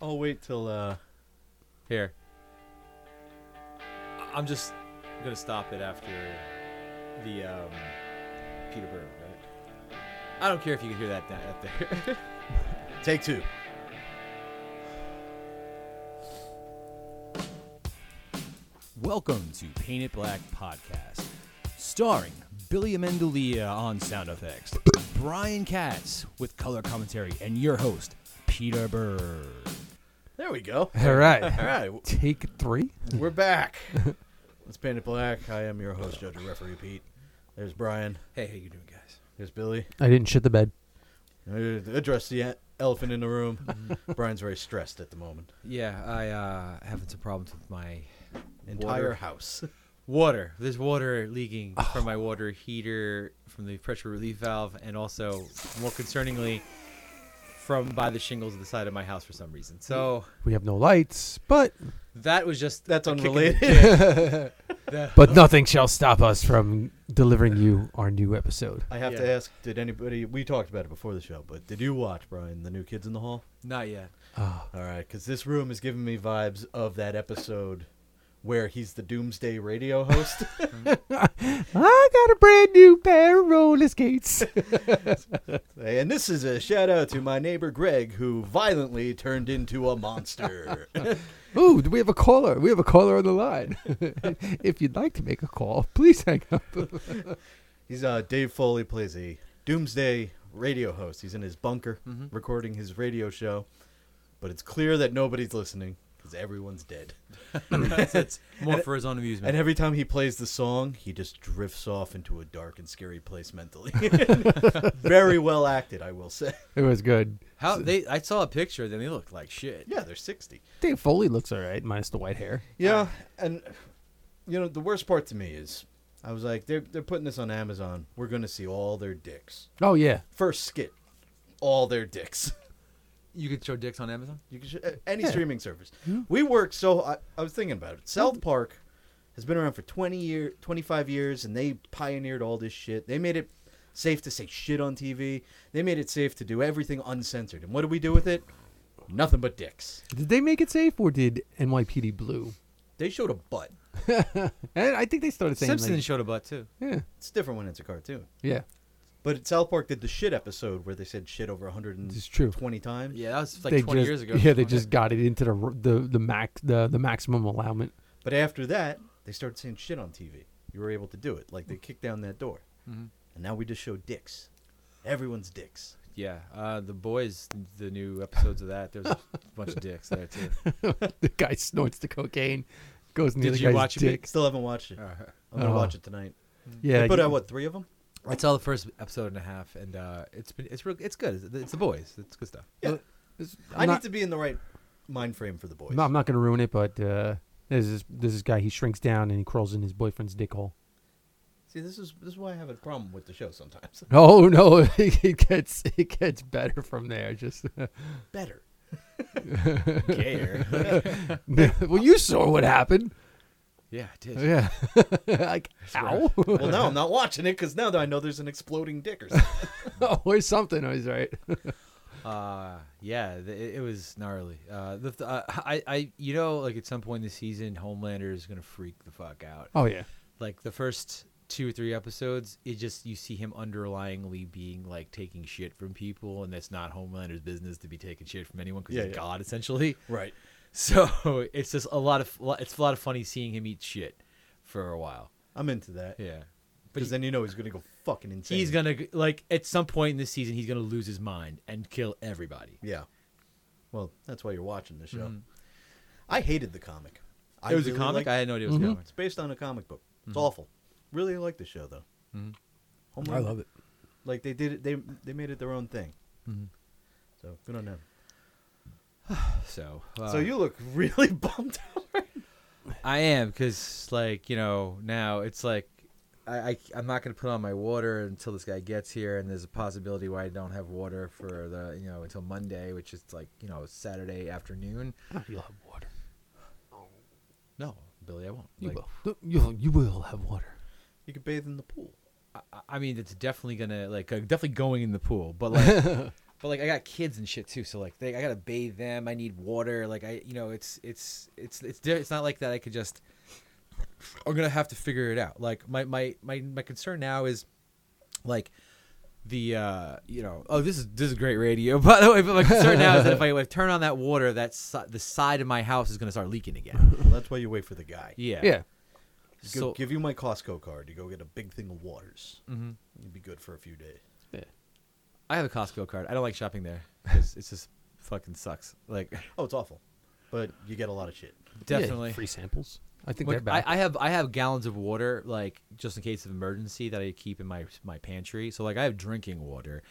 I'll wait till uh here. I- I'm just gonna stop it after the um Peterborough, right? I don't care if you can hear that down up there. Take two. Welcome to Paint It Black Podcast, starring Billy Amendolia on sound effects, Brian Katz with color commentary, and your host, Peter Burr. There we go. All All right. right, Take three. we're back. Let's paint it black. I am your host, Judge and Referee Pete. There's Brian. hey, how you doing, guys? There's Billy. I didn't shit the bed. Uh, Address the e- elephant in the room. Brian's very stressed at the moment. Yeah, I uh having some problems with my Entire water. house. Water. There's water leaking from my water heater, from the pressure relief valve, and also, more concerningly, from by the shingles at the side of my house for some reason. So We have no lights, but that was just That's a kick in the unrelated. dick. but nothing shall stop us from delivering you our new episode. I have to Yeah. ask, did anybody? We talked about it before the show, but did you watch Brian, the new Kids in the Hall? Not yet. Ah, All right, because this room is giving me vibes of that episode where he's the Doomsday radio host. I got a brand new pair of roller skates. and this is a shout out to my neighbor Greg, who violently turned into a monster. Ooh, do we have a caller? We have a caller on the line. if you'd like to make a call, please hang up. he's uh, Dave Foley plays a Doomsday radio host. He's in his bunker Mm-hmm. recording his radio show, but it's clear that nobody's listening because everyone's dead. That's, that's more for his own amusement. And every time he plays the song, he just drifts off into a dark and scary place mentally. Very well acted, I will say. It was good. How they? I saw a picture. Then they looked like shit. Yeah, they're Uh, 60. Dave Foley looks all right, minus the white hair. Yeah, and you know the worst part to me is I was like, they're they're putting this on Amazon. We're gonna see all their dicks. Oh yeah, First skit, all their dicks. You could show dicks on Amazon. You can sh- uh, any streaming service. We work so. I, I was thinking about it. South Park has been around for twenty year, twenty five years, and they pioneered all this shit. They made it safe to say shit on TV. They made it safe to do everything uncensored. And what do we do with it? Nothing but dicks. did they make it safe or did NYPD Blue? They showed a butt. And I think they started saying Simpson like- showed a butt too. yeah, It's different when it's a cartoon. yeah. But South Park did the shit episode where they said shit over is true. 120 times. Yeah, that was like They 20 just- years ago. Yeah, they just got it into the r- the the max the, the maximum allowment. But after that, they started saying shit on TV. You were able to do it. Like they kicked down that door. Mm-hmm. And now we just show dicks. Everyone's dicks. Yeah, uh, the boys, the new episodes of that. There's a bunch of dicks there too. the guy snorts the cocaine, goes near Did the you guy's watch it, Pete? dick. Still haven't watched it. Uh, I'm going to Oh. watch it tonight. Yeah, they put you- out, what, three of them? I saw the first episode and a half, and uh, it's been it's real it's good. It's, it's the boys. It's good stuff. Yeah. it's- i I'm need not, to be in the right mind frame for the boys. no, I'm not going to ruin it, but uh, there's this there's this guy. He shrinks down and he crawls in his boyfriend's dick hole. See, this is, this is why I have a problem with the show sometimes. No, Oh, no, it gets it gets better from there. Just Better. Gayer. well, you saw what happened. Yeah, I did. Yeah, like ow well, now I'm not watching it because now that I know there's an exploding dick or something. or Oh, something. I was right. Uh, yeah, th- it, it was gnarly. Uh, the, th- uh, I, I, you know, like at some point this season, Homelander is gonna freak the fuck out. Oh yeah, Like the first two or three episodes, it just you see him underlyingly being like taking shit from people, and that's not Homelander's business to be taking shit from anyone because Yeah, he's yeah. God essentially. right. So it's just a lot of it's a lot of funny seeing him eat shit for a while. I'm into that. Yeah, but Because he- then you know he's going to go fucking insane. he's gonna g- like at some point in this season he's gonna lose his mind and kill everybody. Yeah. Well, that's why you're watching the show. I hated the comic. I Mm-hmm. it was a really comic. liked- I had Mm-hmm. no idea it was a comic. It's based on a comic book. It's awful. Really like the show though. Mm-hmm. it. Like they did it. They they made it their own thing. Mm-hmm. So good on them. So, uh, so you look really bummed out. right now. I am because like you know now it's like I, I I'm not gonna put on my water until this guy gets here, and there's a possibility why I don't have water for the you know until Monday, which is like you know Saturday afternoon. You'll have water. No, Billy, I won't. You Like, will. You'll, you will have water. You could bathe in the pool. I, I mean, it's definitely gonna like uh, definitely going in the pool, but like But like I got kids and shit too, so like they, I gotta bathe them. I need water. Like I, you know, it's it's it's it's di- it's not like that. I could just. I'm gonna have to figure it out. Like my my my my concern now is, like, the uh you know oh this is this is great radio by the way. But my concern now is that if I, if I turn on that water, that si- the side of my house is gonna start leaking again. Well, that's why you wait for the guy. Yeah. Yeah. Go- So give you my Costco card. You go get a big thing of waters. Mhm. You'd be good for a few days. I have a Costco card. I don't like shopping there because it's just fucking sucks. Like Oh, it's awful, but you get a lot of shit. definitely. free samples. I think Look, they're I, back. I have I have gallons of water like just in case of emergency that I keep in my my pantry. So like I have drinking water,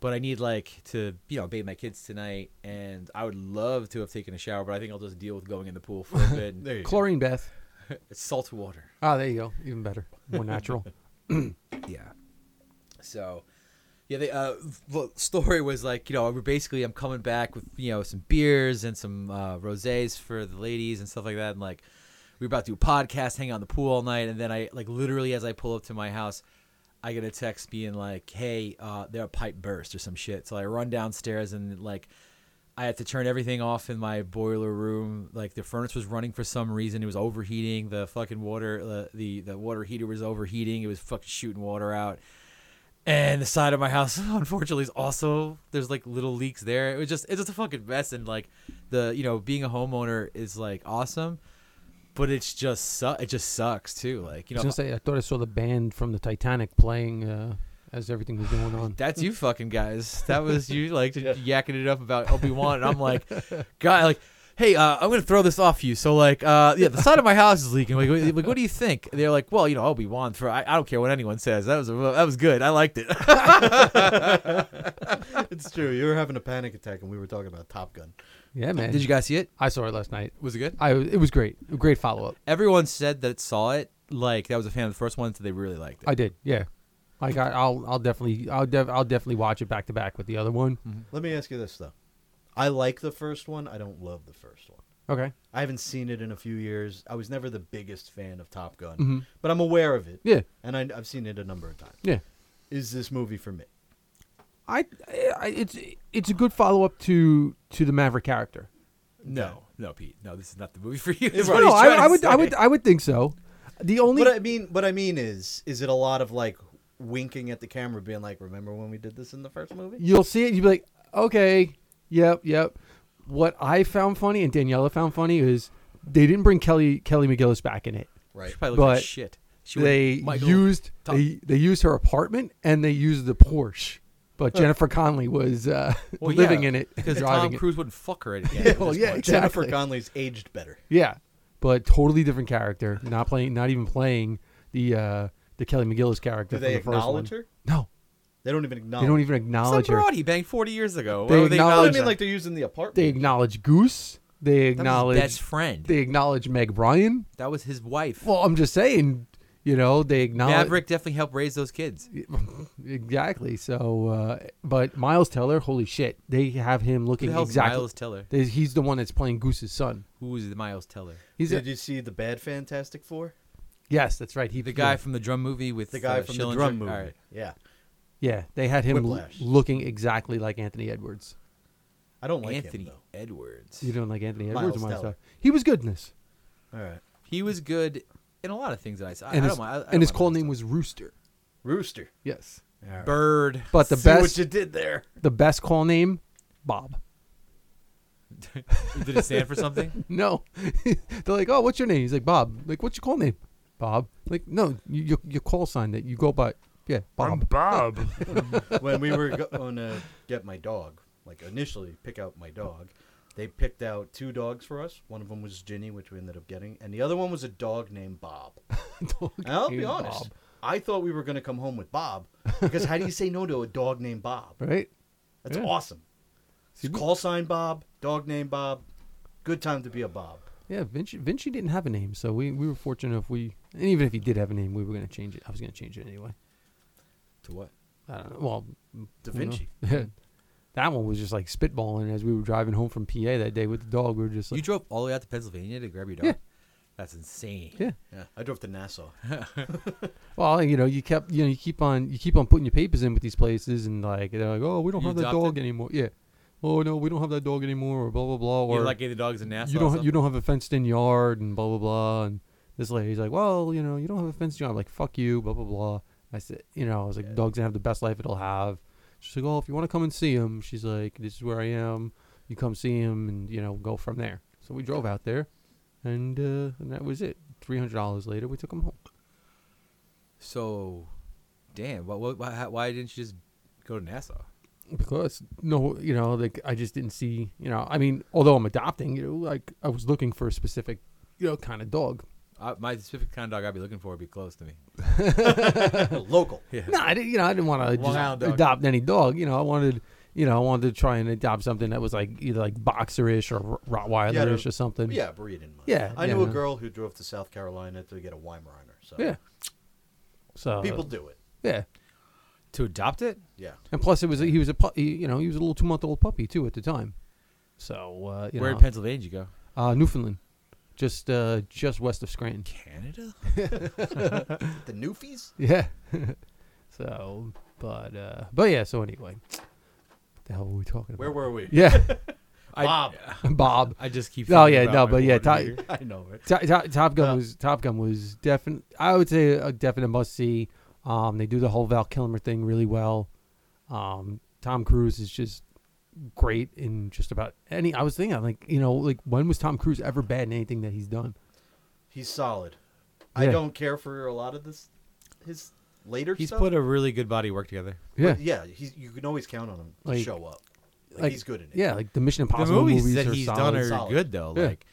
but I need like to you know bathe my kids tonight, and I would love to have taken a shower, but I think I'll just deal with going in the pool for a bit. There you go. Chlorine bath. it's salt water. Ah, there you go. Even better. More natural. Yeah. So, yeah, the uh, the story was like, you know, we're basically I'm coming back with you know some beers and some uh, rosés for the ladies and stuff like that, and like we were about to do a podcast, hang out in the pool all night, and then I like literally as I pull up to my house. I get a text being like, "Hey, uh, there a pipe burst or some shit." So I run downstairs and like, I had to turn everything off in my boiler room. Like the furnace was running for some reason. It was overheating. The fucking water, uh, the the water heater was overheating. It was fucking shooting water out. And the side of my house, unfortunately, is also there's like little leaks there. It was just it's just a fucking mess. And like the you know being a homeowner is like awesome, but it's just su- it just sucks too. Like you I was know gonna say, I thought I saw the band from the Titanic playing uh, as everything was going on. That's you fucking guys. That was you like yakking it up about Obi Wan, and I'm like, guy, like, hey, uh, I'm gonna throw this off you. So like, uh, yeah, the side of my house is leaking. Like, what- like, what do you think? They're like, well, you know, Obi Wan. For I, I don't care what anyone says. That was a, that was good. I liked it. it's true. You were having a panic attack, and we were talking about Top Gun. yeah, man. Did you guys see it? I saw it last night. Was it good? I it was great. A Great follow up. Everyone said that saw it. Like that was a fan of the first one, so they really liked it. I did. Yeah. Like I, I'll I'll definitely I'll def, I'll definitely watch it back to back with the other one. Mm-hmm. Let me ask you this though. I like the first one. I don't love the first one. Okay. I haven't seen it in a few years. I was never the biggest fan of Top Gun, Mm-hmm. Mhm. but I'm aware of it. Yeah. and I, I've seen it a number of times. Yeah. Is this movie for me? I, I it's it's a good follow up to to the Maverick character. No, no, Pete, no, this is not the movie for you. Is Right. what no, he's I, trying to I would I say. uh, would I would think so. The only What I mean, what I mean is, is it a lot of like winking at the camera, being like, "Remember when we did this in the first movie?" you'll see it, you'll be like, okay, yep, yep. What I found funny and Daniela found funny is they didn't bring Kelly Kelly McGillis back in it. Right. She probably looked like But shit. She They went, Michael, used Tom- they, they used her apartment and they used the Porsche, but Jennifer Conley was uh, Well, living yeah, in it because driving Tom it. Cruise wouldn't fuck her again. Yeah, well, Just yeah, like- exactly. Jennifer Conley's aged better. Yeah, but totally different character. Not playing, not even playing the uh, the Kelly McGillis character. Do they from the first acknowledge one. her? Oh. No, They don't even acknowledge. they don't even Some acknowledge her. broad he banged 40 years ago. They Why would acknowledge I acknowledge mean, that? like they're using the apartment. They acknowledge Goose. They That was his best acknowledge. friend. They acknowledge Meg Bryan. that was his wife. Well, I'm just saying, you know, they acknowledge Maverick definitely helped raise those kids. exactly. So, uh, but Miles Teller, holy shit, they have him Who looking the hell's E, exactly. Miles Teller? They- He's the one that's playing Goose's son. Who is the Miles Teller? He's Did a, you see the bad Fantastic Four? yes, that's right. He The guy yeah. from the drum movie with The guy uh, from Schillinger? the drum movie. All right. Yeah, yeah, they had him l- Whiplash. looking exactly like Anthony Edwards. I don't like Anthony him Edwards. You don't like Anthony Miles Edwards or Miles Teller. Teller. He was goodness, though. All right, He was good in a lot of things that I saw. I- and I his, don't mind- I- I don't and his mind call Miles name was Rooster. Rooster. Yes, All right. Teller. Bird. but the See best, what you did there. the best call name, Bob. Did it stand for something? No, they're like, oh, what's your name? He's like Bob. Like, what's your call name? Bob. Like, no, you, your your call sign that you go by. Yeah, Bob. Bob. when we were going to get my dog, like initially pick out my dog, they picked out two dogs for us. One of them was Ginny, which we ended up getting, and the other one was a dog named Bob. And I'll be named honest, Bob. I thought we were going to come home with Bob because how do you say no to a dog named Bob? Right. That's Yeah. awesome. See, Call sign Bob, dog name Bob. Good time to be a Bob. Yeah, Vinci. Vinci didn't have a name, so we, we were fortunate if we, and even if he did have a name, we were gonna change it. I was gonna change it anyway. to what? I don't know. Well, Da you know. Vinci. that one was just like spitballing as we were driving home from PA that day with the dog. We were just You like, drove all the way out to Pennsylvania to grab your dog? Yeah. That's insane. Yeah. Yeah, I drove to Nassau. Well, you know, you kept, you know, you keep on, you keep on putting your papers in with these places, and like they're like, oh, we don't You have that adopted? dog anymore. Yeah. Oh no, we don't have that dog anymore, or blah blah blah. Or You're lucky the dog's in Nassau. or you don't you something? don't have a fenced in yard and blah blah blah and this lady's like well you know you don't have a fenced yard I'm like fuck you blah blah blah I said you know I was like dog's gonna have the best life it'll have she's like well if you want to come and see him she's like this is where I am you come see him and you know go from there so we drove out there and uh, and that was it three hundred dollars later we took him home So, damn. What, what, why, how- why didn't you just go to Nassau? because no you know like I just didn't see you know I mean although I'm adopting you know like I was looking for a specific you know kind of dog I, my specific kind of dog I'd be looking for would be close to me. Local. Yeah. No, I didn't. You know, I didn't want to Long Island just dog. adopt any dog. You know, I wanted, you know, I wanted to try and adopt something that was like either like boxerish or R- Rottweilerish Yeah, or something. Yeah, breeding. Money. Yeah, I knew a yeah. girl who drove to South Carolina to get a Weimaraner. So yeah. So people do it. yeah, To adopt it? Yeah. and plus it was a, he was a pu- he, you know he was a little two month old puppy too at the time. So uh, you Where know, in Pennsylvania did you go? uh, Newfoundland, just uh, just west of Scranton. Canada? The Newfies? Yeah. so, but uh, but yeah. So anyway, what the hell were we talking about? Where were we? yeah, Bob. Bob. I just keep. Oh thinking yeah, about no, my but yeah, water Ty, meter. I know, right? Top, Top, Top Gun was Top Gun was definite. I would say a definite must see. Um, they do the whole Val Kilmer thing really well. Um, Tom Cruise is just great in just about any. I was thinking I'm like you know like when was Tom Cruise ever bad in anything that he's done? He's solid. I Yeah. don't care for a lot of this his later He's stuff. put a really good body of work together. Yeah, but yeah, he's, you can always count on him to Like- show up. Like, like- he's good in it. yeah, like the Mission The Impossible movies, movies, that are he's solid. done are Solid. good though. Yeah. Like,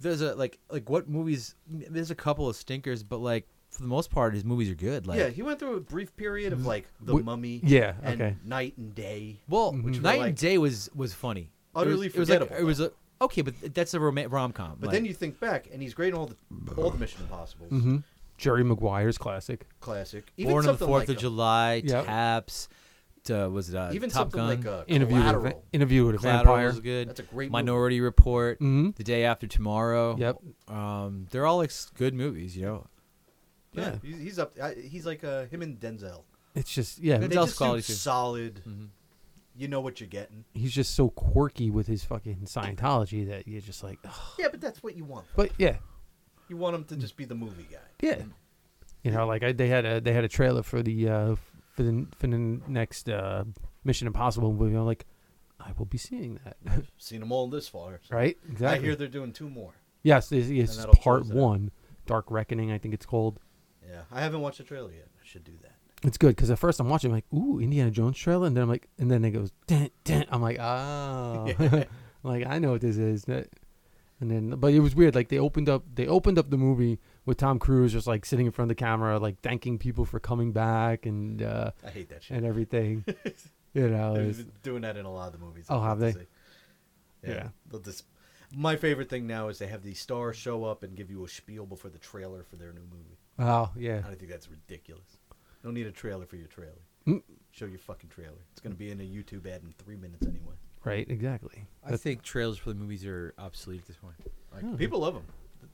there's a like like what movies? There's a couple of stinkers, but like for the most part, his movies are good. Like, yeah, he went through a brief period of like the Wh- mummy. yeah, and okay. Night and day. Well, Mm-hmm. Which were, Night like, and Day was was funny. It was- utterly it was, like- forgettable, It was, a, okay, but that's a rom com. But then you think back, and he's great in all the all the Mission Impossible hmm Jerry Maguire's classic. classic. Even Born on the something Fourth like of a- July, Yep. Taps. To, was it uh, Even Top something Gun? like a Interview with, a va- collateral. interview with a Collateral vampire. was good. That's a great movie. Minority Report. Mhm. The Day After Tomorrow. Yep. Um, they're all like s- good movies, you know. yeah, Yeah. He's, he's up. I, he's like uh, him and Denzel. It's just yeah, They Denzel's just do quality too. solid. Mm-hmm. You know what you're getting. he's just so quirky with his fucking Scientology that you're just like, ugh. Yeah, but that's what you want. but yeah, You want him to just be the movie guy. Yeah. You know, like I, they had a they had a trailer for the uh, for the for the next uh, Mission Impossible movie. I'm like, I will be seeing that, Seen them all this far. so- right? Exactly. I hear they're doing two more. yes, this is that'll part close it out. one, Dark Reckoning. I think it's called. Yeah, I haven't watched the trailer yet. I should do that. It's good because at first I'm watching, I'm like, ooh, Indiana Jones trailer, and then I'm like, and then it goes, dun, dun. I'm like, oh, I'm like I know what this is. That- And then, but it was weird. Like they opened up, they opened up the movie with Tom Cruise just like sitting in front of the camera, like thanking people for coming back, and uh, I hate that shit. and everything. you know, They've it's- been doing that in a lot of the movies. Oh, I'd have love they? to see. Yeah. Yeah. They'll just. My favorite thing now is they have the star show up and give you a spiel before the trailer for their new movie. oh yeah, And I think that's ridiculous. Don't need a trailer for your trailer. Mm. Show your fucking trailer. It's gonna be in a YouTube ad in three minutes anyway. right, exactly. I think trailers for the movies are obsolete at this point. Like people love them.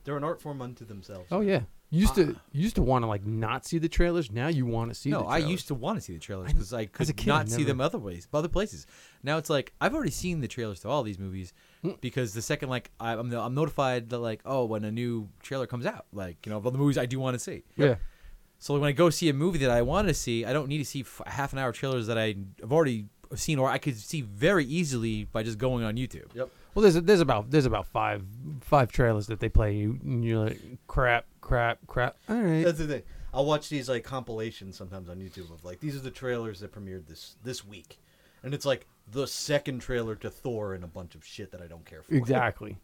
They're an art form unto themselves. Hmm. Oh yeah, you used to you used to want to like not see the trailers. Now you want to see. Ah. no, the I trailers. used to want to see the trailers I- because I, could as a kid, I not see never- them other ways, other places. Now it's like I've already seen the trailers to all these movies Hmm. because the second like I, I'm I'm notified that like oh when a new trailer comes out like you know of all the movies I do want to see. Yeah, So when I go see a movie that I want to see, I don't need to see f- half an hour trailers that I have already seen or I could see very easily by just going on YouTube. Yep. well, there's there's about there's about five five trailers that they play you, and you're like crap, crap, crap. All right, That's the thing. I'll watch these like compilations sometimes on YouTube of like these are the trailers that premiered this this week, and it's like the second trailer to Thor and a bunch of shit that I don't care for. exactly.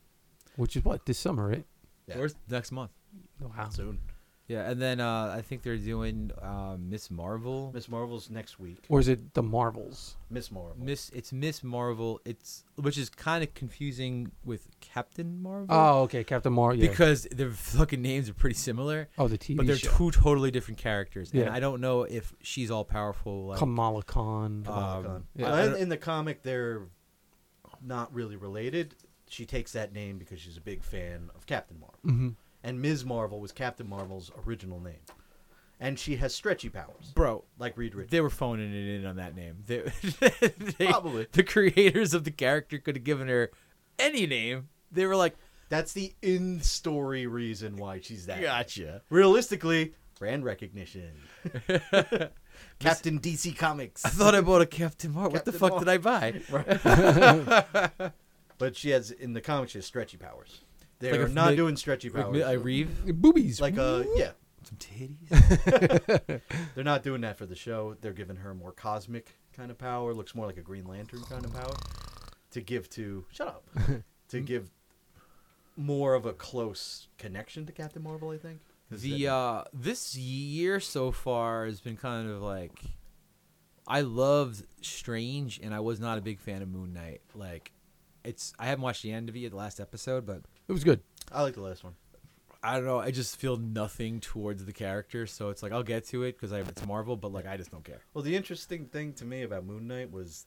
Which is what this summer, right? Yeah. Or next month. Wow. Soon, Yeah, and then uh, I think they're doing uh, Miss Marvel. Miss Marvel's next week. Or is it the Marvels? Miss Marvel. Miss it's Miss Marvel. It's which is kind of confusing with Captain Marvel. Oh, okay, Captain Marvel. Yeah. because their fucking names are pretty similar, oh, the TV but they're show. two totally different characters. Yeah. And I don't know if she's all powerful. Like, Kamala Khan. Uh, Comic-Con. um, yeah. Uh, I in- don't- in the comic, they're Mm-hmm. not really related. She takes that name because she's a big fan of Captain Marvel. Mhm. and Ms. Marvel was Captain Marvel's original name, and she has stretchy powers Bro, like Reed Richards. they were phoning it in on that name. They, they- Probably. the creators of the character could have given her any name. They were like, That's the in-story reason why she's that. "Gotcha." Realistically, brand recognition. Captain DC Comics. I thought I bought a Captain Marvel. What the Captain Mar- fuck did I buy? But she has in the comics she has stretchy powers. They Like are a- not like- doing stretchy Like, powers. I uh, Reeve? uh, Boobies. like a yeah, Some titties? they're not doing that for the show. They're giving her more cosmic kind of power. Looks more like a Green Lantern kind of power to give to shut up to give more of a close connection to Captain Marvel. I think 'Cause the that- uh this year so far has been kind of like I loved Strange and I was not a big fan of Moon Knight. Like it's I haven't watched the end of it, the last episode, but it was good. I like the last one. I don't know. I just feel nothing towards the character, so it's like I'll get to it because it's Marvel, but like I just don't care. Well, the interesting thing to me about Moon Knight was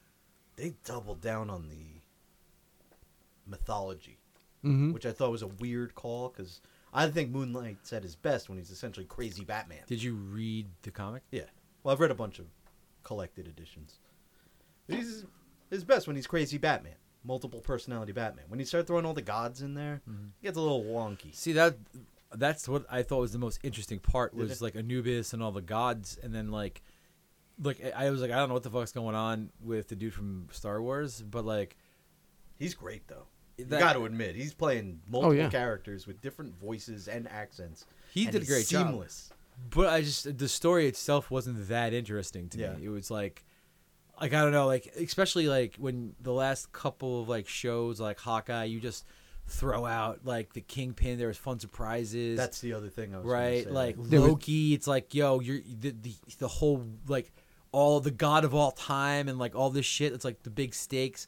they doubled down on the mythology, Hmm? Mm-hmm. which I thought was a weird call because I think Moon Knight's at his best when he's essentially crazy Batman. Did you read the comic? Yeah. Well, I've read a bunch of collected editions. But He's his best when he's crazy Batman, multiple personality Batman. When you start throwing all the gods in there, Mm-hmm. it gets a little wonky. See that that's what I thought was the most interesting part Did was it? like Anubis and all the gods and then like like I I was like I don't know what the fuck's going on with the dude from Star Wars, but like He's great though. That- Oh, you got to admit, he's playing multiple yeah. characters with different voices and accents. He and did a he's great job. seamless. But I just the story itself wasn't that interesting to Yeah. me. It was like like I don't know, like especially like when the last couple of like shows like Hawkeye, you just throw out like the Kingpin. There was fun surprises, That's the other thing I was gonna right? say. Like There was- Loki, it's like yo, you're the, the the whole like all the god of all time and like all this shit. It's like the big stakes,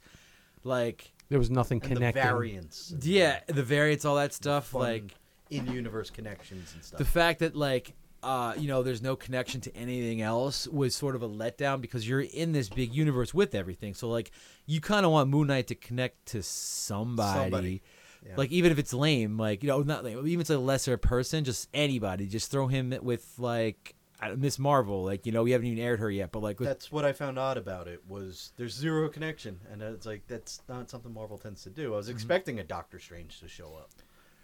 like There was nothing and the connected. variants. and yeah, the variants, all that the stuff, fun like in-universe connections and the stuff. fact that like uh, you know there's no connection to anything else was sort of a letdown because you're in this big universe with everything so like you kind of want moon knight to connect to somebody, Somebody, yeah. like even if it's lame like you know not lame, even if it's a lesser person just anybody just throw him with like I- miss marvel like you know we haven't even aired her yet but like with, that's what I found odd about it was there's zero connection, and it's like that's not something Marvel tends to do. I was expecting a Doctor Strange to show up,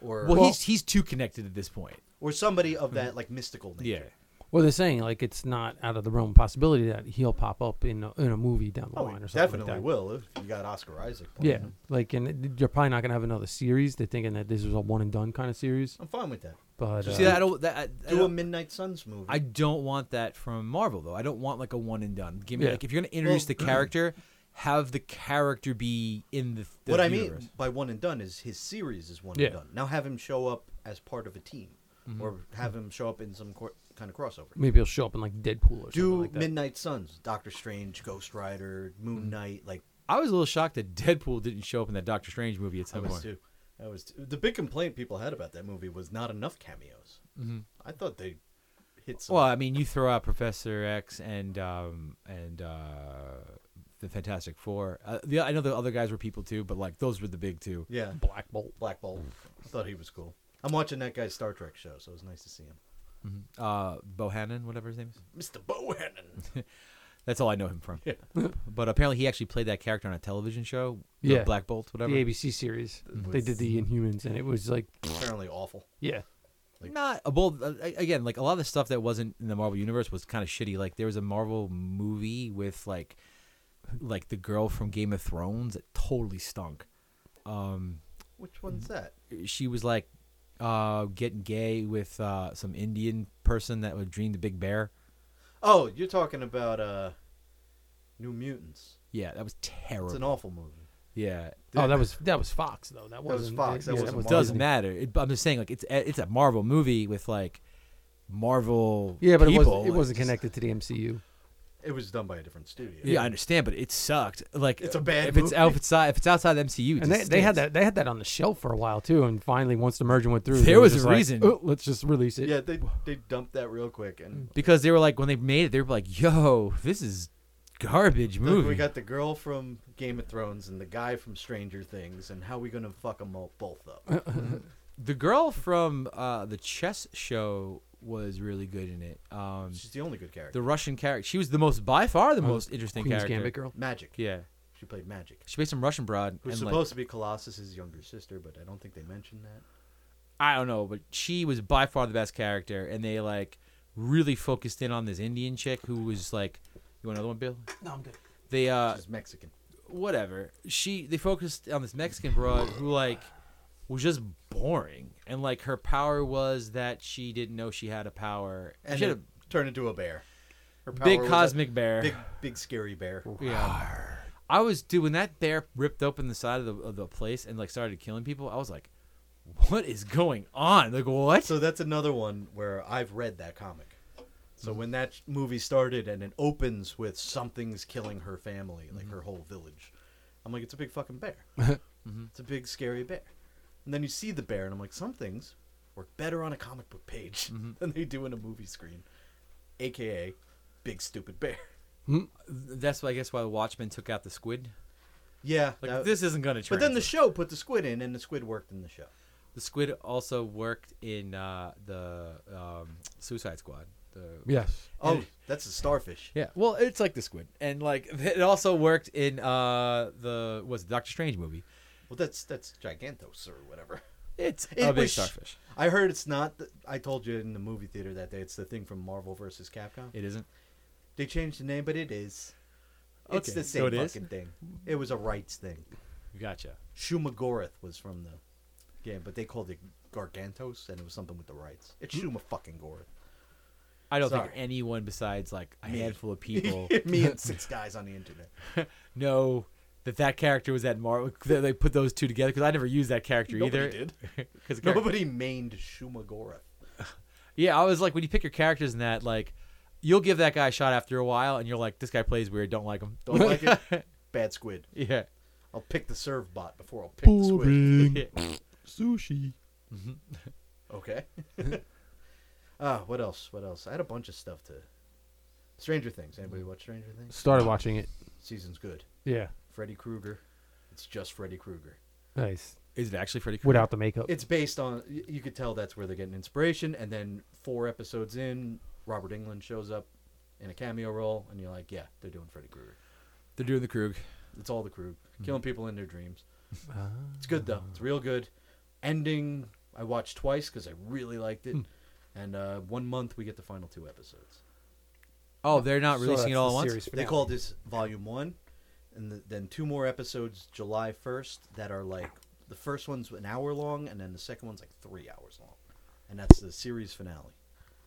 or Mm-hmm. well, he's he's too connected at this point or somebody of that like mystical nature. yeah Well, they're saying like it's not out of the realm of possibility that he'll pop up in a, in a movie down the oh, line he or something. like definitely that. will Mm-hmm. if you got Oscar Isaac. Yeah, Playing. him. like and it- you're probably not gonna have another series. They're thinking that this is a one and done kind of series, I'm fine with that. but uh, see that i don't that I, I Do a don't- Midnight Suns movie. I don't want that from Marvel though. I don't want like a one and done. Give me Yeah. like if you're gonna introduce Well- the character, have the character be in the, the what I universe. mean by one and done is his series is one Yeah. and done. Now have him show up as part of a team, Mm-hmm. or have him show up in some cor- kind of crossover. maybe he'll show up in like Deadpool or Do something like that. Midnight Suns, Doctor Strange, Ghost Rider, Mm-hmm. Moon Knight, like I was a little shocked that Deadpool didn't show up in that Doctor Strange movie at I some was point. too. I was too. The big complaint people had about that movie was not enough cameos. Mm-hmm. I thought they hit some. Well, I mean, you throw out Professor X and um and uh the Fantastic Four. Uh, the, I know the other guys were people too, but like those were the big two. yeah, Black Bolt. Black Bolt. I thought he was cool. I'm watching that guy's Star Trek show, so it was nice to see him. Uh, Bohannon, whatever his name is. Mr. Bohannon. That's all I know him from. Yeah. but apparently, he actually played that character on a television show. the Yeah. Black Bolt, whatever. The ABC series, they did the Inhumans, and it was like, Apparently awful. yeah, Like- not a bold uh, a- again like a lot of the stuff that wasn't in the marvel universe was kind of shitty like there was a marvel movie with like like the girl from game of thrones that totally stunk um Which one's that? she was like uh getting gay with uh some indian person that would dream the big bear Oh, you're talking about uh, New Mutants. yeah that was terrible It's an awful movie. yeah oh, that was that was Fox though. That, was wasn't- Fox, that yeah, wasn't was Marvel. doesn't matter it, i'm just saying like it's a- it's a marvel movie with like marvel Yeah, but it people. wasn't it wasn't It's- connected to the MCU. It was done by a different studio. Yeah, I understand, but it sucked. Like It's a bad If it's movie. outside, if it's outside the MCU, it And they, just they had stinks. that they had that on the shelf for a while too, and finally once the merger went through, There they were was a just like, reason. "Oh, let's just release it. Yeah, they they dumped that real quick, and because they were like when they made it, they were like, "Yo, this is garbage Look, Mm. movie." we got the girl from Uh, Game of Thrones and the guy from Stranger Things, and how we gonna fuck them both up? the girl from uh, the chess show was really good in it. Um, She's the only good character. the Russian character. She was the most, by far, the Oh, most interesting Queen's character. Gambit girl. Magic. Yeah, She played Magic. she played some Russian broad. Who's and, like, supposed to be Colossus's younger sister, but I don't think they mentioned that. I don't know, but she was by far the best character, and they like really focused in on this Indian chick who was like, "You want another one, Bill?" No, I'm good. They uh, She's Mexican. whatever. She they focused on this Mexican broad who like was just boring, and like her power was that she didn't know she had a power. And she had then turned into a bear. Her a power big was a cosmic bear. Big, big scary bear. yeah. I was dude when that bear ripped open the side of the of the place and like started killing people. I was like, "What is going on? Like what?" So that's another one where I've read that comic. So Mm-hmm. when that sh- movie started and it opens with something's killing her family, like Mm-hmm. her whole village, I'm like, it's a big fucking bear. It's a big scary bear. And then you see the bear, and I'm like, some things work better on a comic book page Mm-hmm. than they do in a movie screen, aka big stupid bear. That's why I guess why Watchmen took out the squid. Yeah, Like that- this isn't gonna. But then the translate. show put the squid in, and the squid worked in the show. the squid also worked in uh, the um, Suicide Squad. The Yes. Oh, that's a starfish. yeah, well, it's like the squid, and like it also worked in uh, the was it Doctor Strange movie. Well, that's that's Gigantos or whatever. It's It a big was- starfish. I heard it's not. The, I told you in the movie theater that day. It's the thing from Marvel versus Capcom. It isn't. They changed the name, but it is. It's Okay, the so same it is? fucking thing. It was a rights thing. Gotcha. Shumagorath was from the game, but they called it Gargantos, and it was something with the rights. It's Hmm. Shuma fucking Gorath. I don't think Sorry. anyone besides like a Me. handful of people Me and six guys on the internet. know that that character was that Marvel. That they put those two together because I never used that character Nobody either. did. Because Nobody mained Shumagorath. Yeah, I was like, when you pick your characters in that, like, you'll give that guy a shot after a while, and you're like, this guy plays weird, don't like him. Don't like it. Bad squid. Yeah. I'll pick the serve bot before I'll pick the squid. Boring. yeah. Sushi. Okay. Ah, what else? What else? I had a bunch of stuff to. Stranger Things. Anybody watch Stranger Things? Started watching it. Season's good. Yeah. Freddy Krueger. It's just Freddy Krueger. Nice. Is it actually Freddy Krueger? Without the makeup. It's based on. y- You could tell that's where they're getting inspiration. And then four episodes in, Robert England shows up in a cameo role, and you're like, yeah, they're doing Freddy Krueger. They're doing the Krug. It's all the Krug, killing people in their dreams. Ah. It's good though. It's real good. Ending I watched twice because I really liked it. And uh, one month we get the final two episodes. Oh, they're not releasing it all at once? They call this volume one, and th then two more episodes July first that are like the first one's an hour long, and then the second one's like three hours long, and that's the series finale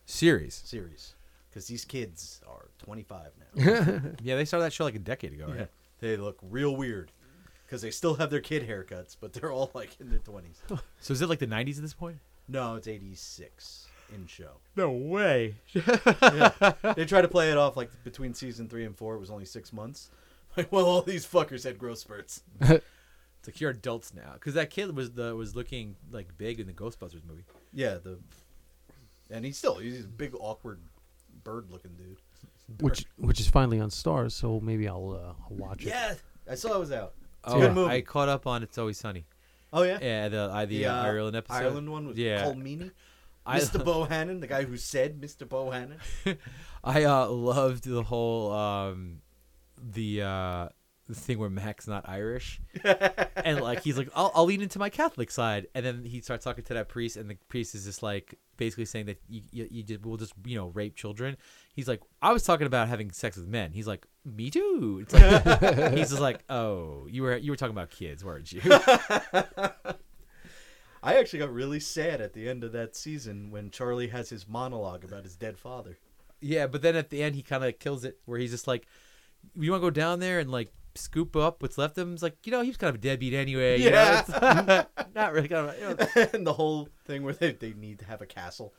Series. series because these kids are twenty five now. Yeah, they started that show like a decade ago, Yeah. right? They look real weird because they still have their kid haircuts, but they're all like in their twenties. So is it like the 90s at this point? No, it's eighty six in show. No way. They try to play it off like between season three and four, it was only six months. Like, well, all these fuckers had growth spurts. It's like you're adults now. Because that kid was the was looking like big in the Ghostbusters movie. Yeah, the and he's still he's a big awkward bird looking dude. which which is finally on Stars, so maybe I'll, uh, I'll watch it. Yeah, I saw it was out. It's Oh, a good movie. I caught up on It's Always Sunny. oh yeah, Yeah, the, I the, uh, uh, Ireland episode. Ireland one with yeah. Paul Meany, I- Mr. Bohannon, the guy who said Mr. Bohannon. I uh, loved the whole um, the uh, the thing where Mac's not Irish, and like he's like, I'll, I'll lean into my Catholic side, and then he starts talking to that priest, and the priest is just like basically saying that you you, you just, will just you know rape children. He's like, I was talking about having sex with men. He's like, me too. It's like, he's just like, oh, you were you were talking about kids, weren't you? I actually got really sad at the end of that season when Charlie has his monologue about his dead father. Yeah, but then at the end he kind of kills it, where he's just like, "You want to go down there and like scoop up what's left of him?" It's like, you know, he was kind of a deadbeat anyway. you know, Yeah. it's- not really. Kind of, you know. and the whole thing where they, they need to have a castle.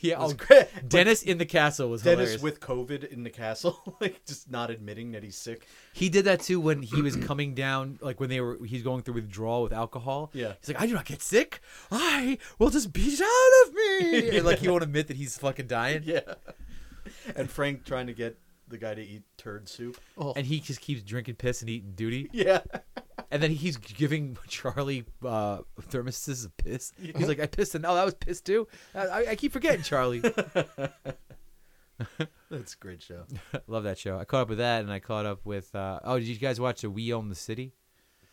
Yeah, It was oh, great. Dennis in the castle was Dennis hilarious. with COVID in the castle, like just not admitting that he's sick. he did that too when he was coming down, like when they were he's going through withdrawal with alcohol. Yeah. he's like, "I do not get sick. I will just beat out of me." And like he won't admit that he's fucking dying, Yeah. And Frank trying to get the guy to eat turd soup. Oh. and he just keeps drinking piss and eating duty. Yeah. and then he's giving Charlie uh, thermoses a piss. He's like, I pissed, and oh, that was piss too. I, I, I keep forgetting Charlie. That's a great show. Love that show. I caught up with that, and I caught up with. Uh, oh, did you guys watch the We Own the City?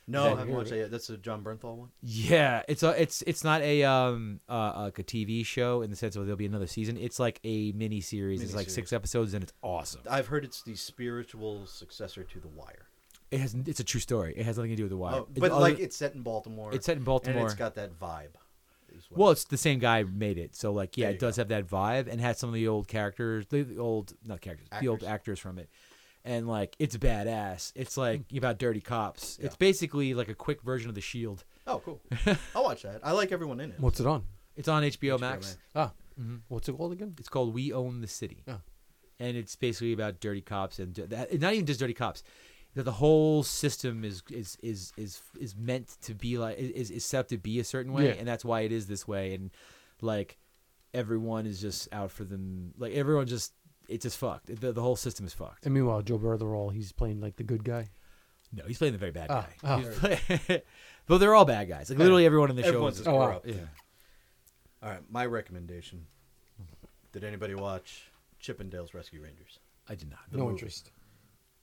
No, I Is that haven't your- watched that yet. That's a John Bernthal one. Yeah, it's a it's it's not a um uh, like a TV show in the sense of there'll be another season. It's like a mini series. It's like six episodes, and it's awesome. I've heard it's the spiritual successor to The Wire. It has it's a true story. It has nothing to do with the wire. Oh, but Other- like it's set in Baltimore. It's set in And Baltimore. it's got that vibe. is what- Well, it's the same guy made it, so like, yeah, There it you does have that vibe and has some of the old characters, the, the old not characters, the old Actors. actors from it, and like it's badass. It's like Mm. about dirty cops. It's basically like a quick version of the Shield. oh, cool. I'll watch that. I like everyone in it. What's it on? It's on HBO, Max. Max. Ah, Mm-hmm. what's it called again? It's called We Own the City, Yeah. and it's basically about dirty cops and that, not even just dirty cops. The the whole system is is is is is meant to be like is is set up to be a certain way, Yeah. and that's why it is this way. And like everyone is just out for them. Like everyone just it's just fucked. The, the whole system is fucked. And meanwhile, Joe Bertherall, he's playing like the good guy. No, he's playing the very bad Oh, guy. oh. He's play- but they're all bad guys. Like literally everyone in the show. Everyone's Is, just Oh, wow. corrupt. yeah. All right, my recommendation. Did anybody watch Chippendales Rescue Rangers? I did not. No interest.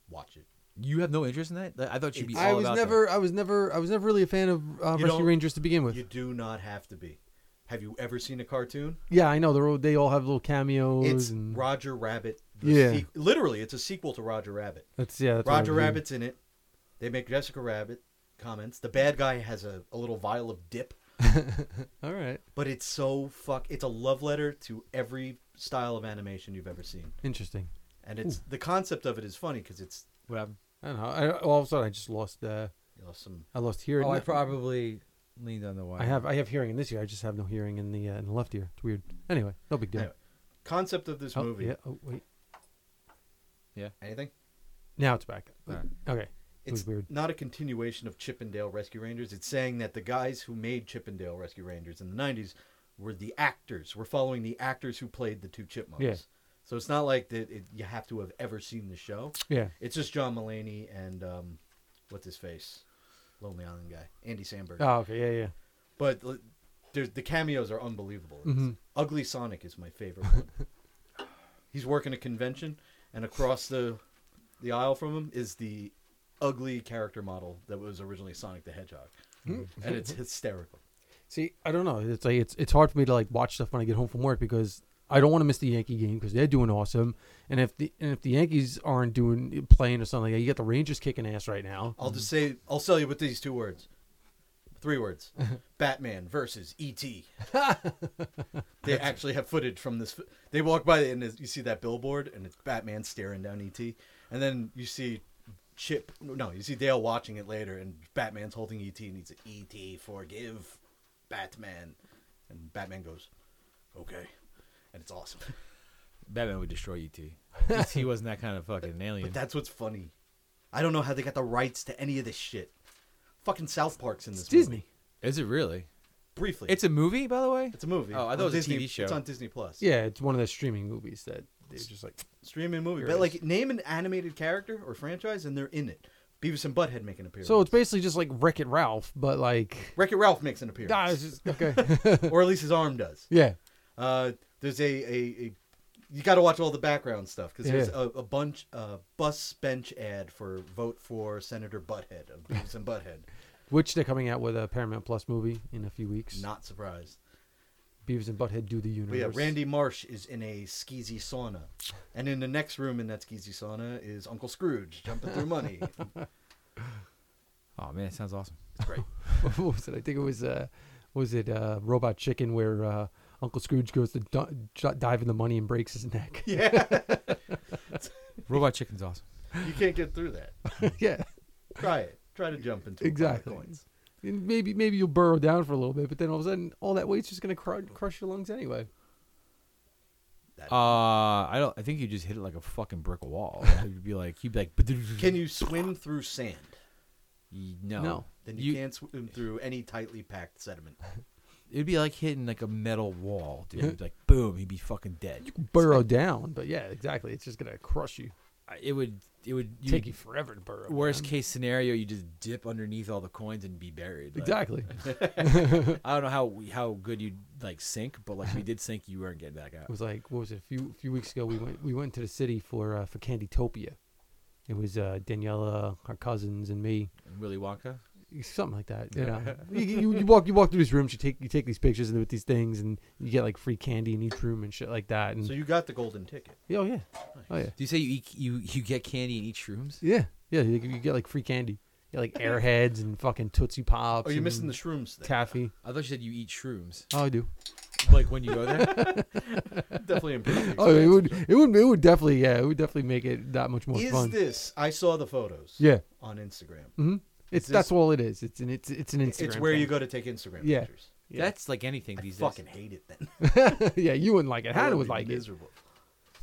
Watch it. You have no interest in that? I thought you'd be. I all was about never, I was never, I was never really a fan of uh, You Rescue don't- Rangers to begin with. You do not have to be. Have you ever seen a cartoon? yeah, I know they're all, they all have little cameos. It's and Roger Rabbit. Yeah. sequ- literally, it's a sequel to Roger Rabbit. that's yeah. That's what I Roger was reading. Rabbit's in it. They make Jessica Rabbit comments. The bad guy has a, a little vial of dip, All right, but it's so fuck. It's a love letter to every style of animation you've ever seen, interesting. and it's the concept of it is funny because it's that. What happened? I don't know. I, all of a sudden, I just lost. Uh, you know some I lost hearing. Oh, I probably leaned on the wire. I have, I have hearing in this ear. I just have no hearing in the uh, in the left ear. It's weird. Anyway, no big deal. Anyway, concept of this oh, movie. Yeah. Oh wait. Anything? Now it's back. All right. Okay. It was It's weird. not a continuation of Chippendale Rescue Rangers. It's saying that the guys who made Chippendale Rescue Rangers in the 90s were the actors. We're following the actors who played the two chipmunks. Yeah. So it's not like that it, you have to have ever seen the show. Yeah. It's just John Mulaney and um, what's his face? Lonely Island guy. Andy Samberg. Oh, okay. Yeah, yeah. But l- there's, the cameos are unbelievable. in this. Mhm. Ugly Sonic is my favorite one. He's working a convention, and across the the aisle from him is the ugly character model that was originally Sonic the Hedgehog, and it's hysterical. See, I don't know. It's like it's it's hard for me to like watch stuff when I get home from work because I don't want to miss the Yankee game because they're doing awesome. And if the and if the Yankees aren't doing playing or something, like that, you got the Rangers kicking ass right now. I'll just say I'll sell you with these two words, three words: Batman versus E.T. they actually have footage from this. They walk by and there's- you see that billboard, and it's Batman staring down E.T. And then you see Chip. No, you see Dale watching it later, and Batman's holding E.T. and he's like, E.T. Forgive Batman, and Batman goes, "Okay," and it's awesome. Batman would destroy E ET. ET wasn't that kind of fucking alien. But that's what's funny. I don't know how they got the rights to any of this shit. Fucking South Park's in this Disney. movie. Is it really? Briefly, It's a movie, by the way. It's a movie. Oh, I On thought it was a Disney, TV show. It's on Disney Plus. Yeah, it's one of the streaming movies that they're just like. streaming movie. Here it But is. like, name an animated character or franchise, and they're in it. Beavis and Butthead make an appearance. So it's basically just like Wreck It Ralph, but like. Wreck It Ralph makes an appearance, Ah, it's just, okay. or at least his arm does. yeah. Uh, there's a, a, a you got to watch all the background stuff because there's Yeah. a, a bunch uh, bus bench ad for vote for Senator Butthead of Beavis and Butthead. Which they're coming out with a Paramount Plus movie in a few weeks. Not surprised. Beavis and Butthead do the But universe. yeah, Randy Marsh is in a skeezy sauna, and in the next room in that skeezy sauna is Uncle Scrooge jumping through money. Oh man, it sounds awesome. It's great. what was it? I think it was uh, what was it uh, Robot Chicken where uh, Uncle Scrooge goes to du- j- dive in the money and breaks his neck. Yeah. Robot Chicken's awesome. You can't get through that. yeah, Try it. Try to jump into exactly. a pile of coins. And maybe maybe you'll burrow down for a little bit, but then all of a sudden, all that weight's just gonna cr- crush your lungs anyway. That- Uh, I don't. I think you just hit it like a fucking brick wall. You'd be like, you'd be like, Can you swim through sand? No. No. Then you, can't swim through any tightly packed sediment. Mm-hmm. It'd be like hitting like a metal wall, dude. Like boom, he'd be fucking dead. Burrow down, but yeah, exactly. It's just gonna crush you. I- it would it would you Take you would- forever to burrow. worst man. case scenario you just dip underneath all the coins and be buried. Like, Exactly. I don't know how we, how good you like sink, but like we did sink, you weren't getting back It out. was like what was it? A few few weeks ago, we went we went to the city for uh, for Candytopia. It was uh, Daniela, our cousins, and me, Willy Wonka. something like that. You know, you, you, you walk you walk through these rooms, you take you take these pictures and with these things, and you get like free candy in each room and shit like that. And So you got the golden ticket. Yeah, oh yeah, oh yeah, Do you say you eat, you you get candy in each rooms? yeah, yeah. You, you get like free candy, you get like Airheads and fucking Tootsie Pops. Oh, you're missing and the shrooms thing. taffy. I thought you said you eat shrooms. Oh, I do. Like when you go there, Definitely improved. the Oh, it would experience. it would it would definitely yeah it would definitely make it that much more Is fun. this? I saw the photos. yeah, On Instagram. hmm it's this- that's all it is. It's an it's it's an Instagram. It's where thing. you go to take Instagram Yeah. pictures. Yeah. that's like anything I these fucking days. hate it then. yeah, you wouldn't like it. Hannah would like it. miserable.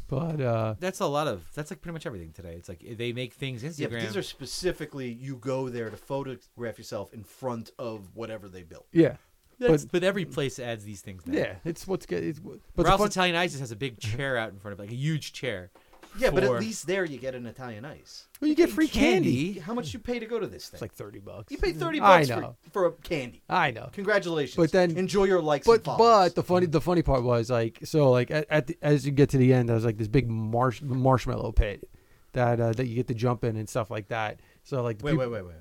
But uh That's a lot of that's like pretty much everything today. It's like they make things Instagram. Yeah, but these are specifically you go there to photograph yourself in front of whatever they built. yeah. That's- but- but, every place adds these things. Now. Yeah, it's what's get it's what- but the Ralph's fun- Italian Isis has a big chair out in front of it, like a huge chair. Yeah, but For- at least there you get an Italian ice. well, you get free candy. How much you pay to go to this thing? E It's like 30 bucks. you pay thirty I bucks for, know. for a candy. I know. Congratulations. But then- enjoy your likes But and followers. but the funny the funny part was like so like at, at the, as you get to the end there was like this big marsh marshmallow pit that uh, that you get to jump in and stuff like that. So like the wait, peop- wait, wait, wait.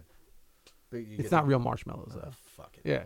But you it's get- not real marshmallows though. Oh, fuck it. Yeah.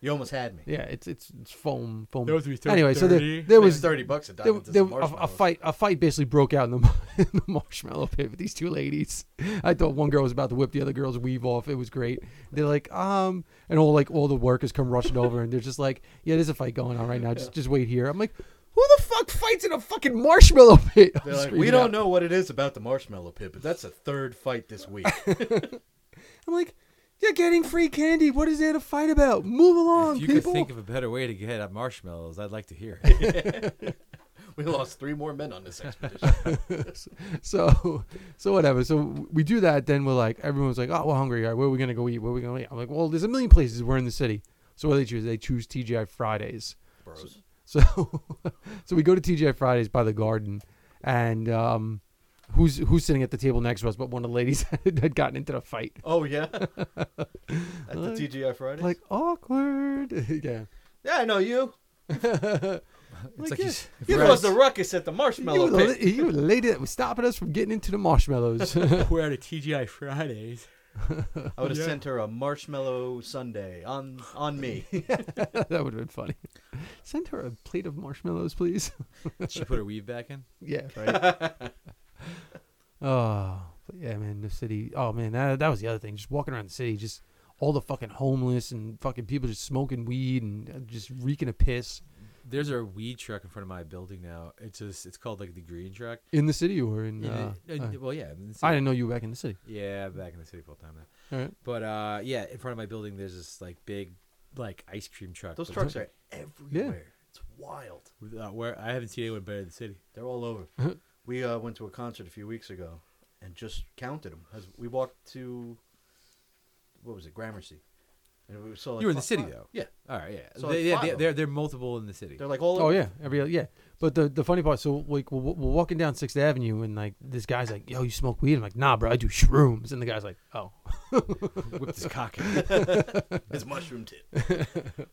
You almost had me. Yeah, it's it's, it's foam foam. That was me, thir- anyway, so there, 30. there It was was thirty bucks a there, diamond. there- a, a fight a fight basically broke out in the, mar- in the marshmallow pit with these two ladies. I thought one girl was about to whip the other girl's weave off. It was great. They're like, um, and all like all the workers come rushing over, and they're just like, yeah, there's a fight going on right now. Just just wait here. I'm like, who the fuck fights in a fucking marshmallow pit? I'm They're like, we screaming don't out. know what it is about the marshmallow pit, but that's a third fight this week. I'm like, you're getting free candy. What is there to fight about? Move along, If you could people. think of a better way to get at marshmallows, I'd like to hear it. we lost three more men on this expedition. so so whatever. So we do that. Then we're like, everyone's like, oh, we're hungry. All right, where are we gonna go eat? Where are we gonna eat? I'm like, well, there's a million places. We're in the city. So what do they choose? They choose TGI Fridays. Bros. So so we go to TGI Fridays by the garden, and um, who's who's sitting at the table next to us? But one of the ladies had gotten into the fight. Oh yeah. At the TGI Fridays. Like awkward. yeah. yeah, I know you. It's like yeah. you s- You we're at a caused the s- ruckus at the You were, marshmallow the, pit. la- you were the lady that was stopping us from getting into the marshmallows. we're at a TGI Fridays. I would have Yeah. sent her a marshmallow sundae on on me. that would have been funny. Send her a plate of marshmallows, please. She put her weave back in. yeah. Right? Oh, but yeah, man, the city. Oh man, that that was the other thing. Just walking around the city, just all the fucking homeless and fucking people just smoking weed and uh, just reeking of piss There's a weed truck in front of my building now. It's just it's called like the green truck. in the city or in. Uh, Yeah, uh, uh, well, yeah. in the I city. didn't know you were back in the city. Yeah, back in the city full time now. All right. But uh, yeah, in front of my building, there's this like big, like ice cream truck. Those But- trucks are everywhere. It's wild. uh, where I haven't seen anyone better in the city. They're all over. we uh, went to a concert a few weeks ago, and just counted them as we walked to. What was it, Gramercy? And we saw. Like you were in the fi- city fi- though. Yeah, All right, yeah. So, like, they, yeah, five they, of they're they're multiple in the city. they're like all. Oh over. yeah, every other- yeah. But the the funny part, so like we're, we're walking down Sixth Avenue and like this guy's like, "Yo, you smoke weed?" I'm like, "Nah, bro, I do shrooms." And the guy's like, "Oh, Whip this cock. It's mushroom tip.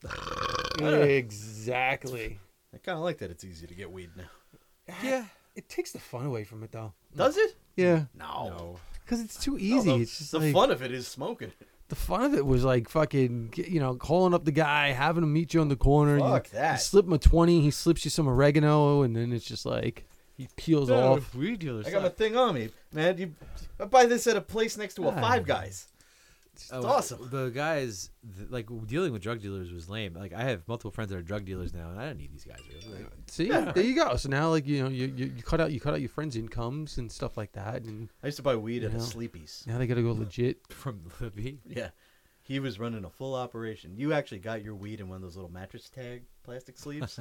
exactly." I kind of like that. It's easy to get weed now. yeah. It takes the fun away from it though. Does it? Yeah, No. No. because it's too No, easy. the- it's just the like, fun of it is smoking. the fun of it was like fucking, you know, calling up the guy, having him meet you on the corner. and Fuck you, that. You slip him a twenty, he slips you some oregano, and then it's just like he peels off. weed dealers. I got my thing on me, man. You, I buy this at a place next to a Ah. Five Guys. It's awesome. Oh, The guys, th- like dealing with drug dealers was lame. Like I have multiple friends that are drug dealers now, and I don't need these guys. Really. See, there you go. So now, like you know, you, you, you cut out you cut out your friends' incomes and stuff like that, and I used to buy weed at You a know? Sleepy's. now they got to go legit. From Libby. Yeah. He was running a full operation. You actually got your weed in one of those little mattress tag plastic sleeves.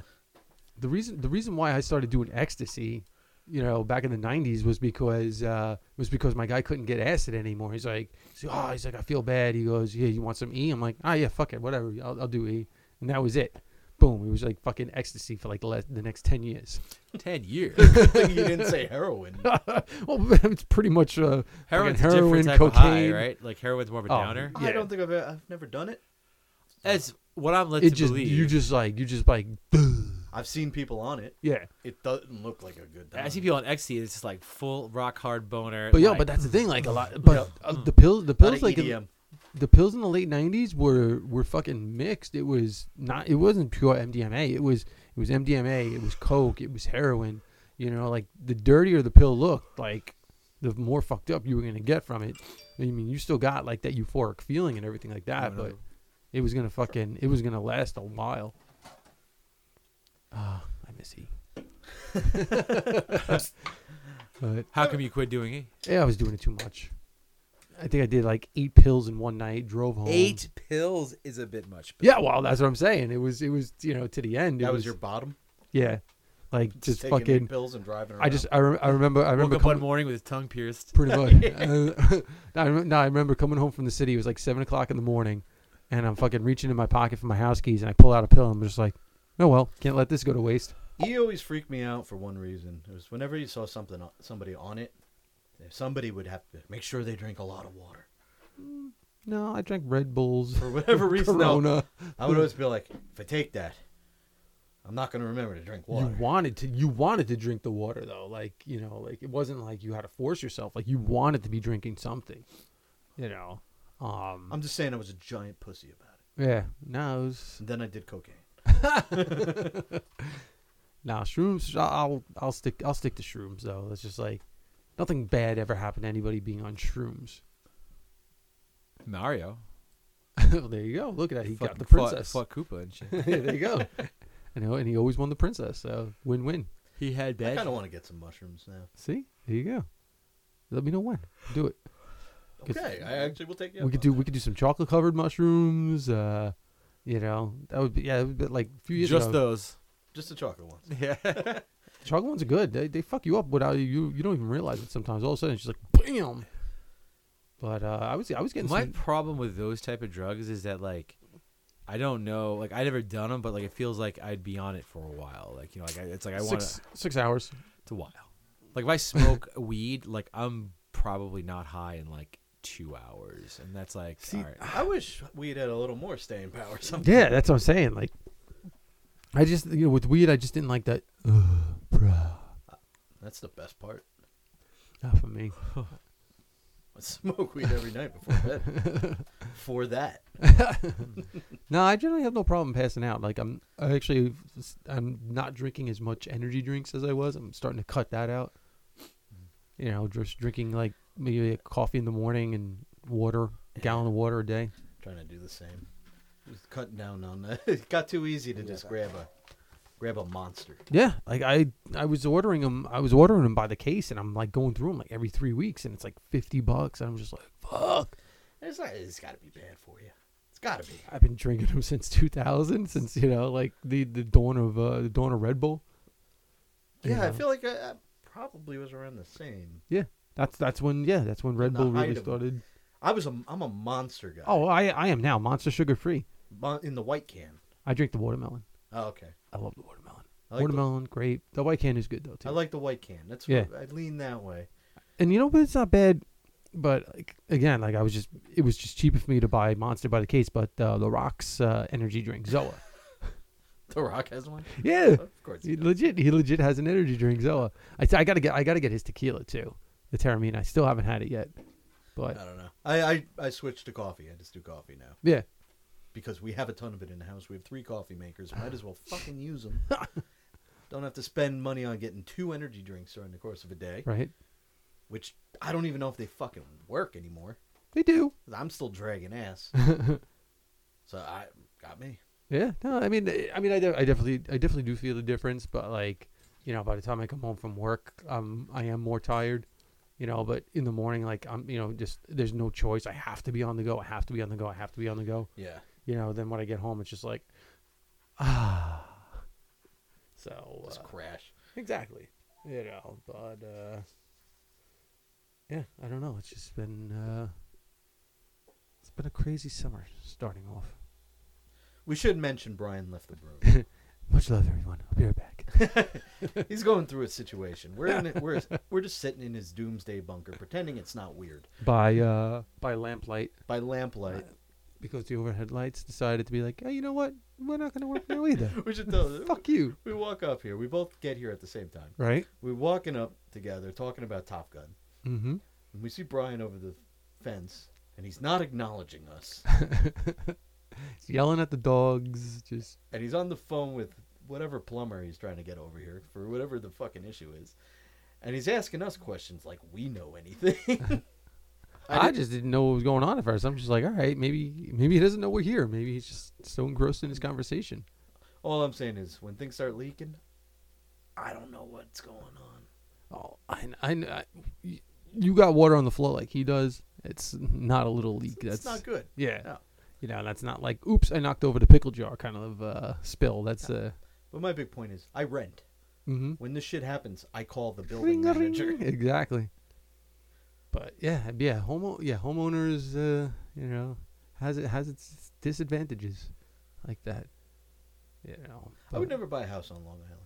The reason the reason why I started doing ecstasy, you know, back in the '90s was because uh, was because my guy couldn't get acid anymore. He's like, he's like, oh, he's like, I feel bad. He goes, yeah, you want some E? I'm like, ah, yeah, fuck it, whatever, I'll, I'll do E, and that was it. boom, it was like fucking ecstasy for like the, last, the next ten years. Ten years. Good thing you didn't say heroin. Well, it's pretty much uh, fucking Heroin's a heroin, different type of cocaine, high, right? Like heroin's more of a Oh. downer. I don't think I've I've never done it. That's what I'm led It to just believe. you just like you just like I've seen people on it. yeah. It doesn't look like a good time. I see people on XT. It's just like full rock hard boner. But yo, like- but that's the thing. Like a lot, but uh, the pills, the E pills, like in- EDM. the pills in the late '90s were were fucking mixed. It was not. It wasn't pure MDMA. It was it was MDMA. It was coke. It was heroin. You know, like the dirtier the pill looked, like the more fucked up you were gonna get from it. I mean, you still got like that euphoric feeling and everything like that, but it was gonna fucking it was gonna last a while. Ah, I miss E. but how come you quit doing E? it? yeah, I was doing it too much. I think I did like eight pills in one night. Drove home. Eight pills is a bit much. but- Yeah, well, that's what I'm saying. It was, it was, you know, to the end. It That was your bottom. yeah, like just, taking eight fucking. pills and driving. Around. I just, I, rem- I remember, I Woke remember up one coming, morning with his tongue pierced. pretty much. Uh, I remember, no, I remember coming home from the city. It was like seven o'clock in the morning, and I'm fucking reaching in my pocket for my house keys, and I pull out a pill. And I'm just like, oh well, can't let this go to waste. He always freaked me out for one reason. It was whenever you saw something, on- somebody on it, somebody would have to make sure they drink a lot of water. No, I drank Red Bulls, For whatever reason, no, Corona. I would always be like, if I take that, I'm not going to remember to drink water. You wanted to, you wanted to drink the water though. Like you know, like it wasn't like you had to force yourself. Like you wanted to be drinking something. You know. Um. I'm just saying I was a giant pussy about it. Yeah. No, it was. And then I did cocaine. Nah, shrooms. I- I'll I'll stick I'll stick to shrooms though. That's just like nothing bad ever happened to anybody being on shrooms. Mario. well, there you go. Look at that. He got Fucking the princess. Fought, fought Koopa and shit. Yeah, there you go. I know, and he always won the princess. So win win. he had I bad. kind of want to get some mushrooms now. See, there you go. Let me know when. Do it. Good. Okay, I actually will take you. we could do we could do some chocolate covered mushrooms. Uh, you know that would be yeah. It would be like a few years Just ago. those. just the chocolate ones. Yeah. the chocolate ones are good. They they fuck you up without you. You don't even realize it sometimes. All of a sudden, it's just like bam. But uh, I was I was getting My some, problem with those type of drugs is that like, I don't know. Like I never done them, but like it feels like I'd be on it for a while. Like you know, like I, it's like I want six six hours. It's a while. Like if I smoke weed, like I'm probably not high in like two hours, and that's like all right. I wish weed had a little more staying power. Sometimes. Yeah, that's what I'm saying. Like, I just you know with weed, I just didn't like that. Ugh, bruh, That's the best part. not for me. I smoke weed every night before bed. for that. No, I generally have no problem passing out. Like I'm, I actually, I'm not drinking as much energy drinks as I was. I'm starting to cut that out. You know, just drinking like maybe a coffee in the morning and water, gallon of water a day. trying to do the same. Just cutting down on that. It got too easy to just grab a grab a monster. Yeah, like I, I was ordering them. I was ordering them by the case, and I'm like going through them like every three weeks, and it's like fifty bucks, and I'm just like, fuck. It's not, it's got to be bad for you. It's got to be. I've been drinking them since 2000, since you know, like the the dawn of uh, the dawn of Red Bull. Yeah, I Yeah. feel like I, I probably was around the same. Yeah, that's that's when yeah, that's when Red the Bull really height of- started. I was a I'm a monster guy. Oh, I I am now Monster Sugar Free. Mon- in the white can. I drink the watermelon. Oh, okay. I love the watermelon. I like the- watermelon, grape. The white can is good though too. I like the white can. That's Yeah. what I lean that way. and you know, but it's not bad. But like, again, like I was just, it was just cheaper for me to buy Monster by the case. But uh, the Rock's uh, energy drink Zoa. The Rock has one. yeah, Of course. He legit, he legit has an energy drink, Zoa. I, I gotta get, I gotta get his tequila too. The Terramina. I still haven't had it yet, I but don't know. I, I I switched to coffee. I just do coffee now yeah, because we have a ton of it in the house. We have three coffee makers. Might as well fucking use them. don't have to spend money on getting two energy drinks during the course of a day, right. which I don't even know if they fucking work anymore. They do. 'Cause I'm still dragging ass. so I got me. Yeah. No, I mean, eh, I- I mean, I, de- I definitely, I definitely do feel the difference. But like, you know, by the time I come home from work, um, I am more tired. You know, but in the morning, like I'm, you know, just there's no choice. I have to be on the go. I have to be on the go. I have to be on the go. Yeah. You know, then when I get home, it's just like, ah. So Just uh, crash. Exactly. You know, but uh yeah, I don't know. It's just been uh it's been a crazy summer starting off. We should mention Brian left the room. Much love, everyone. I'll be right back. He's going through a situation. We're in it, we're we're just sitting in his doomsday bunker, pretending it's not weird. by uh by lamplight By lamplight, because the overhead lights decided to be like, hey, you know what? We're not gonna work now either. we should tell. Fuck you. We walk up here. We both get here at the same time. Right? We're walking up together, talking about Top Gun, Mm-hmm. and we see Brian over the fence, and he's not acknowledging us, Yelling at the dogs, just and he's on the phone with whatever plumber he's trying to get over here for whatever the fucking issue is, and he's asking us questions like we know anything. I, didn't- just didn't know what was going on at first. I'm just like, all right, maybe maybe he doesn't know we're here. Maybe he's just so engrossed in his conversation. All I'm saying is, when things start leaking, I don't know what's going on. Oh, I, I, I- y- you got water on the floor like he does. It's not a little leak. It's That's not good. Yeah, No. you know, that's not like, oops, I knocked over the pickle jar kind of uh, spill. That's uh, But my big point is, I rent. mm-hmm. When this shit happens, I call the building manager. exactly. But yeah, yeah, home, yeah, homeowners, uh, you know, has it has its disadvantages, like that. You know, I would but never buy a house on Long Island.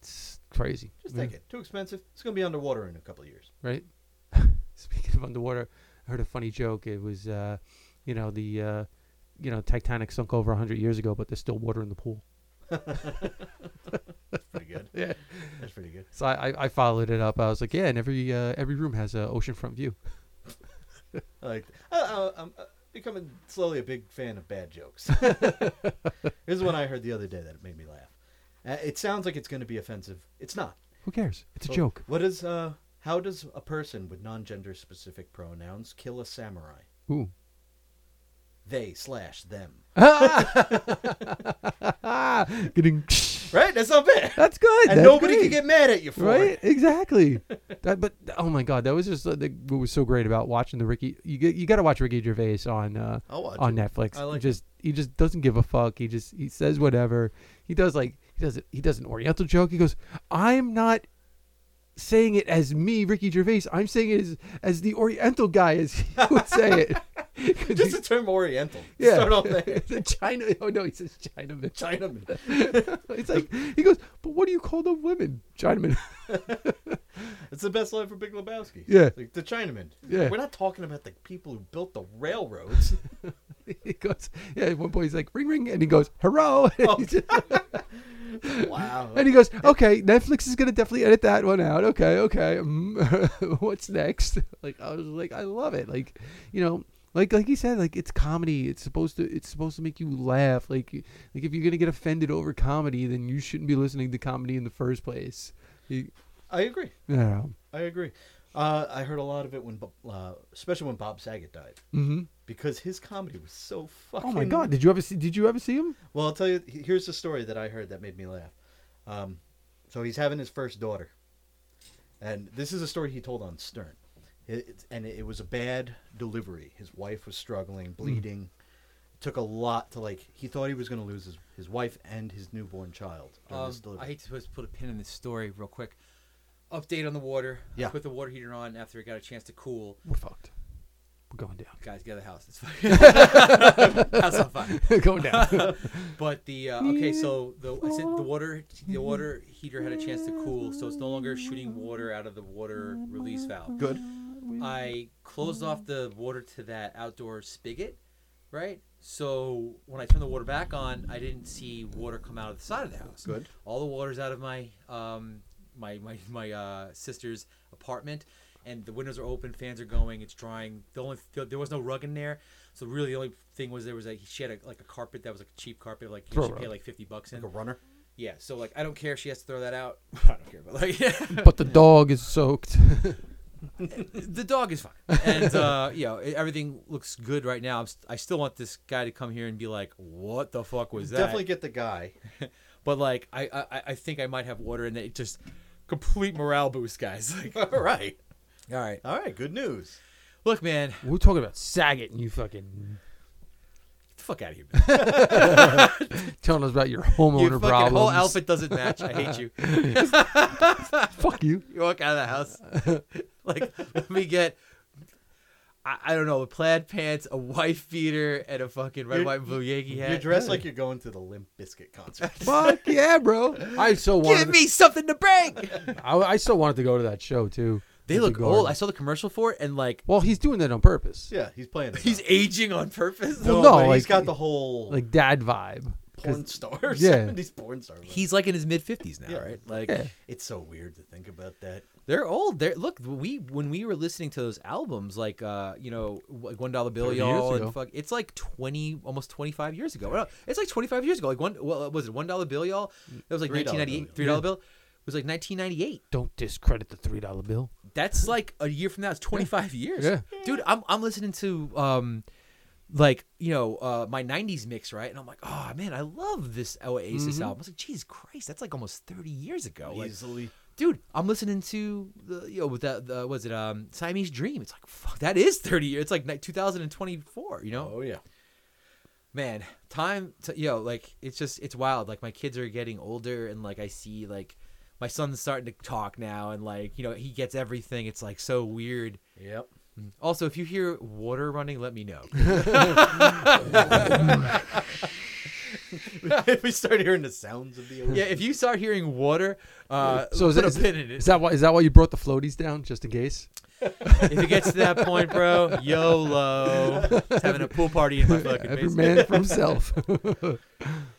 It's crazy. Just Yeah. think it. Too expensive. It's gonna be underwater in a couple of years. right? Speaking of underwater, I heard a funny joke. It was, uh, you know, the, uh, you know, Titanic sunk over hundred years ago, but there's still water in the pool. That's pretty good. Yeah. That's pretty good. So I, I, I followed it up. I was like, yeah, and every uh, every room has a oceanfront view. I like. I, I, I'm uh, becoming slowly a big fan of bad jokes. Here's one I heard the other day that made me laugh. Uh, it sounds like it's gonna be offensive. It's not. Who cares? It's a Well, joke. What is uh? How does a person with non-gender specific pronouns kill a samurai? Ooh. They slash them. Getting Right? That's not bad. that's good. and that's nobody great. can get mad at you for right it. exactly that, but oh my god that was just uh, the, what was so great about watching the ricky you get, you got to watch ricky gervais on uh I'll watch on it. netflix I like he it. just he just doesn't give a fuck he just he says whatever he does like he does it he does an oriental joke he goes i'm not saying it as me ricky gervais i'm saying it as as the oriental guy as he would say it 'Cause Just he- the term Oriental. yeah, Start off there. the China. Oh no, he says Chinaman. Chinaman. It's like he goes, but what do you call the women? Chinaman. It's the best line for Big Lebowski. Yeah. Like the Chinaman. Yeah. We're not talking about the people who built the railroads. he goes, yeah, at one point he's like, ring, ring, and he goes, hello. And, he, just- wow. and he goes, okay, Netflix is going to definitely edit that one out. Okay, okay. mm, what's next? Like, I was like, I love it. Like, you know, like, like he said, like it's comedy. It's supposed to, it's supposed to make you laugh. Like, you- like if you're going to get offended over comedy, then you shouldn't be listening to comedy in the first place. You, I agree. I don't know. I agree. Uh, I heard a lot of it when, Bo- uh, especially when Bob Saget died, Mm-hmm. because his comedy was so fucking. Oh my God. Did you ever see, did you ever see him? Well, I'll tell you. he- Here's the story that I heard that made me laugh. Um, so he's having his first daughter, and this is a story he told on Stern. It, it- and it was a bad delivery. His wife was struggling, bleeding. It took a lot to like. He thought he was going to lose his, his wife and his newborn child during Um, this delivery. I hate to put- put a pin in this story real quick. Update on the water. Yeah. Put the water heater on after it got a chance to cool. We're fucked. We're going down. Guys, get out of the house. It's fine. house on fire. going down. But the uh, okay, so the I said the water the water heater had a chance to cool, so it's no longer shooting water out of the water release valve. Good. I closed off the water to that outdoor spigot, right? So when I turned the water back on, I didn't see water come out of the side of the house. Good. All the water's out of my um my my my uh, sister's apartment, and the windows are open, fans are going, it's drying. The only there was no rug in there, so really the only thing was there was a she had a, like a carpet that was like a cheap carpet, like you know, she Throw paid rug. like fifty bucks in. Like a runner. Yeah, so like I don't care if she has to throw that out. I don't care, but like but the dog is soaked. the dog is fine, and uh, you know e- everything looks good right now. I'm st- I still want this guy to come here and be like, "What the fuck was that?" Definitely get the guy. but like I, I I think I might have water in it. Just complete morale boost, guys. Like, all All right. right, All right. Good news. look, man, get We're talking about Saget, and you fucking the fuck out of here. Man. telling us about your Your homeowner fucking problems. whole outfit doesn't match. I hate you. Fuck you. You walk out of the house. like let me get. I, I don't know, with plaid pants, a wife beater, and a fucking red, You're- white, and blue Yankee hat. You're dressed like you're going to the Limp Biscuit concert. Fuck yeah, bro! I so wanted. Give me something to break. I, I still wanted to go to that show too. they with look the old. Garden. I saw the commercial for it, and like well, he's doing that on purpose. yeah, he's playing. it he's now. aging on purpose. no, Well, no, but he's like- got the whole Like dad vibe. 'Cause- porn star, yeah. seventies porn star. look. He's like in his mid fifties now, Yeah. right? Like Yeah. It's so weird to think about that. they're old. They're look. We when we were listening to those albums, like uh, you know, like one dollar bill, 30 years y'all, and ago. fuck. It's like twenty, almost twenty five years ago. No, it's like twenty five years ago. Like one, well, was it one dollar bill, y'all? That was like $3 bill, nineteen ninety y'all. eight. Three dollar bill was like nineteen ninety eight. Don't discredit the three dollar bill. That's like a year from now. It's 25 years. Yeah. Dude, I'm, I'm listening to um like, you know, uh my 90s mix, right? And I'm like, "Oh, man, I love this Oasis album." I was like, "Jesus Christ, that's like almost 30 years ago." Like, Easily, dude, I'm listening to the you know, with that the was it um Siamese Dream. It's like, "Fuck, that is 30 years. It's like ni- 2024, you know?" oh yeah. man time to you know like it's just it's wild like my kids are getting older and like i see like my son's starting to talk now and like you know he gets everything it's like so weird Yep. also if you hear water running let me know if we start hearing the sounds of the ocean, yeah if you start hearing water uh So is put that- a pin in Is it that why? Is that why you brought the floaties down just in case? if it gets to that point bro yolo Just having a pool party in my fucking Every basement man for himself.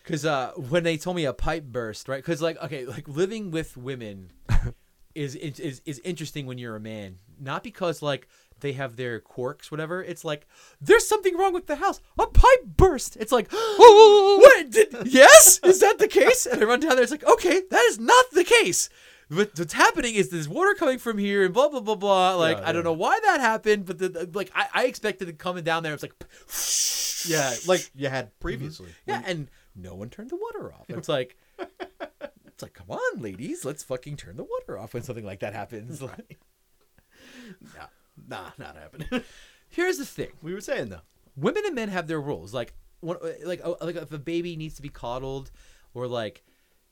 Because uh, when they told me a pipe burst, right? Because like, okay, like living with women is, is is is interesting when you're a man. Not because like they have their quirks, whatever. It's like there's something wrong with the house. A pipe burst. It's like, what? Did, yes, is that the case? And I run down there. It's like, okay, that is not the case. What, what's happening is there's water coming from here and blah blah blah blah. Like Yeah, I don't yeah. know why that happened, but the, the- like I, I expected it coming down there. It's like, yeah, like you had previously. yeah, and no one turned the water off. It's like, it's like, come on, ladies, let's fucking turn the water off when something like that happens. Like, Nah, nah, not happening. here's the thing: we were saying though. women and men have their rules. Like, one, like, uh, like if a baby needs to be coddled, or like,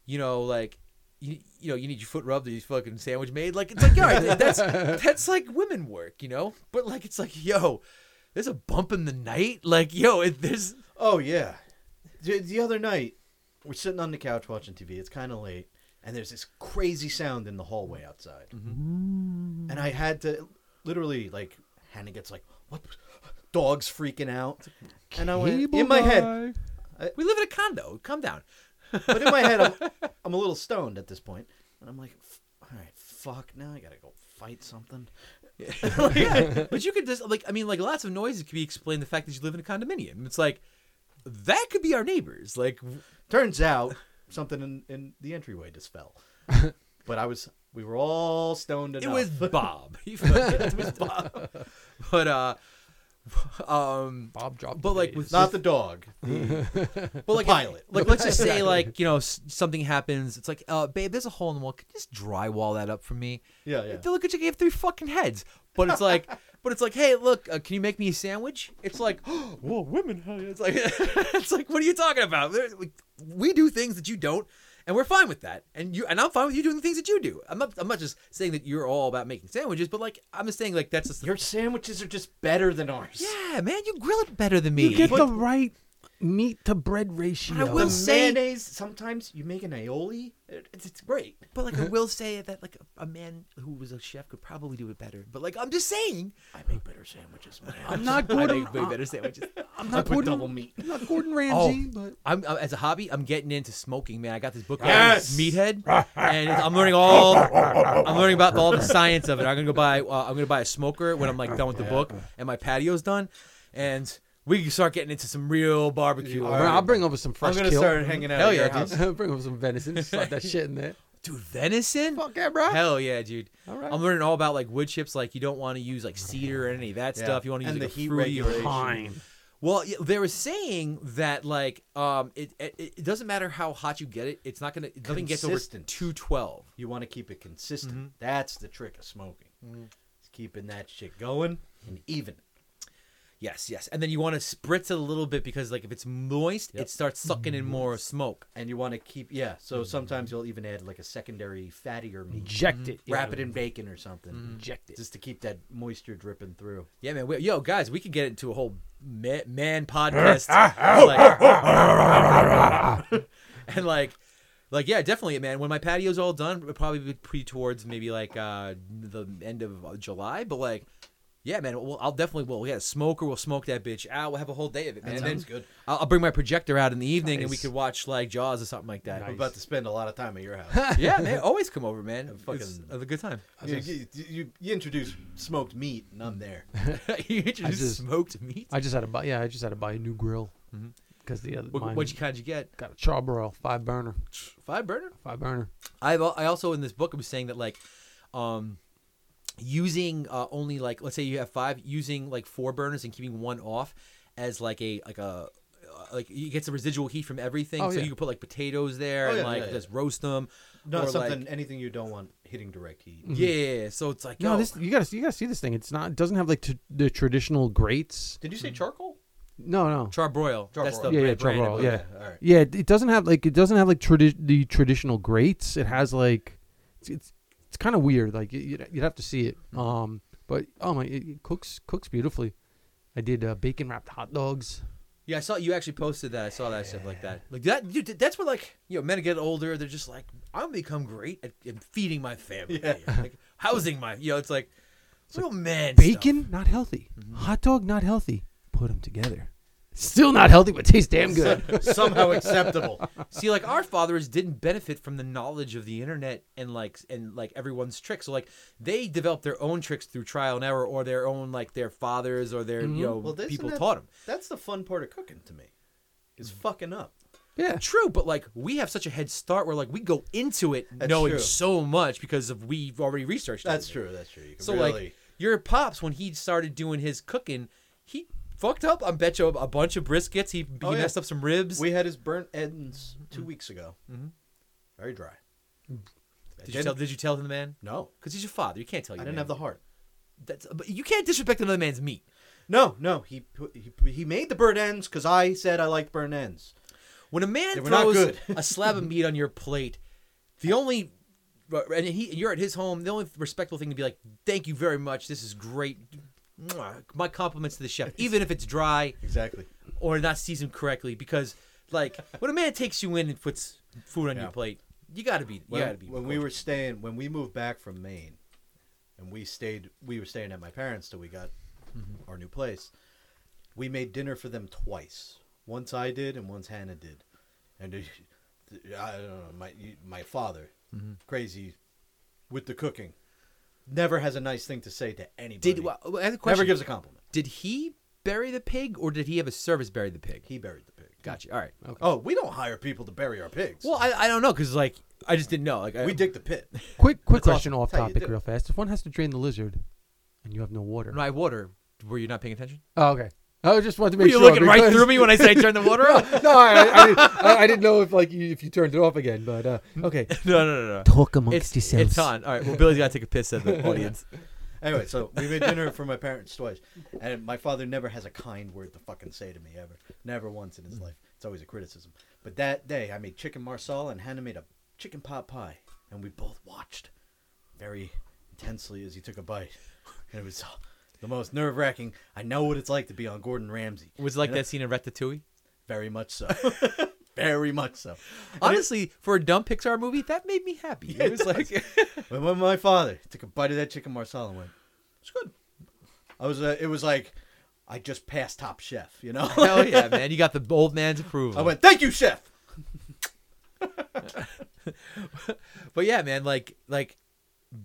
you know, like. You, you know you need your foot rubbed or your fucking sandwich made like it's like all right that's that's like women work you know but like it's like yo there's a bump in the night like yo it, there's Oh yeah. The, the other night, we're sitting on the couch watching TV. It's kind of late, and there's this crazy sound in the hallway outside. And I had to literally like Hannah gets like what dogs freaking out. And I went Cable in my head, guy. we live in a condo calm down but in my head I'm, I'm a little stoned at this point. And I'm like, "F- all right, fuck, now I got to go fight something. but you could just like I mean like lots of noises could be explained the fact that you live in a condominium. It's like that could be our neighbors. Like Turns out something in, in the entryway just fell. But I was we were all stoned it enough. was Bob. He fucking- it was Bob. But uh um Bob dropped. but the like bass. with not the dog. but like pilot. Like let's just say like you know s- something happens. It's like uh babe, there's a hole in the wall. Could you just drywall that up for me? Yeah, yeah. They look at you, gave three fucking heads. But it's like, but it's like, hey, look, uh, can you make me a sandwich? It's like, whoa, women. huh?" It's like, it's like, what are you talking about? There- We, we do things that you don't, and we're fine with that. And you, and I'm fine with you doing the things that you do. I'm not, I'm not just saying that you're all about making sandwiches, but like, I'm just saying like that's just the- Your sandwiches are just better than ours. yeah, man, you grill it better than me. you get the right meat to bread ratio. will- The say- mayonnaise. Sometimes you make an aioli. it- It's, it's great. but like, I will say that like a man who was a chef could probably do it better. But like, I'm just saying, I make better sandwiches, man. I'm not I Gordon. make way better sandwiches. I'm I not put Gordon. double meat. I'm not Gordon Ramsay, but I'm uh, as a hobby, I'm getting into smoking, man. I got this book, Yes! Meathead, and it's- I'm learning all. I'm learning about all the science of it. I'm gonna go buy. Uh, I'm gonna buy a smoker when I'm like done with the book and my patio's done, and we can start getting into some real barbecue. Bro, I'll bring over some fresh I'm gonna kill. start hanging out. Hell at your yeah, house. dude. bring over some venison. Slap that shit in there. dude, venison. Fuck yeah, bro. Hell yeah, dude! All right. I'm learning all about like wood chips. Like you don't want to use like cedar or any of that Yeah. stuff. You want to use And like, the a heat fruity or regulation. Well, yeah, they were saying that like um, it, it it doesn't matter how hot you get it, it's not gonna nothing gets over Consistent. two twelve. You want to keep it consistent. Mm-hmm. Mm. That's the trick of smoking. It's keeping that shit going and even. Yes, yes. And then you want to spritz it a little bit because like if it's moist, Yep. Mm-hmm. it starts sucking in more smoke. and you want to keep yeah. So sometimes you'll even add like a secondary fattier meat, Inject it. yeah. wrap it Mm-hmm. in bacon or something, Inject it. just to keep that moisture dripping through. Yeah, man. We, yo, guys, we could get into a whole man, man podcast. like- and like, like yeah, definitely, man. When my patio's all done, it'll probably be pretty towards maybe like uh the end of uh, July. But like, yeah, man. Well, I'll definitely. Well, we got a smoker. We'll smoke that bitch out. We'll have a whole day of it, man. and then sounds good. I'll, I'll bring my projector out in the evening, and we Nice. could watch like Jaws or something like that. I'm about to spend a lot of time at your house. yeah, man. Always come over, man. It's fucking- a good time. You, you, you, you introduce smoked meat, and I'm there. you introduced just- smoked meat. I just had to buy. Yeah, I just had to buy a new grill Mm-hmm. because the other What, mine what kind you get? got a charbroil five burner, Five burner. five burner. I've al- I also in this book was saying that like, um, using uh, only like let's say you have five, using like four burners and keeping one off as like a like a uh, like you get the residual heat from everything, Oh, so yeah. you can put like potatoes there Oh, and yeah, like yeah, yeah. just roast them. No, or, something, Like, anything you don't want hitting direct heat. yeah, yeah, yeah. so it's like No, yo, this you gotta you gotta see this thing. It's not it doesn't have like t- the traditional grates. Did you say charcoal? No, no. charbroil. That's the Charbroil. yeah, yeah, brand- brand Oh, of charbroil. it. Yeah, all right. yeah. It it doesn't have like it doesn't have like tradi- the traditional grates. It has like it's it's, it's kind of weird. Like you- you'd, you'd have to see it. Mm-hmm. Um, but oh my, it it cooks cooks beautifully. I did uh, bacon wrapped hot dogs. Yeah, I saw you actually posted that. I saw that stuff like that. Like that, dude. That's what like you know, men get older. They're just like, I'm become great at, at feeding my family, like housing my. You know, it's like real man. Bacon not healthy. Hot dog not healthy. Put them together. Still not healthy, but tastes damn good. Somehow acceptable. stuff. See, like our fathers didn't benefit from the knowledge of the internet and like and like everyone's tricks. So like they developed their own tricks through trial and error, or their own like their fathers or their you know Mm-hmm. Well, isn't people that- taught them. That's the fun part of cooking to me, is fucking up. yeah. True, but like we have such a head start where like we go into it That's knowing true. so much because of we've already researched. That's everything. true. That's true. You can So really, like your pops when he started doing his cooking, he fucked up. I bet you a bunch of briskets. He, he Oh, yeah. messed up some ribs. we had his burnt ends two weeks ago. Mm-hmm. Very dry. I did you tell? Did you tell him, man? No, Because he's your father. You can't tell. I Your didn't man. have the heart. That's, but you can't disrespect another man's meat. No, no. He put- he, he made the burnt ends because I said I liked burnt ends. When a man They were not throws good. a slab of meat on your plate, the only and he and you're at his home. The only respectful thing to be like, "Thank you very much. This is great. Mwah. My compliments to the chef, even if it's dry." Exactly. or not seasoned correctly because like when a man takes you in and puts food on Yeah. your plate you gotta be you When, gotta be when we were staying, when we moved back from Maine, and we stayed, we were staying at my parents till we got Mm-hmm. our new place. We made dinner for them twice. Once I did, and once Hannah did. And they- I don't know, my my father, Mm-hmm. crazy with the cooking, never has a nice thing to say to anybody. did well, I have a question never gives a compliment. did he bury the pig or did he have a service bury the pig He buried the pig. gotcha all right Oh, we don't hire people to bury our pigs. well i, I don't know because like i just didn't know like I, we dig the pit. Quick, quick That's awesome. question off That's how you topic, do it. real fast. If one has to drain the lizard, and you have no water. my water were you not paying attention Oh, okay. I just wanted to were make you sure. looking right because- through me when i said turn the water off no, I, I, didn't, I, I didn't know if like you, if you turned it off again, but uh, okay. no no no no Talk it's, it's on all right well billy's gotta take a piss at the audience Anyway, so we made dinner for my parents twice, and my father never has a kind word to fucking say to me ever, never once in his life. It's always a criticism. But that day, I made chicken marsala, and Hannah made a chicken pot pie, and we both watched very intensely as he took a bite, and it was uh, the most nerve wracking. I know what it's like to be on Gordon Ramsay. was it like And that scene in ratatouille Very much so. very much so. And it- honestly for a dumb pixar movie that made me happy it was like But when my father took a bite of that chicken marsala and went, "It's good," I was. Uh, it was like I just passed Top Chef, you know. Hell yeah, man! You got the old man's approval. I went, "Thank you, chef." but yeah, man, like, like,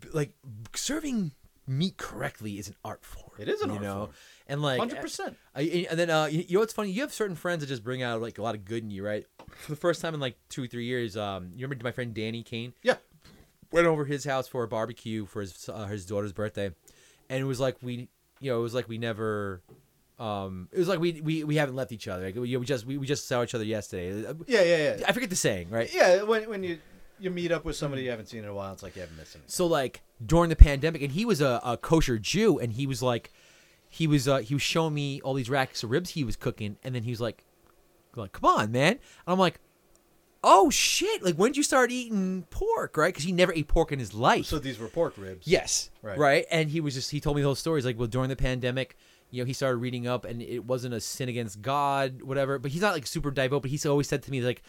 b- like serving meat correctly is an art form. It is an you art know? form. And like, 100%. I- I- And then uh, you you know what's funny? You have certain friends that just bring out like a lot of good in you, right? For the first time in like two or three years, um, you remember my friend Danny Kane? Yeah. went over his house for a barbecue for his uh, his daughter's birthday, and it was like we, you know, it was like we never, um, it was like we we, we haven't left each other. Like we, we just we, we just saw each other yesterday. Yeah, yeah, yeah. I forget the saying, right? Yeah, when when you you meet up with somebody you haven't seen in a while, it's like you haven't missed anything. So like during the pandemic, and he was a, a kosher Jew, and he was like, he was uh, he was showing me all these racks of ribs he was cooking, and then he was like, like come on, man. And I'm like, oh shit! Like when did you start eating pork, right? Because he never ate pork in his life. So these were pork ribs. Yes. Right. Right. And he was just he told me the whole story. He's like, well, during the pandemic, you know, he started reading up, and it wasn't a sin against God, whatever. But he's not like super devout. But he's always said to me like,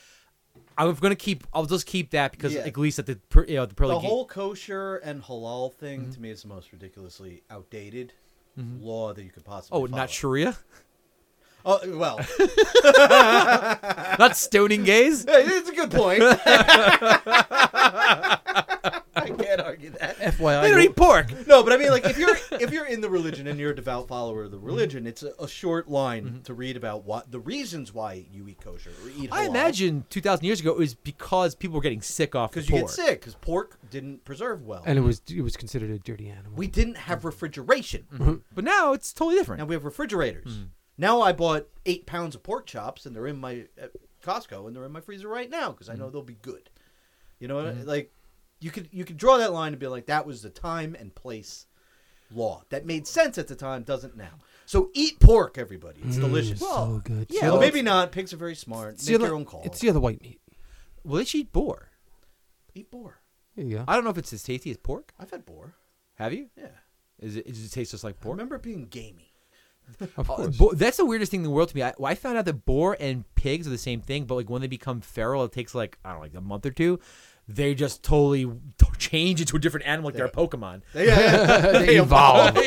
I'm gonna keep. I'll just keep that because Yeah. at least at the per- you Mm-hmm. know the pearly the gate- whole kosher and halal thing to me is the most ridiculously outdated law that you could possibly. Mm-hmm. Oh, not follow. Sharia, Oh well, not stoning gays. hey, it's a good point. I can't argue that. FYI, they don't eat pork. No, but I mean, like, if you're if you're in the religion and you're a devout follower Mm-hmm. of the religion, it's a, a short line to read about what the reasons why you eat kosher or eat. Halal. I imagine 2,000 years ago it was because people were getting sick off the because you pork. get sick because pork didn't preserve well. and it was it was considered a dirty animal. we didn't have refrigeration. Mm-hmm. But now it's totally different. Now we have refrigerators. Now I bought eight pounds of pork chops, and they're in my at Costco, and they're in my freezer right now because Mm-hmm. I know they'll be good. You know, what I- like you could you could draw that line and be like, that was the time and place law that made sense at the time, doesn't now. So eat pork, everybody. Mm. It's delicious. so good. yeah, So- Well, maybe not. Pigs are very smart. it's Make the their other- own call. It's the other white meat. Well, they should eat boar. eat boar. There you go. I don't know if it's as tasty as pork. I've had boar. Have you? Yeah. Is it, does it taste just like I pork? remember it being gamey. Of Uh, course. bo- that's the weirdest thing in the world to me. I, well, I found out that boar and pigs are the same thing, but like when they become feral, it takes like I don't know, like a month or two. They just totally t- change into a different animal, like they're a Pokemon, Yeah, yeah, yeah. they evolve.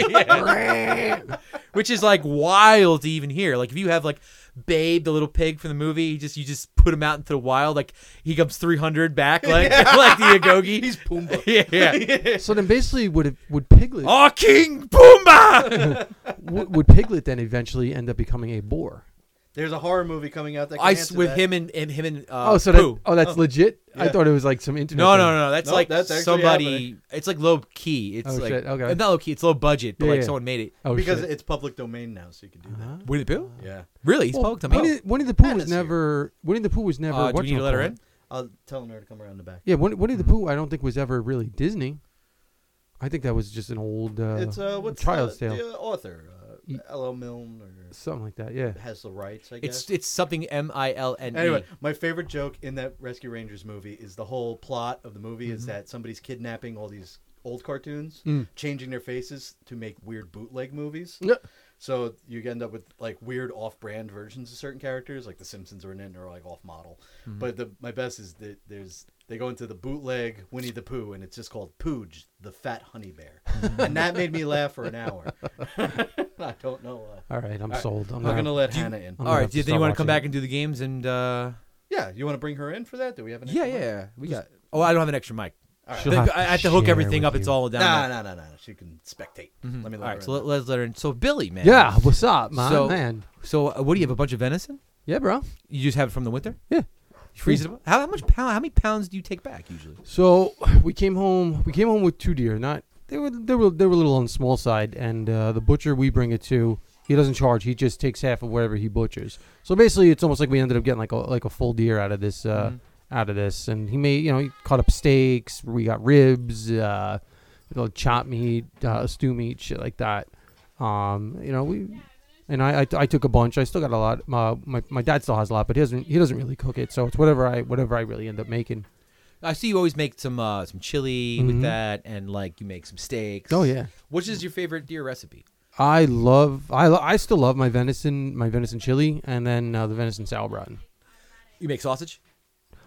which is like wild to even hear. Like if you have like Babe, the little pig from the movie, you just you just put him out into the wild, like he comes three hundred back, like like the Agogi. He's Pumbaa. yeah, yeah. so then, basically, would it, would piglet Oh, King Pumbaa! w- would piglet then eventually end up becoming a boar? There's a horror movie coming out that can I s- answer with that. him and, and him and uh, oh, so that, Pooh. oh, that's legit. I Yeah. thought it was like some internet. No, thing. no, no, no. That's No, like that's actually somebody. happening. It's like low key. It's Oh, like shit, okay. not low key. It's low budget, but Yeah, like yeah. someone made it. Oh, because shit. it's public domain now, so you can do that. Winnie the Pooh? Yeah. Really? He's Well, poked him Winnie, out. Winnie the Pooh Pat was is here. never. Winnie the Pooh was never. Uh, do we need to let her whatchamacallit. in? Mm-hmm. I'll tell her to come around the back. Yeah, Winnie, Winnie the Pooh. I don't think was ever really Disney. I think that was just an old. Uh, it's uh, what's Child's the, Tale, the uh, author? Uh, Ye- L.L. Milne or something like that. Yeah. has the rights, I guess. It's it's something M I L N E. anyway, my favorite joke in that Rescue Rangers movie is the whole plot of the movie is that somebody's kidnapping all these old cartoons, changing their faces to make weird bootleg movies. Yeah. So you end up with like weird off-brand versions of certain characters, like The Simpsons are in it and are like off-model. But the my best is that there's they go into the bootleg Winnie the Pooh and it's just called Pooge, the Fat Honey Bear, and that made me laugh for an hour. I don't know why. All right, I'm sold. I'm I'm gonna gonna. let Hannah in. I'm All gonna right. have to Then you start want to come watching back it. and do the games and uh, Yeah, you want to bring her in for that? Do we have an? yeah, extra mic? yeah. We got. Oh, I don't have an extra mic. She'll Then have I I have to hook share everything with up. It's you. all down. Nah, there. nah, nah, nah. nah. She can spectate. Let me. All Let her right. So in. let, let's let her in. So Billy, man. Yeah. What's up, man? So- man. So uh, what do you have? A bunch of venison? Yeah, bro. You just have it from the winter? Yeah. You freeze it up? How, how much pound? How many pounds do you take back usually? So we came home. We came home with two deer. Not they were they were they were a little on the small side. And uh, the butcher we bring it to, he doesn't charge. He just takes half of whatever he butchers. So basically, it's almost like we ended up getting like a like a full deer out of this uh, out of this. And he made you know he cut up steaks. We got ribs, uh, little chop meat, uh, stew meat, shit like that. Um, you know we. And I, I, I took a bunch. I still got a lot. My, my, my dad still has a lot, but he doesn't he doesn't really cook it. So it's whatever I whatever I really end up making. I see you always make some uh, some chili Mhm. with that, and like you make some steaks. Oh yeah. Which is your favorite deer recipe? I love I, lo- I still love my venison my venison chili and then uh, the venison sauerbraten. You make sausage?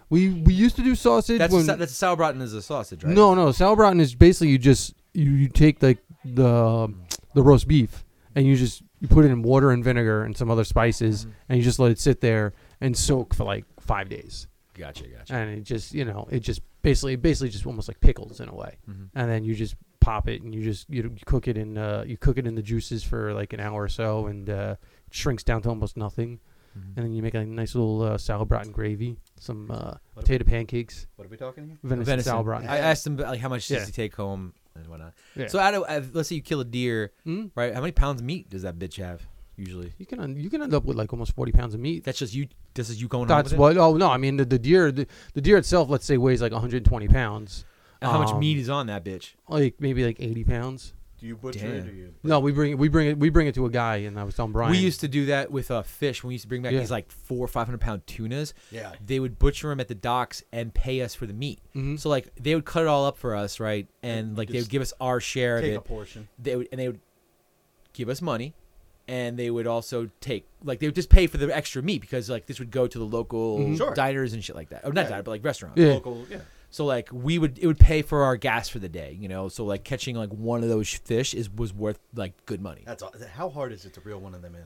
We we used to do sausage That's when a, sa- that's a sauerbraten is a sausage, right? no no sauerbraten is basically you just you, you take like the the roast beef and you just you put it in water and vinegar and some other spices Mm-hmm. and you just let it sit there and soak for like five days Gotcha, gotcha. and it just you know it just basically basically just almost like pickles in a way Mm-hmm, and then you just pop it and you just you, you cook it in uh, you cook it in the juices for like an hour or so and uh, it shrinks down to almost nothing mm-hmm. and then you make a nice little uh, sauerbraten gravy some uh, What- potato pancakes what are we talking here? venison, sauerbraten I asked him like how much Yeah. does he take home and whatnot. Yeah. So out of uh, let's say you kill a deer, Mm. right? How many pounds of meat does that bitch have usually? you can un- you can end up with like almost 40 pounds of meat That's just you. This is you going. home that's with it? what oh no i mean the, the deer the, the deer itself let's say weighs like 120 pounds And how much um, meat is on that bitch? like maybe like 80 pounds Do you butcher Damn. it or you? No, we bring it. We bring it. We bring it to a guy, and I was telling Brian. We used to do that with uh, fish. We used to bring back Yeah. these like four, five hundred pound tunas. Yeah. They would butcher them at the docks and pay us for the meat. Mhm. So like they would cut it all up for us, right? And like they Just would give us our share of Take it. a portion. they would and they would give us money and they would also take like they would just pay for the extra meat because like this would go to the local Mm-hmm. Sure. diners and shit like that or not Yeah. diner but like restaurants Yeah. Local. Yeah. so like we would it would pay for our gas for the day you know so like catching like one of those fish is was worth like good money That's all. how hard is it to reel one of them in?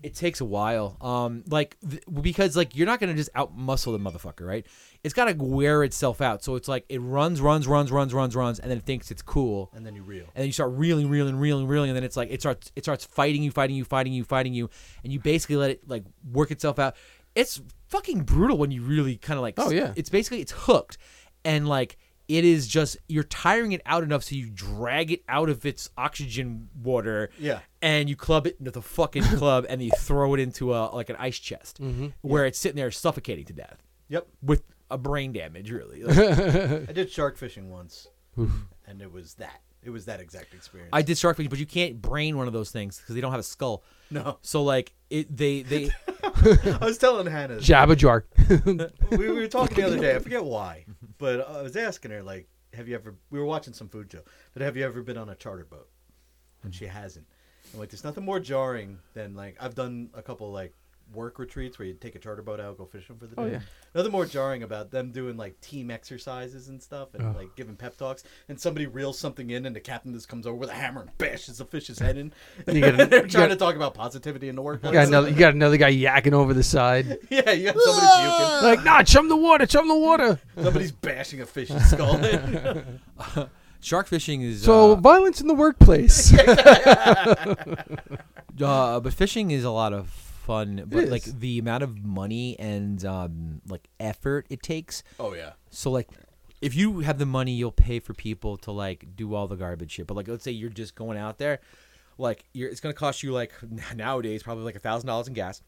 it takes a while um like th- because like you're not gonna just out muscle the motherfucker right it's gotta wear itself out so it's like it runs runs runs runs runs runs and then it thinks it's cool And then you reel. and then you start reeling, reeling, reeling, reeling, and then it's like it starts it starts fighting you, fighting you, fighting you, fighting you, and you basically let it like work itself out. It's fucking brutal when you really kind of like Oh, yeah. It's basically it's hooked, and like it is just you're tiring it out enough so you drag it out of its oxygen water. Yeah. And you club it with a fucking club, and you throw it into a like an ice chest, Mm-hmm. where it's sitting there suffocating to death Yep. with a brain damage. Really, Like, I did shark fishing once, and it was that. It was that exact experience. I did shark fishing, but you can't brain one of those things because they don't have a skull. no. So like it, they they I was telling Hannah. Jabba Jar. we, we were talking the other day. I forget why, but I was asking her like, "Have you ever?" We were watching some food show, but have you ever been on a charter boat? And she hasn't. I'm like, there's nothing more jarring than like I've done a couple like work retreats where you take a charter boat out, go fishing for the day. Oh, yeah. Nothing more jarring about them doing like team exercises and stuff, and Ugh. like giving pep talks, and somebody reels something in, and the captain just comes over with a hammer and bashes the fish's head in. You got They're trying an- you got- to talk about positivity in the You workplace. got another. You got another guy yakking over the side. yeah, you got somebody puking. Like, nah, chum the water, chum the water. Somebody's bashing a fish's skull in. Shark fishing is So uh, violence in the workplace. uh, but fishing is a lot of fun. But like is. the amount of money and um, like effort it takes. oh yeah. So like, if you have the money, you'll pay for people to like do all the garbage shit. But like, let's say you're just going out there, like you're, it's gonna cost you like nowadays probably like a thousand dollars in gas,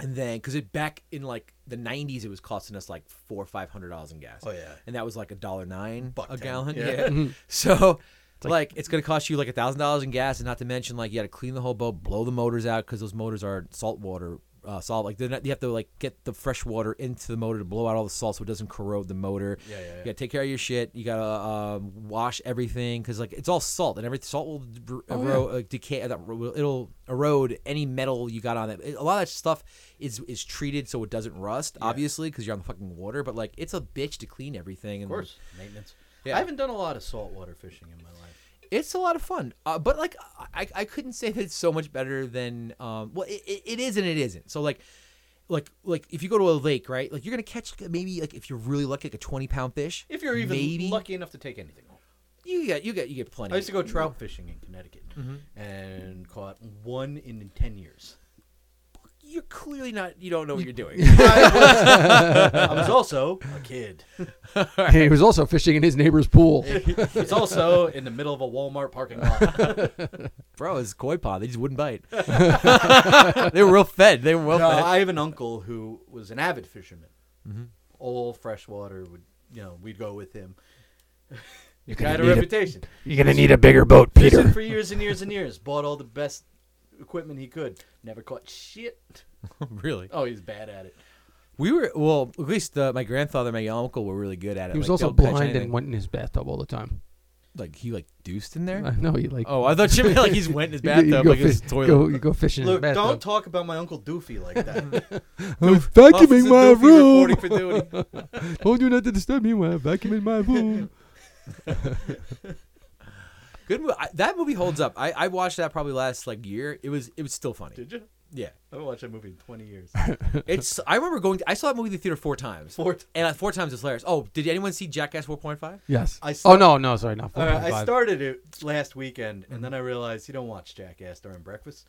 and then because it back in like the '90s it was costing us like four or five hundred dollars in gas. Oh, yeah. and that was like a dollar nine Buck a ten, gallon. yeah. Yeah. so. Like, it's gonna cost you like a thousand dollars in gas, and not to mention like you got to clean the whole boat, blow the motors out because those motors are salt water, uh, salt. Like they're not, you have to like get the fresh water into the motor to blow out all the salt so it doesn't corrode the motor. Yeah, yeah, yeah. You got to take care of your shit. You got to uh, wash everything because like it's all salt, and every salt will d- Oh, erode, like, decay. uh, that will- It'll erode any metal you got on it. It- A lot of that stuff is is treated so it doesn't rust, obviously, because you're on the fucking water. But like it's a bitch to clean everything. And, Of course, maintenance. Yeah. I haven't done a lot of saltwater fishing in my life. it's a lot of fun. Uh, but like, I, I couldn't say that it's so much better than um. Well, it, it, it is and it isn't. So like, like like if you go to a lake, right? Like you're gonna catch maybe like if you're really lucky, like a twenty pound fish. If you're even maybe. lucky enough to take anything home. you get you get you get plenty. I used to go trout fishing in Connecticut and caught one in ten years. You're clearly not. You don't know what you're doing. I was, I was also a kid. he was also fishing in his neighbor's pool. It's also in the middle of a Walmart parking lot. Bro, it's koi pond. They just wouldn't bite. they were real fed. They were well No, fed. I have an uncle who was an avid fisherman. Mm-hmm. All freshwater would, you know, we'd go with him. You gonna had a need a- reputation. You're gonna need a bigger boat, Peter. for years and years and years. Bought all the best equipment he could. Never caught shit. really? Oh, he's bad at it. We were well. At least uh, my grandfather, and my uncle were really good at it. He was Like, also they'll catch blind anything. and went in his bathtub all the time. like he like deuced in there. I know he like. Oh, I thought you meant like he's went in his you go- you bathtub go like his fish- toilet. Go, you go fishing Look, in his don't bathtub. talk about my uncle Doofy like that. I'm Officer Oh, vacuuming my Doofy room. reporting for duty. Told you not to disturb me while I'm vacuuming my room. Good. mo- I, that movie holds up. I, I watched that probably last like year. It was it was still funny. Did you? Yeah. I haven't watched that movie in 20 years. It's. I remember going. I saw that movie in the theater four times. Four t- And uh, four times it's hilarious. Oh, did anyone see Jackass 4.5? Yes. I oh start- no, no, sorry, not All four. right, uh, I five. started it last weekend, Mm-hmm. and then I realized you don't watch Jackass during breakfast.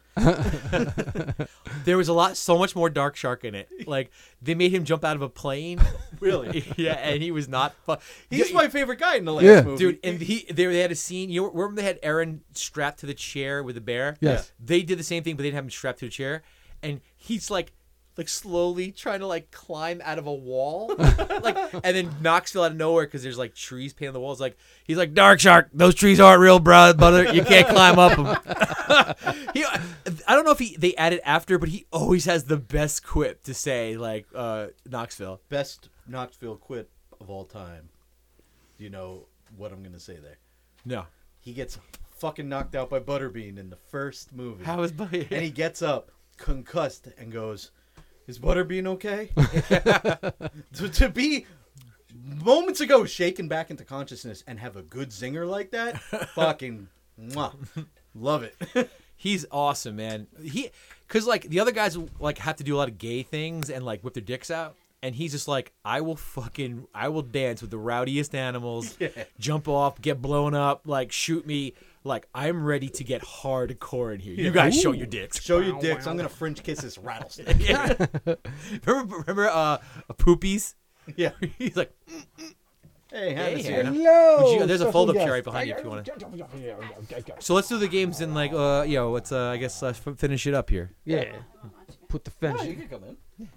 There was a lot, so much more Dark Shark in it. Like they made him jump out of a plane. Really? yeah, and he was not. Fu- He's Yeah, my favorite guy in the last Yeah. movie. dude. And he they, they had a scene. You know, remember they had Aaron strapped to the chair with the bear. Yes. They did the same thing, but they didn't have him strapped to a chair. And he's like like slowly trying to like climb out of a wall, like, and then Knoxville out of nowhere because there's like trees painting the walls. Like he's like Dark Shark, those trees aren't real, bro, brother. You can't climb up them. he, I don't know if he they added after, but he always has the best quip to say like uh, Knoxville. Best Knoxville quip of all time. You know what I'm gonna say there. No, He gets fucking knocked out by Butterbean in the first movie. how is Buddy? and he gets up, concussed, and goes, "Is Butterbean okay?" to, to be moments ago shaken back into consciousness and have a good zinger like that, fucking mwah. love it. He's awesome, man. He, cause like the other guys like have to do a lot of gay things and like whip their dicks out, and he's just like, I will fucking, I will dance with the rowdiest animals, jump off, get blown up, like shoot me, like I'm ready to get hardcore in here. You guys show your dicks. Show your dicks. I'm gonna French kiss this rattlesnake. remember, remember, uh, poopies. Yeah. he's like, Hey, Hey, Hannah's Hannah. here. Would you- there's a fold-up chair right behind you if you want to. so let's do the games and like, uh, you know, let's, uh, I guess, uh, finish it up here. Yeah. Put the finish. Oh, you can come in.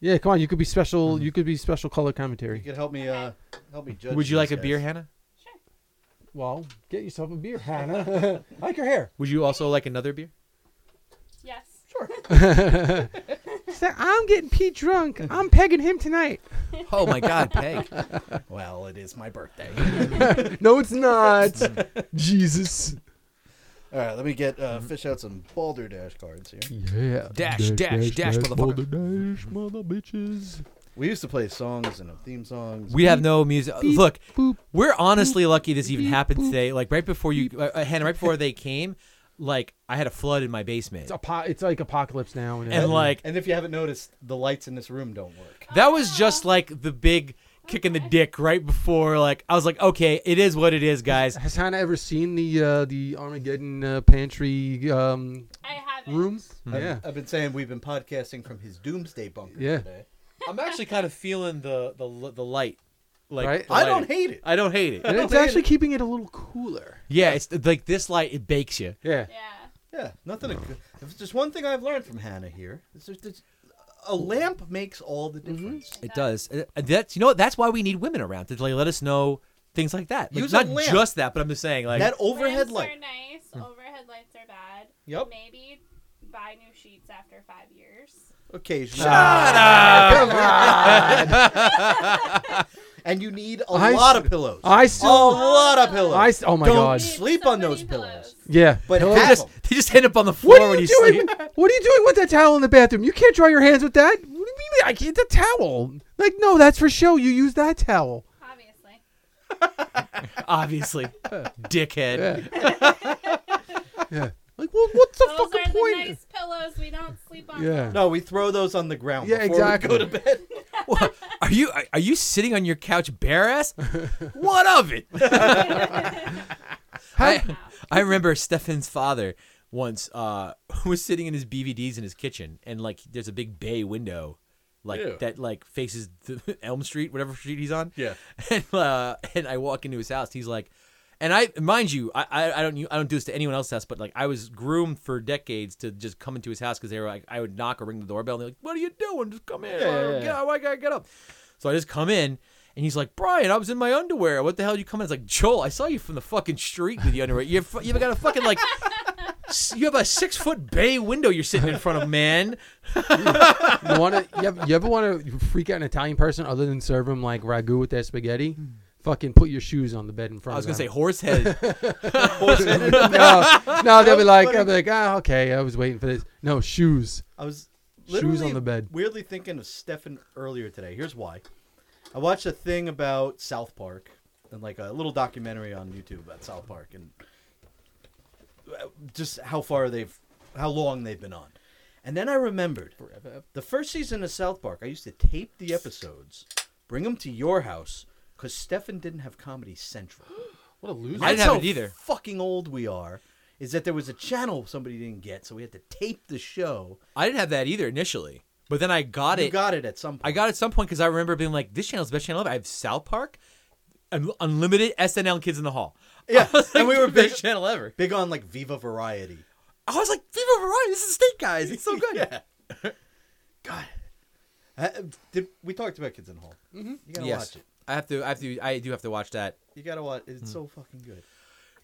Yeah, come on. You could be special. You could be special color You commentary. could help me. Uh, help me judge. Would you these like a guys. beer, Hannah? Well, get yourself a beer, Hannah. I like your hair. Would you also like another beer? Yes. I'm getting Pete drunk. I'm pegging him tonight. Oh my God, Peg. Well, it is my birthday. No, it's not. Jesus. All right, let me get uh, Mm-hmm. fish out some balderdash cards here. Yeah. Dash, dash, dash, motherfucker. Dash, mother bitches. We used to play songs and theme songs. We have no music. beep, Look, boop, we're honestly lucky this even beep, happened boop, today. Like right before you, uh, uh, Hannah, right before they came, like I had a flood in my basement, It's, apo- it's like apocalypse now. And, and everything. like And if you haven't noticed, the lights in this room don't work. that was just like the big kick in the dick right before. Like I was like, okay, it is what it is, guys. Has Hannah ever seen the uh, the Armageddon uh, pantry um, I haven't. room? Yeah. I've been saying we've been podcasting from his doomsday bunker Yeah. today. I'm actually kind of feeling the the the light. Like Right? the I don't lighting. hate it. I don't hate it. And it's actually keeping it a little cooler. Yeah, it's like this light it bakes you. Yeah. Yeah. Yeah, nothing. to- If it's just one thing I've learned from Hannah here, is there's, there's, a lamp makes all the Mm-hmm. difference. It does. Uh, And that's you know what? That's why we need women around to like let us know things like that. Like, Use a not lamp. just that, but I'm just saying like That overhead Lamps are light. nice. Overhead lights are bad. Yep. Maybe buy new sheets after five years. Occasionally. Ah, Shut and you need a I lot s- of pillows. I a still. lot of pillows. I s- oh my Don't god. Need Sleep so on many those pillows. Yeah. but Pillows- have just, 'em. they just end up on the floor What are when you you doing? sleep. with- What are you doing with that towel in the bathroom? You can't dry your hands with that. What do you mean? I can't the towel. Like no, that's for show. You use that towel. Obviously. Obviously, dickhead. Like well, what's the Those fucking are point? the nice pillows. We don't sleep on Yeah. them. No, we throw those on the ground. Yeah, before We exactly. go to bed. What- Are you are- are you sitting on your couch bare ass? What of it? I, I remember Stefan's father once uh, was sitting in his BVDs in his kitchen, and like there's a big bay window, like Ew. that like faces the, Elm Street, whatever street he's on. Yeah. and uh, and I walk into his house. He's like, and I mind you, I, I I don't I don't do this to anyone else's house, but like I was groomed for decades to just come into his house because they were like I would knock or ring the doorbell, and they're like, "What are you doing? Just come in. Why- yeah, get up. Why gotta get up?" So I just come in. And he's like, Brian, I was in my underwear. What the hell you coming? It's like, Joel, I saw you from the fucking street with the underwear. You've you've got a fucking like, s- you have a six foot bay window you're sitting in front of, man. You want to? You, ever- you ever want to freak out an Italian person other than serve them like ragu with their spaghetti? Fucking put your shoes on the bed in front. I was of gonna say them. horse head. no, no, they'll be like, funny. I'll be like, ah, okay, I was waiting for this. No shoes. I was Shoes literally on the bed. weirdly thinking of Stefan earlier today. Here's why. I watched a thing about South Park and like a little documentary on YouTube about South Park and uh, just how far they've, how long they've been on. And then I remembered the first season of South Park, I used to tape the episodes, bring them to your house because Stefan didn't have Comedy Central. What a loser! I didn't That's have how it either. Fucking old we are. Is that there was a channel somebody didn't get, so we had to tape the show. I didn't have that either initially, but then I got You it. got it at some point. I got it at some point because I remember being like, "This channel's the best channel ever." I have South Park, un- unlimited SNL, and Kids in the Hall. Yeah, I was and like, we were "Best big- channel ever. big on like Viva Variety. I was like, "Fever Variety, this is the state guys. It's so good." Yeah. God, Uh, did, we talked about Kids in the Hall. Mm-hmm. You gotta Yes. watch it. I have to. I have to. I do have to watch that. You gotta watch. It's Mm. so fucking good.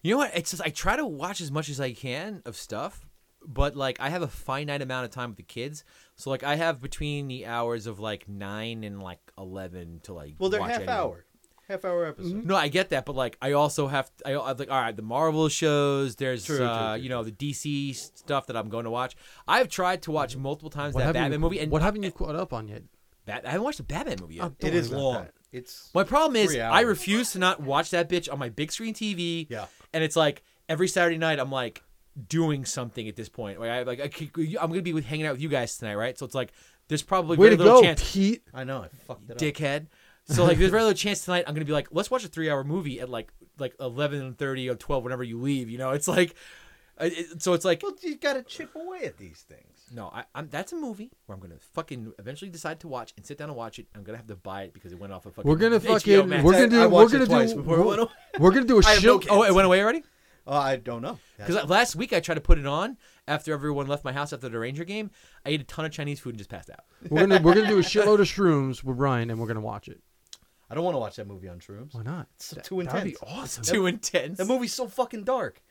You know what? It's just I try to watch as much as I can of stuff, but like I have a finite amount of time with the kids. So like I have between the hours of like nine and like eleven to like. Well, they're watch Mm-hmm. half anything. hour, half hour episode. No, I get that, but like I also have I I'm like all right, the Marvel shows, there's True, true, uh, true, you know, the DC stuff that I'm going to watch. I've tried to watch multiple times What that haven't Batman you, movie and what haven't you caught up on yet? Bat- I haven't watched the Batman movie yet. It Don't is worry about long. that. It's My problem is Three I hours. refuse to not watch that bitch on my big screen TV. Yeah. And it's like every Saturday night I'm like doing something at this point. Like I like I, could- I'm gonna be with hanging out with you guys tonight, right? So it's like there's probably Way very to little go, chance, Pete. I know I fucked it up. dickhead. So like there's very little chance tonight I'm gonna be like let's watch a three hour movie at like like 11:30 or 12 whenever you leave. You know, it's like. I- It, so it's like Well, you gotta chip away at these things. no, I, I'm. That's a movie where I'm gonna fucking eventually decide to watch and sit down and watch it. I'm gonna have to buy it because it went off a fucking. We're gonna HBO fucking. Max. We're gonna I- I do. We're watched it gonna twice do. before it went We're, away. we're gonna do a I have no show. kids. oh, it went away already. Oh, I don't know. Because last week I tried to put it on after everyone left my house after the Ranger game. I ate a ton of Chinese food and just passed out. We're gonna we're gonna do a shitload of shrooms with Brian, and we're gonna watch it. I don't want to watch that movie on shrooms. Why not? It's too That'd intense. be awesome. Too intense. That movie's so fucking dark.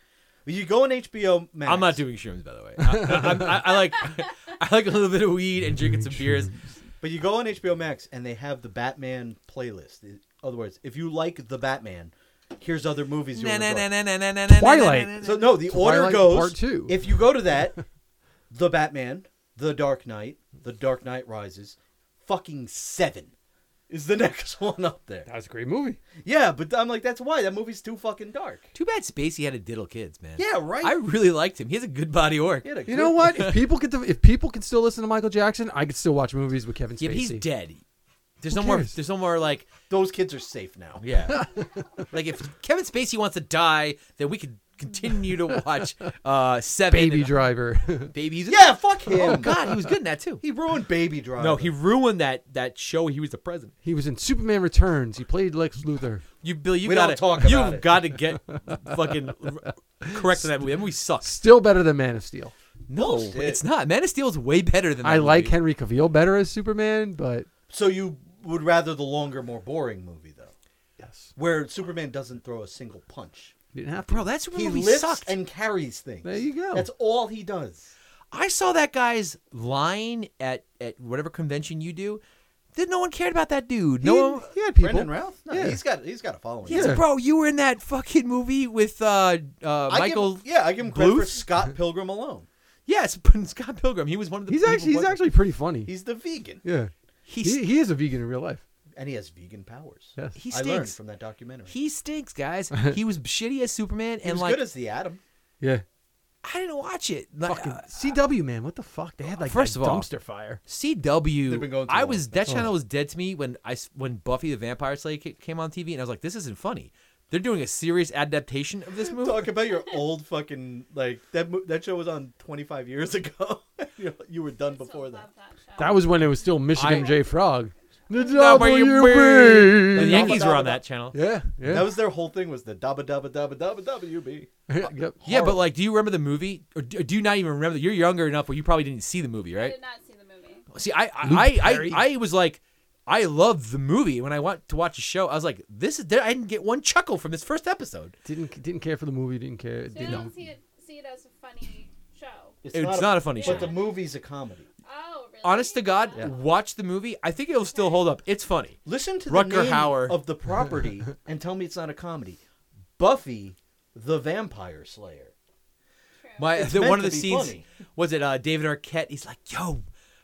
You go on HBO Max. I'm not doing shrooms, by the way. I, I, I, I like I like a little bit of weed and drinking some beers. But you go on HBO Max and they have the Batman playlist. In other words, if you like the Batman, here's other movies you Na- want na- na- to na- na- na- na- na- Twilight. na- na- na- So no, the order Twilight goes Part Two. If you go to that, the Batman, the Dark Knight, the Dark Knight Rises, fucking seven is the next one up there. That was a great movie. Yeah, but I'm like, that's why that movie's too fucking dark. Too bad Spacey had to diddle kids, man. Yeah, right. I really liked him. He has a good body work. He had a You good- know what? If people get to, if people can still listen to Michael Jackson, I could still watch movies with Kevin Spacey. Yeah, but he's dead. There's Who no more. cares? There's no more like Those kids are safe now. yeah. like if Kevin Spacey wants to die, then we could continue to watch uh Seven. Baby and- Driver. Baby's Yeah, fuck him. Oh God, he was good in that too. He ruined Baby Driver. No, he ruined that that show. He was the president. he was in Superman Returns. He played Lex Luthor. You, Bill, you We got don't to talk You've about it. got to get fucking r- correct on that movie. That movie sucks. Still better than Man of Steel. No, Bullshit. it's not. Man of Steel is way better than. That I like movie. Henry Cavill better as Superman, but So you would rather the longer, more boring movie though, yes, where Superman doesn't throw a single punch. he didn't have to. Uh, Bro, that Superman He movie lifts sucked. and carries things. There you go. That's all he does. I saw that guy's line at at whatever convention you do. That no one cared about that dude. he, No one. he had people. Brendan Routh? No, Yeah. he's got he's got a following. Yes, Yeah. bro, you were in that fucking movie with uh, uh, I Michael. Give, yeah, I give him credit for Bluth? Scott Pilgrim alone. Yes, but Scott Pilgrim. He was one of the. He's people- actually he's actually pretty funny. He's the vegan, yeah, He's, he, he is a vegan in real life. and he has vegan powers. Yes. He I learned stinks. from that documentary. he stinks, guys. He was shitty as Superman, He and was like good as the Atom. yeah. I didn't watch it. Like, Fucking uh, CW man, what the fuck? They had like First that of all- dumpster fire. CW. They've been going too I long. was that channel was dead to me when I s- when Buffy the Vampire Slayer ca- came on TV, and I was like, this isn't funny. They're doing a serious adaptation of this movie. Talk about your old fucking like that. mo- That show was on 25 years ago. You- you were done before that. Love show. That was when it was still Michigan I- J Frog. The The WB. Yankees were on that channel. Yeah, yeah. That was their whole thing was the dabba dabba dabba dabba WB. Yep. Yeah, but like, do you remember the movie, or do do you not even remember? You're younger enough where you probably didn't see the movie, I right? did not see the movie. See, I I, Luke I, Perry. I I was like, I loved the movie. When I went to watch a show, I was like, this is. I didn't get one chuckle from this first episode. didn't didn't care for the movie. Didn't care. So I Didn't. don't see it see it as a funny show. It's not a funny but show. But the movie's a comedy. Oh, really? Honest to God, Yeah. watch the movie. I think it'll still hold up. It's funny. Listen to the Rutger name Hauer. of the property and tell me it's not a comedy. Buffy, the Vampire Slayer. True. My It's the, meant one of to the be scenes funny. was it uh, David Arquette? He's like, "Yo,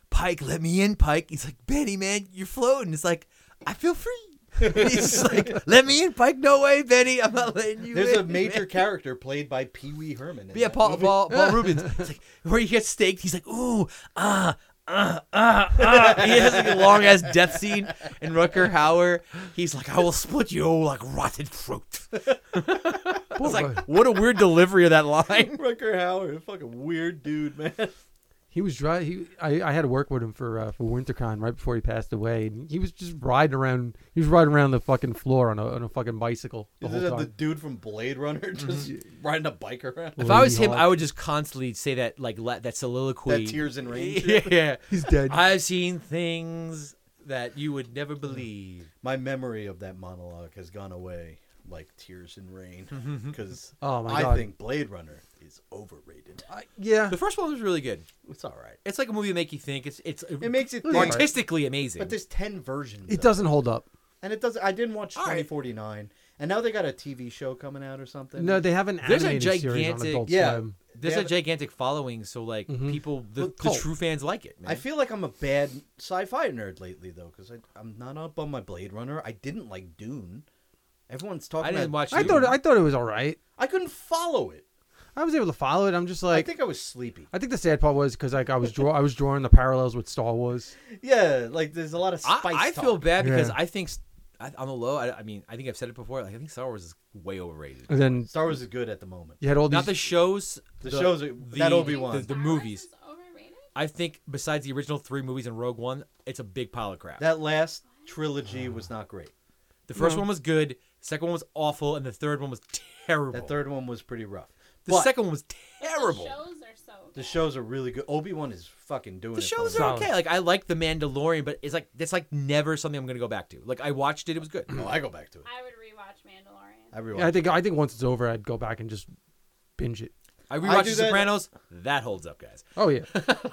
Pike, let me in, Pike." He's like, "Benny, man, you're floating." It's like, "I feel free." He's just like, "Let me in, Pike." No way, Benny. I'm not letting you There's in. a major man." character played by Pee Wee Herman. in Yeah, that Paul, movie. Paul, Paul Rubens. It's like where he gets staked. He's like, "Ooh, ah." Uh, uh, uh. He has like a long ass death scene, and Rucker Hauer, he's like, "I will split you like rotted fruit." I was like, "What a weird delivery of that line." Rutger Hauer, a fucking weird dude, man. He was dry. He I, I had to work with him for uh, for WinterCon right before he passed away, and he was just riding around. He was riding around the fucking floor on a on a fucking bicycle the Is whole that time. the dude from Blade Runner just riding a bike around? If I was Lady him, Hawk. I would just constantly say that like la- that soliloquy. That tears in rain. yeah, yeah. He's dead. I've seen things that you would never believe. My memory of that monologue has gone away like tears in rain because Oh my I God. think Blade Runner is overrated. yeah, The first one was really good. It's all right. It's like a movie that make you think. It's it's It makes you think. artistically amazing. But there's ten versions. it of doesn't hold up. and it doesn't. I didn't watch All right. 2049, and now they got a TV show coming out or something. No, they have an There's a animated series on gigantic- Adult Yeah. Swim. There's Yeah, a but- gigantic following, so like people, the, Look, the Colt. true fans like it. Man. Mm-hmm. I feel like I'm a bad sci-fi nerd lately though, because I'm not up on my Blade Runner. I didn't like Dune. Everyone's talking. I didn't about- watch. I Dune. thought I thought it was all right. I couldn't follow it. I was able to follow it. I'm just like I think I was sleepy. I think the sad part was because like I was draw I was drawing the parallels with Star Wars. Yeah, like there's a lot of I, spice. I feel talk. bad because Yeah. I think s- I, on the low. I, I mean, I think I've said it before. Like I think Star Wars is way overrated. And then Star Wars is good at the moment. you had all Not the these. shows. The shows are- that Obi-Wan. the, the Star Wars movies. is overrated? I think besides the original three movies and Rogue One, it's a big pile of crap. That last trilogy was not great. the first one was good. The second one was awful, and the third one was terrible. That third one was pretty rough. the But second one was The terrible. shows are so. the good. shows are really good. Obi Wan is fucking doing The it. shows for me. are Solid. okay. Like I like The Mandalorian, but it's like that's like never something I'm gonna go back to. Like I watched it, it was good. Oh, I go back to it. I would rewatch Mandalorian. I rewatch. I think I think once it's over, I'd go back and just binge it. I I rewatched do The that- Sopranos. That holds up, guys. Oh yeah,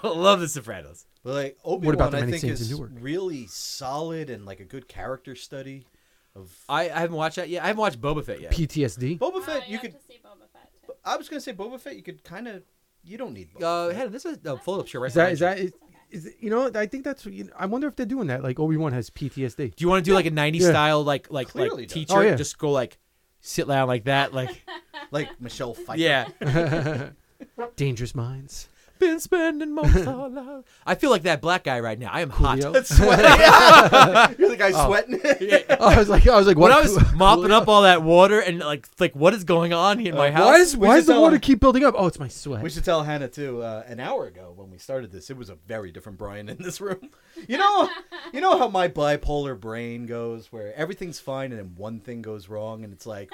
Love The Sopranos. But like Obi about Wan, the I many think scenes in is Newark? really solid and like a good character study. Of I, I haven't watched that yet. I haven't watched Boba Fett yet. PTSD. Boba Oh, Fett, you have could. to see Boba Fett too. I was gonna say Boba Fett, you could kind of. You don't need. Boba Uh, Fett. Hannah, this is a fold up shirt right Is that is behind that is, is it- you know? I think that's. You know, I wonder if they're doing that. Like Obi Wan has PTSD. you. Do you want to do like a 90s Yeah. style, like, like, Clearly like does. teacher? Oh, yeah. Just go like, sit down like that. Like, like Michelle Pfeiffer. yeah. Dangerous Minds. Been spending most of life. I feel like that black guy right now. I am hot. Coolio. That's sweating. You're the guy sweating. Oh, I was like, I was like, When what? I was mopping up all that water and like, like what is going on in my house? Uh, why is we why should does the tell water him. keep building up? Oh, it's my sweat. We should tell Hannah too. Uh, an hour ago, when we started this, it was a very different Brian in this room. You know, you know how my bipolar brain goes, where everything's fine and then one thing goes wrong, and it's like,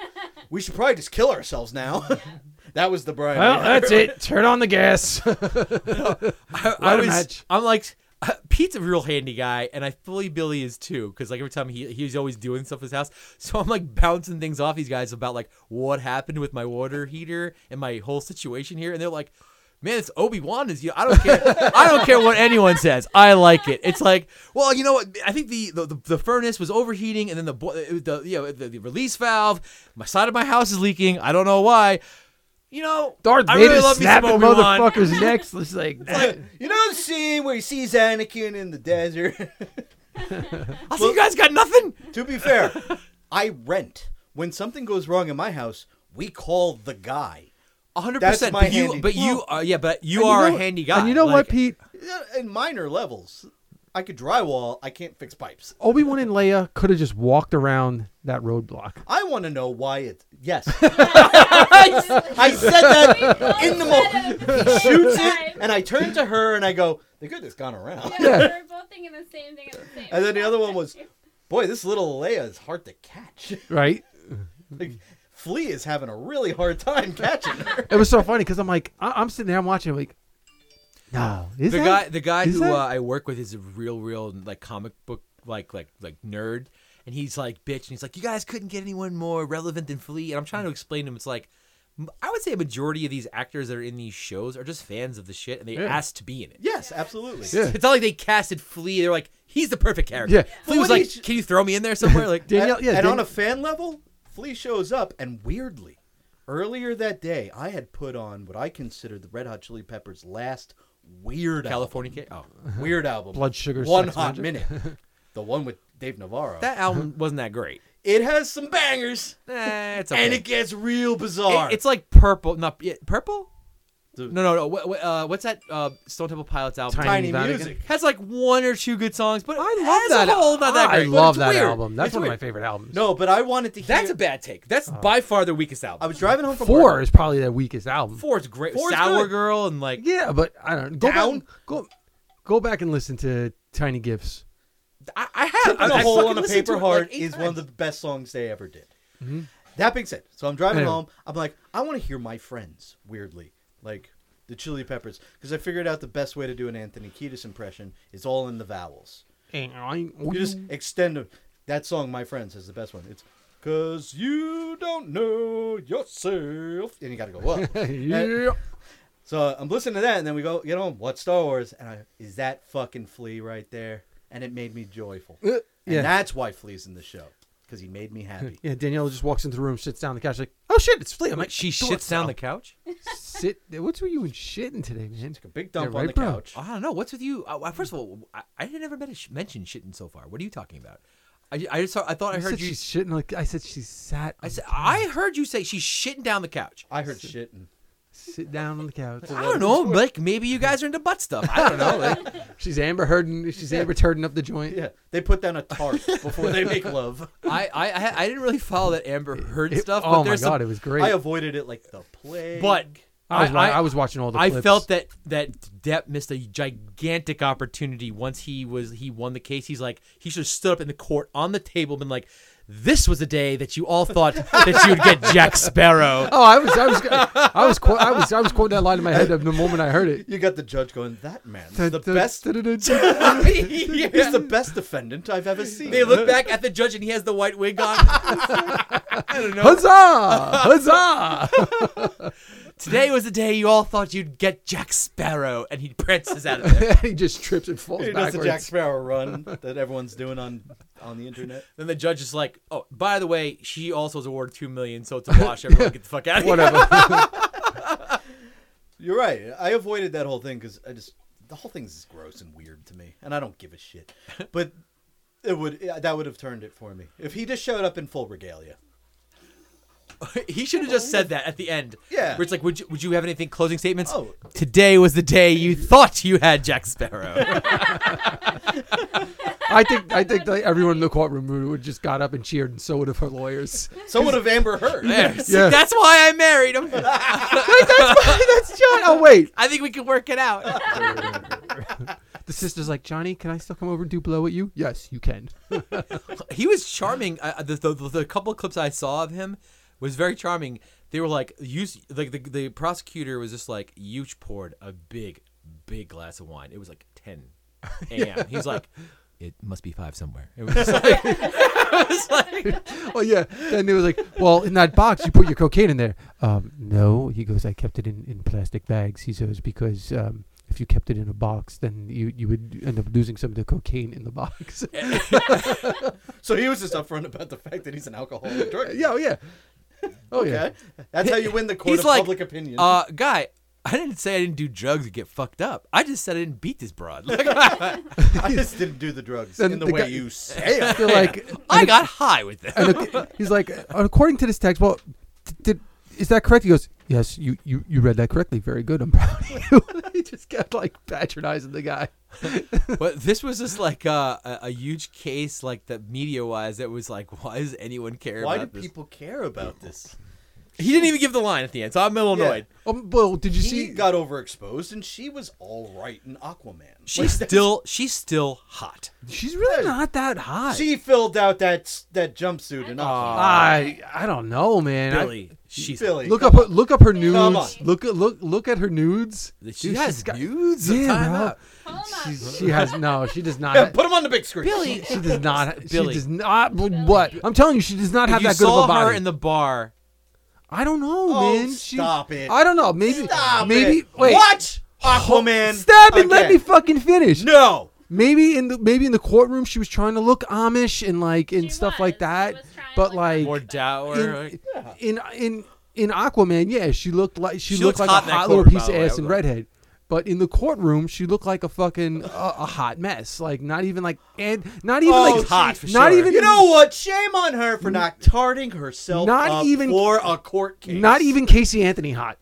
we should probably just kill ourselves now. that was the Brian. well, that's it. Turn on the gas. I, I a was, match. I'm like, uh, Pete's a real handy guy, and I fully Billy is too, because like every time he he's always doing stuff in his house. So I'm like bouncing things off these guys about like what happened with my water heater and my whole situation here, and they're like. Man, it's Obi Wan is you. I don't care. I don't care what anyone says. I like it. It's like, well, you know what? I think the the, the, the furnace was overheating, and then the bo- the you know the, the release valve. My side of my house is leaking. I don't know why. You know, Darth I Vader really love me some snapping Obi-Wan. motherfuckers next. It's like, You know the scene where he sees Anakin in the desert? I see you guys got nothing. to be fair, I rent. When something goes wrong in my house, we call the guy. A hundred That's percent. my But you, handy- but you Well, are, yeah, but you And are know- a handy guy. And you know what, Like, Pete? Yeah, Uh, In minor levels, I could drywall, I can't fix pipes. Obi Wan and Leia could have just walked around that roadblock. I want to know why it. Yes. I said that in the moment. He shoots it, and I turn to her and I go, the good that's gone around. Yeah, we were both thinking the same thing at the same And then the other one time. was, boy, this little Leia is hard to catch. Right? like, Flea is having a really hard time catching her. It was so funny because I'm like, I- I'm sitting there, I'm watching, like, no, is the that- guy, the guy is who that- uh, I work with is a real, real like comic book, like like like nerd, and he's like bitch, and he's like, you guys couldn't get anyone more relevant than Flea, and I'm trying to explain to him, it's like. m- I would say a majority of these actors that are in these shows are just fans of the shit, and they Yeah. asked to be in it. Yes, absolutely. Yeah. It's not like they casted Flea. They're like, he's the perfect character. Yeah. Flea was Well, like, he's- can you throw me in there somewhere? Like, Danielle, and, yeah, and on Dan- a fan level, Flea shows up, and weirdly, earlier that day, I had put on what I consider the Red Hot Chili Peppers' last weird California. Ca- Oh, album, weird album, Blood Sugar One Sex Hot Magic. Minute, the one with Dave Navarro. that album wasn't that great. it has some bangers, Eh, it's okay. and it gets real bizarre. It- it's like purple, not yeah, purple. The No, no, no. What, what, uh, what's that uh, Stone Temple Pilots album? Tiny, Vatican. music. Has like one or two good songs, but I love as that a whole, not that I great. But love it's that weird. album. Oh. That's It's one of my weird. favorite albums. No, but I wanted to hear. That's a bad take. That's by far their weakest album. I was driving home from four work. is probably their weakest album. Four's great. Four's Sour good. Girl and like Yeah, but I don't go Down? back. Go go back and listen to Tiny Gifts. I, I have Taking a I hole fucking on a listened paper to it, like, heart eight is one of the times. best songs they ever did. That being said, so I'm driving Anyway. home. I'm like, I want to hear my friends. Weirdly, like the Chili Peppers, because I figured out the best way to do an Anthony Kiedis impression is all in the vowels. You just extend them. That song, my friends, is the best one. It's because you don't know yourself, and you got to go up. uh, yeah. So I'm listening to that, and then we go, you know, what Star Wars? And I, is that fucking Flea right there? And it made me joyful. Uh, yeah. And that's why Flea's in the show, because he made me happy. Yeah, Danielle just walks into the room, sits down on the couch, like, "Oh shit, it's Flea." I'm like, She "Don't shits down stop." the couch. Sit. What's with you and shitting today, man? Took a big dump Yeah, on right, the bro. couch. I don't know. What's with you? Uh, first of all, I, I had never been sh- mentioned shitting so far. What are you talking about? I, I just saw, I thought I You heard said you. she's shitting. Like I said, she's sat. I on said the couch. I heard you say she's shitting down the couch. I heard shit, and sit down on the couch. I don't know. Like maybe you guys are into butt stuff. I don't know. Like, She's Amber Heard. She's Amber Turden up the joint. yeah, they put down a tarp before they make love. I, I I I didn't really follow that Amber Heard It- stuff. oh but my there's god, some, it was great. I I, avoided it like the plague. but was, wa- I, was watching all the. I clips. felt that that Depp missed a gigantic opportunity once he was he won the case. He's like he should have stood up in the court on the table, and been like, "This was the day that you all thought that you would get Jack Sparrow." Oh, I was, I was, I was, quote, I was, I was quoting that line in my head the moment I heard it. you got the judge going, that man's the best. Dun-dun-dun-dun. He's the best defendant I've ever seen. They look back at the judge and he has the white wig on. I don't know. Huzzah! Huzzah! Today was the day you all thought you'd get Jack Sparrow, and he prances out of there. he just trips and falls He does the backwards. Jack Sparrow run that everyone's doing on on the internet. then the judge is like, "Oh, by the way, she also was awarded two million, so it's a wash. Everyone get the fuck out of here." Whatever. You're right. I avoided that whole thing because I just the whole thing's just gross and weird to me, and I don't give a shit. But it would that would have turned it for me if he just showed up in full regalia. he should have just said that at the end. Yeah. Where it's like, would you, would you have anything closing statements? Oh. Today was the day you thought you had Jack Sparrow. I think, I think like everyone in the courtroom would would just got up and cheered, and so would have her lawyers. So would have Amber Heard. there. See, Yeah. That's why I married him. That's John. Oh wait, I think we can work it out. the sister's like Johnny. Can I still come over and do blow at you? Yes, you can. he was charming. Uh, the, the, the couple clips I saw of him was very charming. They were like, you, s- like the, the prosecutor was just like, you poured a big, big glass of wine. It was like 10 a.m. He's like, it must be five somewhere. It was just like, it was like- oh yeah. And it was like, well, in that box you put your cocaine in there. Um, no, he goes, I kept it in, in plastic bags. He says because um, if you kept it in a box, then you you would end up losing some of the cocaine in the box. So he was just upfront about the fact that he's an alcoholic. and drug yeah, oh yeah, oh yeah. Okay. That's how you win the court He's of like, public opinion. uh, guy, I didn't say I didn't do drugs and get fucked up. I just said I didn't beat this broad. Like, I, I just didn't do the drugs Then in the, the way guy- you say. it. They're like, I got high with it. and ac- he's like, according to this text, well, d- did is that correct? He goes, yes, you you you read that correctly. Very good. I'm proud of you. he just kept like patronizing the guy. But this was just like uh, a, a huge case, like the media wise, that was like, why does anyone care Why do about this? people care about this? He didn't even give the line at the end, so I'm a little Yeah. annoyed. Um, well, did you She see? got overexposed, and she was all right in Aquaman. She's still she's still hot. she's really not that hot. she filled out that that jumpsuit in Aquaman. I I don't know, man. I- Billy, she's Billy, look come up her, look up her Come nudes. on. Look at look look at her nudes. she Dude, has she's got- nudes. Yeah, Time bro. out. Pull 'em up. She's, she has no. She does on. not. Put him on the big screen. Billy, She does not. Billy. She does not. What? I'm telling you, she does not if have you that good of saw a body. her in the bar. I don't know, Oh, man. She- stop it. I don't know. Maybe. Stop maybe. it. Wait. Watch Aquaman. Stop it. Let again. me fucking finish. No. Maybe in the maybe in the courtroom she was trying to look Amish and like and She stuff was. like She that. was trying to But look like More dour. in, in in in Aquaman, yeah, she looked like she, She looked looks like a hot in that hot little courtroom, piece by the of way. I ass was and like- redhead. But in the courtroom, she looked like a fucking uh, a hot mess. Like not even like and not even Oh, like she's hot for not sure. even You know what? Shame on her for not tarting herself Not up even- for a court case. not even Casey Anthony hot.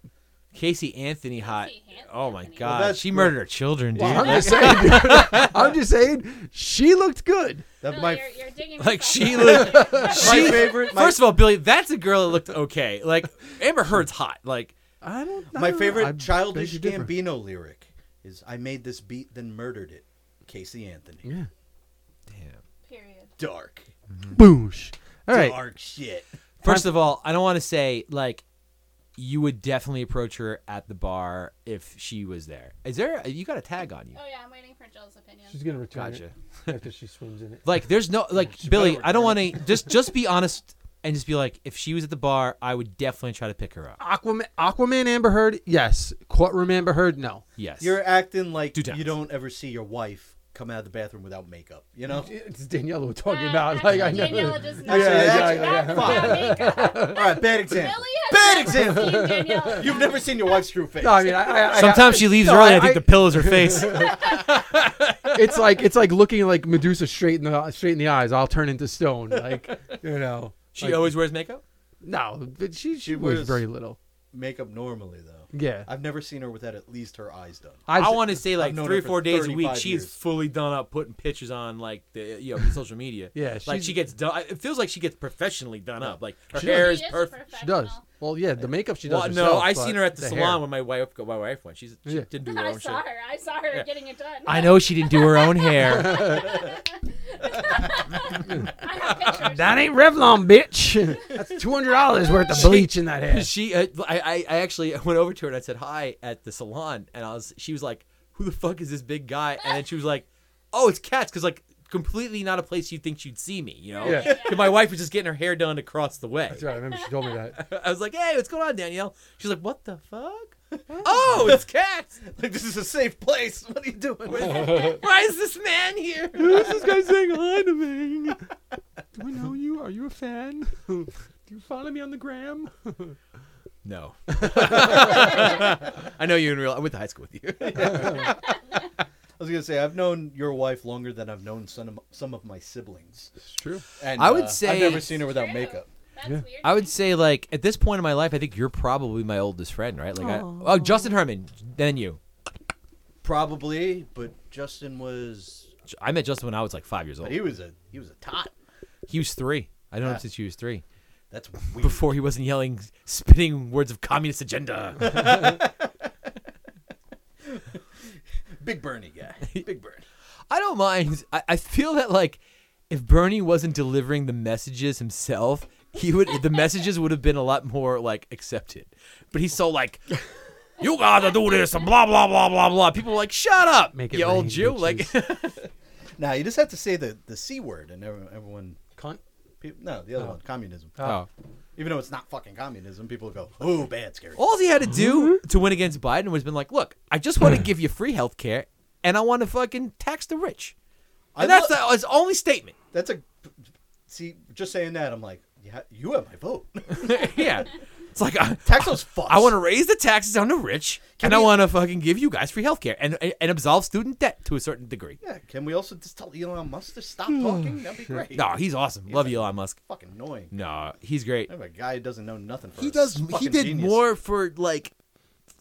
Casey Anthony hot. Casey Han- Oh my Anthony. god, that's she the- murdered her children, dude. I'm just saying, dude. I'm just saying, she looked good. That No, my you're, you're digging like yourself she up. looked. my she, favorite. My, First of all, Billy, that's a girl that looked okay. Like Amber Heard's hot. Like I don't. my favorite childish Gambino lyric is "I made this beat, then murdered it." Casey Anthony. Yeah. Period. Dark. Boosh. All right. Dark shit. First of all, I don't want to say like you would definitely approach her at the bar if she was there. Is there? You got a tag on you. Oh yeah, I'm waiting for Jill's opinion. She's gonna return Gotcha. it after she swims in it. Like there's no like Billy. I don't want to just just be honest and just be like if she was at the bar, I would definitely try to pick her up. Aquaman, Aquaman, Amber Heard, yes. Courtroom, Amber Heard, no. Yes. You're acting like Two times. you don't ever see your wife come out of the bathroom without makeup. You know. It's Daniela we're talking Wow, about. Like I actually, never. Daniela does not Yeah, actually yeah, act without makeup. all right, bad example. Billy Bad has example. not seen Daniela. You've never seen your wife's true face. No, I mean, I, I, I, Sometimes she leaves No, early. I- I, think I- the pillows her face. it's like it's like looking like Medusa straight in the straight in the eyes. I'll turn into stone. Like you know. she Like, always wears makeup. no, but she she She wears wears- very little. makeup normally though. Yeah, I've never seen her without at least her eyes done. I've I se- want to say like known three or her for four days a 35 week. She is years. fully done up, putting pictures on like the you know the social media. Yeah, like she's- she gets done. It feels like she gets professionally done up. Like her She hair She is is a perfect. She does. professional. Well, yeah, the makeup she does. Well, no, herself, I but seen her at the, salon hair. when my wife got my wife went. She's, she Yeah. didn't do her I own shit. saw her. I saw her Yeah. getting it done. I know she didn't do her own hair. I have pictures. That ain't Revlon, bitch. That's two hundred dollars worth of bleach in that hair. she, uh, I, I, I actually went over to her and I said hi at the salon, and I was, she was like, "Who the fuck is this big guy?" And then she was like, "Oh, it's cats," because like completely not a place you think she'd see me, you know? Yeah. 'Cause my wife was just getting her hair done across the way. That's right. I remember she told me that. I was like, "Hey, what's going on, Danielle?" She's like, "What the fuck?" oh, it's cats. Like this is a safe place. What are you doing? Why is this man here? Who's this guy saying hi to me? Do I know you? Are you a fan? Do you follow me on the gram? No. I know you in real. I went to high school with you. I was gonna say I've known your wife longer than I've known some of, some of my siblings. It's true. And I would uh, say- I've never seen her without True. makeup. That's Yeah. weird. I would say like at this point in my life, I think you're probably my oldest friend, right? Like, I, oh, Justin Herman, then you. Probably, but Justin was J- I met Justin when I was like five years old. but he was a he was a tot. He was three. I know him Ah. since he was three. That's weird. Before he wasn't yelling, spitting words of communist agenda. Big Bernie guy. Big Bernie. I don't mind. I, I feel that like if Bernie wasn't delivering the messages himself, he would the messages would have been a lot more like accepted. But he's so like. You gotta do this and blah blah blah blah blah. People are like, shut up, Make it you old rain, Jew. Like, Now you just have to say the the c word and everyone, everyone Cunt. Uh, peop- no the other one communism. oh. Even though it's not fucking communism, people go oh bad scary. All he had to do Mm-hmm. to win against Biden was been like, look, I just want to give you free health care and I want to fucking tax the rich. I And that's love- the, his only statement. That's a see just saying that I'm like yeah you have my vote. yeah. It's like, I, Tax those fucks. I want to raise the taxes on the rich and I we- want to fucking give you guys free health care and, and, and absolve student debt to a certain degree. Yeah, can we also just tell Elon Musk to stop Hmm. talking? That'd be great. No, he's awesome. Love you, Elon Musk. fucking annoying. No, he's great. I have a guy who doesn't know nothing. For He a does. He fucking did genius. more for like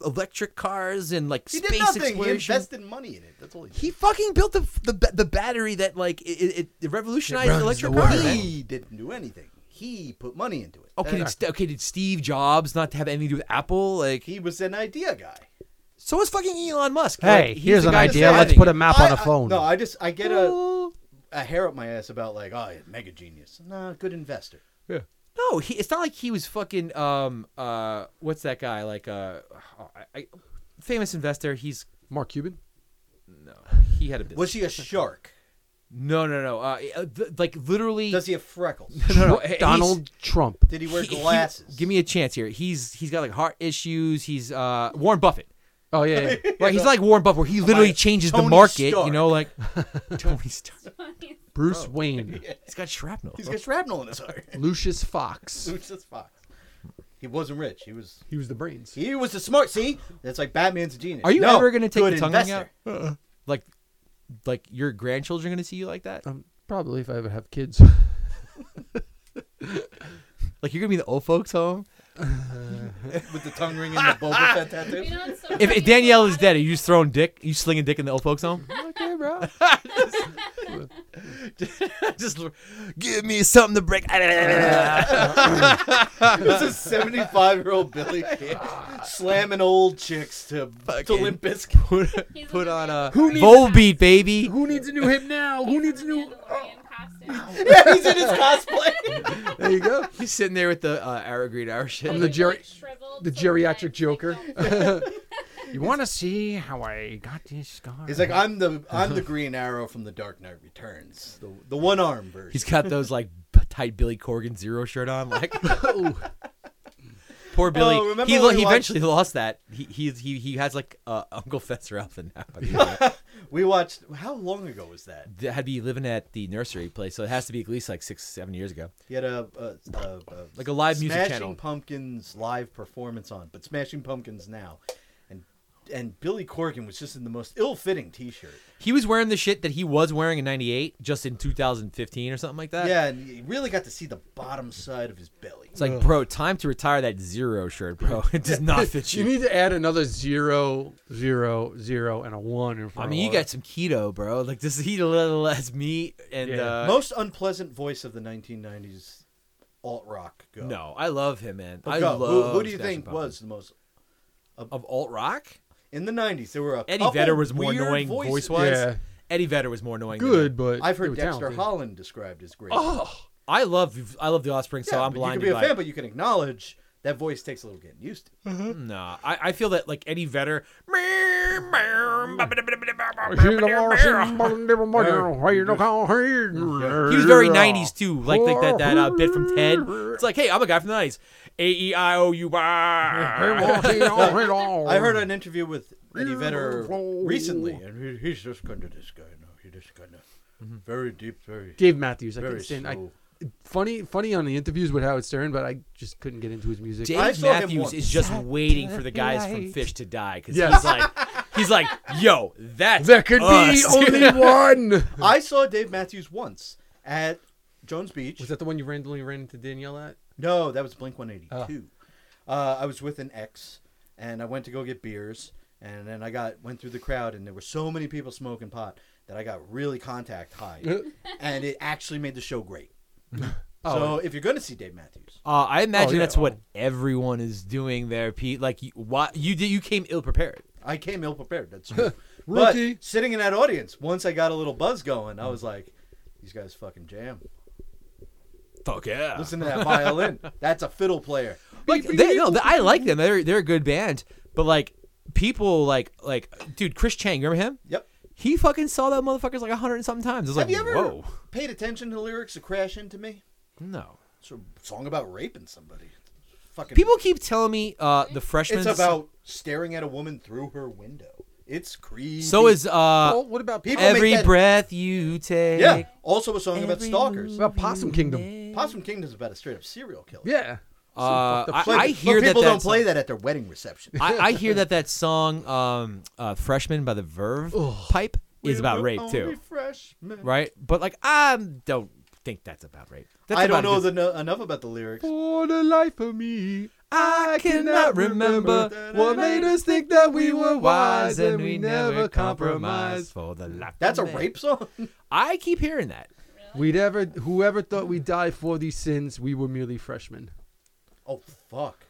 electric cars and like He space did nothing. He exploration. invested money in it. That's all he did. He fucking built the the, ba- the battery that like it, it, it revolutionized runs the electric world. cars. man. He didn't do anything. He put money into it. That- Okay, did, St- okay, did Steve Jobs not have anything to do with Apple? Like, he was an idea guy. so is fucking Elon Musk. Hey, Like, he's here's the an guy idea. that's Let's driving put it. a map I- on a I- phone. no, I just I get Oh. a a hair up my ass about like oh yeah, mega genius. Nah, good investor. No, he, it's not like he was fucking um uh what's that guy like uh I, I, famous investor. He's Mark Cuban. no, he had a business. Was he a shark? no, no, no. Uh, uh, th- like literally, Does he have freckles? no, no, Tru- he's- Donald Trump. Did he wear he- he- glasses? give me a chance here. He's he's got like heart issues. He's uh Warren Buffett. Oh yeah, yeah. Right, he's like Warren Buffett, where he literally changes the Tony market. Stark? You know, like Tony Stark. Bruce Wayne, He's got shrapnel. He's got shrapnel in his heart. Lucius Fox. Lucius Fox. He wasn't rich. He was He was the brains. he was the smart. See, that's like Batman's a genius. Are you No, ever gonna take good the tongue ring investor. out? Like, like your grandchildren gonna see you like that? Um, probably if I ever have kids. Like you're gonna be in the old folks' home. with the tongue ring and the Boba Fett tattoo. We don't If, if sometimes Danielle go is out dead, are of- you just throwing dick? You slinging dick in the old folks' home? okay, bro. just give me something to break. This is seventy-five-year-old Billy slamming old chicks to to Fucking- Limp Bizkit. put, He's put a on a Who needs- Volbeat, baby. Who needs a new hip now? Who needs a new? Mandalorian costume. He's in his cosplay. There you go. He's sitting there with the uh, arrow green Irish shit. I'm the geri- shriveled, the so geriatric like- Joker. like, You want to see how I got this scar? He's like, I'm the I'm the Green Arrow from the Dark Knight Returns, the the one arm version. He's got those like b- tight Billy Corgan zero shirt on. Like, poor Billy. remember he when lo- we he watched- eventually lost that. He he he, he has like uh, Uncle Fester Alvin now. We watched. How long ago was that? That had to be living at the nursery place, so it has to be at least like six seven years ago. He had a, a, a, a Like a live music Smashing channel. Pumpkins live performance on, but Smashing Pumpkins now, and and Billy Corgan was just in the most ill-fitting T-shirt. He was wearing the shit that he was wearing in '98, just in 2015 or something like that. yeah, and you really got to see the bottom side of his belly. It's like, bro, time to retire that zero shirt, bro. It does not fit you you. need to add another zero, zero, zero, and a one in I front. mean, of you all got some keto, bro. Like, just eat a little less meat and Yeah. uh, most unpleasant voice of the 1990s alt rock. Go. No, I love him, man. But I go. love. Who, who do you Smashing think Pumpkins. was the most of alt rock? in the 90s? There were a Eddie couple Vedder was more weird annoying voices. voice that. wise. Yeah, Eddie Vedder was more annoying. than good, him. but I've they heard were Dexter talented. Holland described as great. I love I love The Offspring, Oh, so Yeah, I'm but blinded You can by. be a it. fan, but you can acknowledge that voice takes a little getting used to. Nah, I, I feel that like Eddie Vedder. He He was very '90s too, like like that that uh, bit from Ted. It's like, hey, I'm a guy from the '90s. A E I O U Y. I heard Um, an interview with Eddie Vedder recently, and he, he's just kind of this guy. No, he's just kind of Mm-hmm. very deep, very Dave Matthews. I very couldn't stand. I, slow. funny, funny on the interviews with Howard Stern, but I just couldn't get into his music. I Dave saw him Matthews once. is just waiting for the guys from Light. Fish to die because Yes. he's like, he's like, yo, that's There could be us." only one. I saw Dave Matthews once at Jones Beach. Was that the one you randomly ran into Danielle at? No, that was Blink 182. Ah. Uh, I was with an ex, and I went to go get beers, and then I got went through the crowd, and there were so many people smoking pot that I got really contact high, Uh. and it actually made the show great. Oh. so if you're gonna see Dave Matthews, Uh, I imagine yeah. that's what everyone is doing there, Pete. Like, you, why you did you came ill prepared? I came ill prepared. That's true. but Rookie. sitting in that audience, once I got a little buzz going, I was like, "These guys fucking jam! Fuck yeah! Listen to that violin. That's a fiddle player." Like, Ah. they, no, they- I like them. They're they're a good band, but like people like like dude, Chris Chang, remember him? Yep. He fucking saw that motherfuckers like a hundred and something times. I was Have like, you ever whoa, paid attention to lyrics of Crash Into Me? no. It's a song about raping somebody. Fucking People keep telling me uh the freshman. It's about staring at a woman through her window. It's creepy. So is uh oh, what about people make every that- breath you take. yeah. Also a song about Every stalkers. About Possum Kingdom. Possum Kingdom's about a straight up serial killer. Yeah. Uh, Some fucked I, up shit. But, I but hear that people that don't play song- that at their wedding reception. I, I hear that that song um uh, "Freshman" by the Verve Pipe is about rape too. right? But like, I don't think that's about rape. That's I don't about know just- the, no- enough about the lyrics. For the life of me, I cannot remember what made us think that we were wise and we never compromised for the life. That's a of man. rape song. I keep hearing that. we'd ever, whoever thought we'd die for these sins, we were merely freshmen. oh fuck,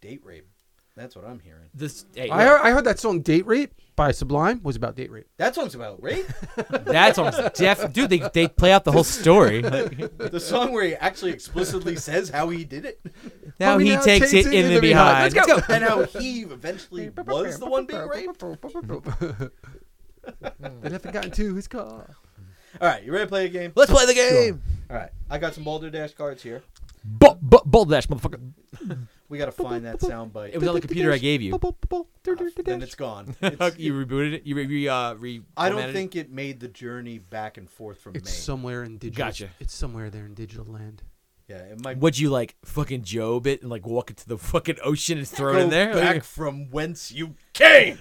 date rape. That's what I'm hearing. This hey, I heard, I heard that song "Date Rape" by Sublime was about date rape. That song's about rape. that's almost deaf. Dude, they they play out the whole story. the song where he actually explicitly says how he did it now Homie he now takes it in the behind. Let's go. and how he eventually was the one being raped. they haven't gotten to his car. All right, you ready to play a game? Let's play the game. All right, I got some Boulder Dash cards here. Bu- bu- Bold dash, motherfucker. We gotta find that sound bite. It was on the computer I gave you. Ah, then it's gone. It's- you rebooted it. You re, re, uh, re I don't formatted it? think it made the journey back and forth from It's Maine. somewhere in digital. Gotcha. It's somewhere there in digital land. yeah, it might Would you like fucking job it and like walk into the fucking ocean and throw go it in there? back from whence you came.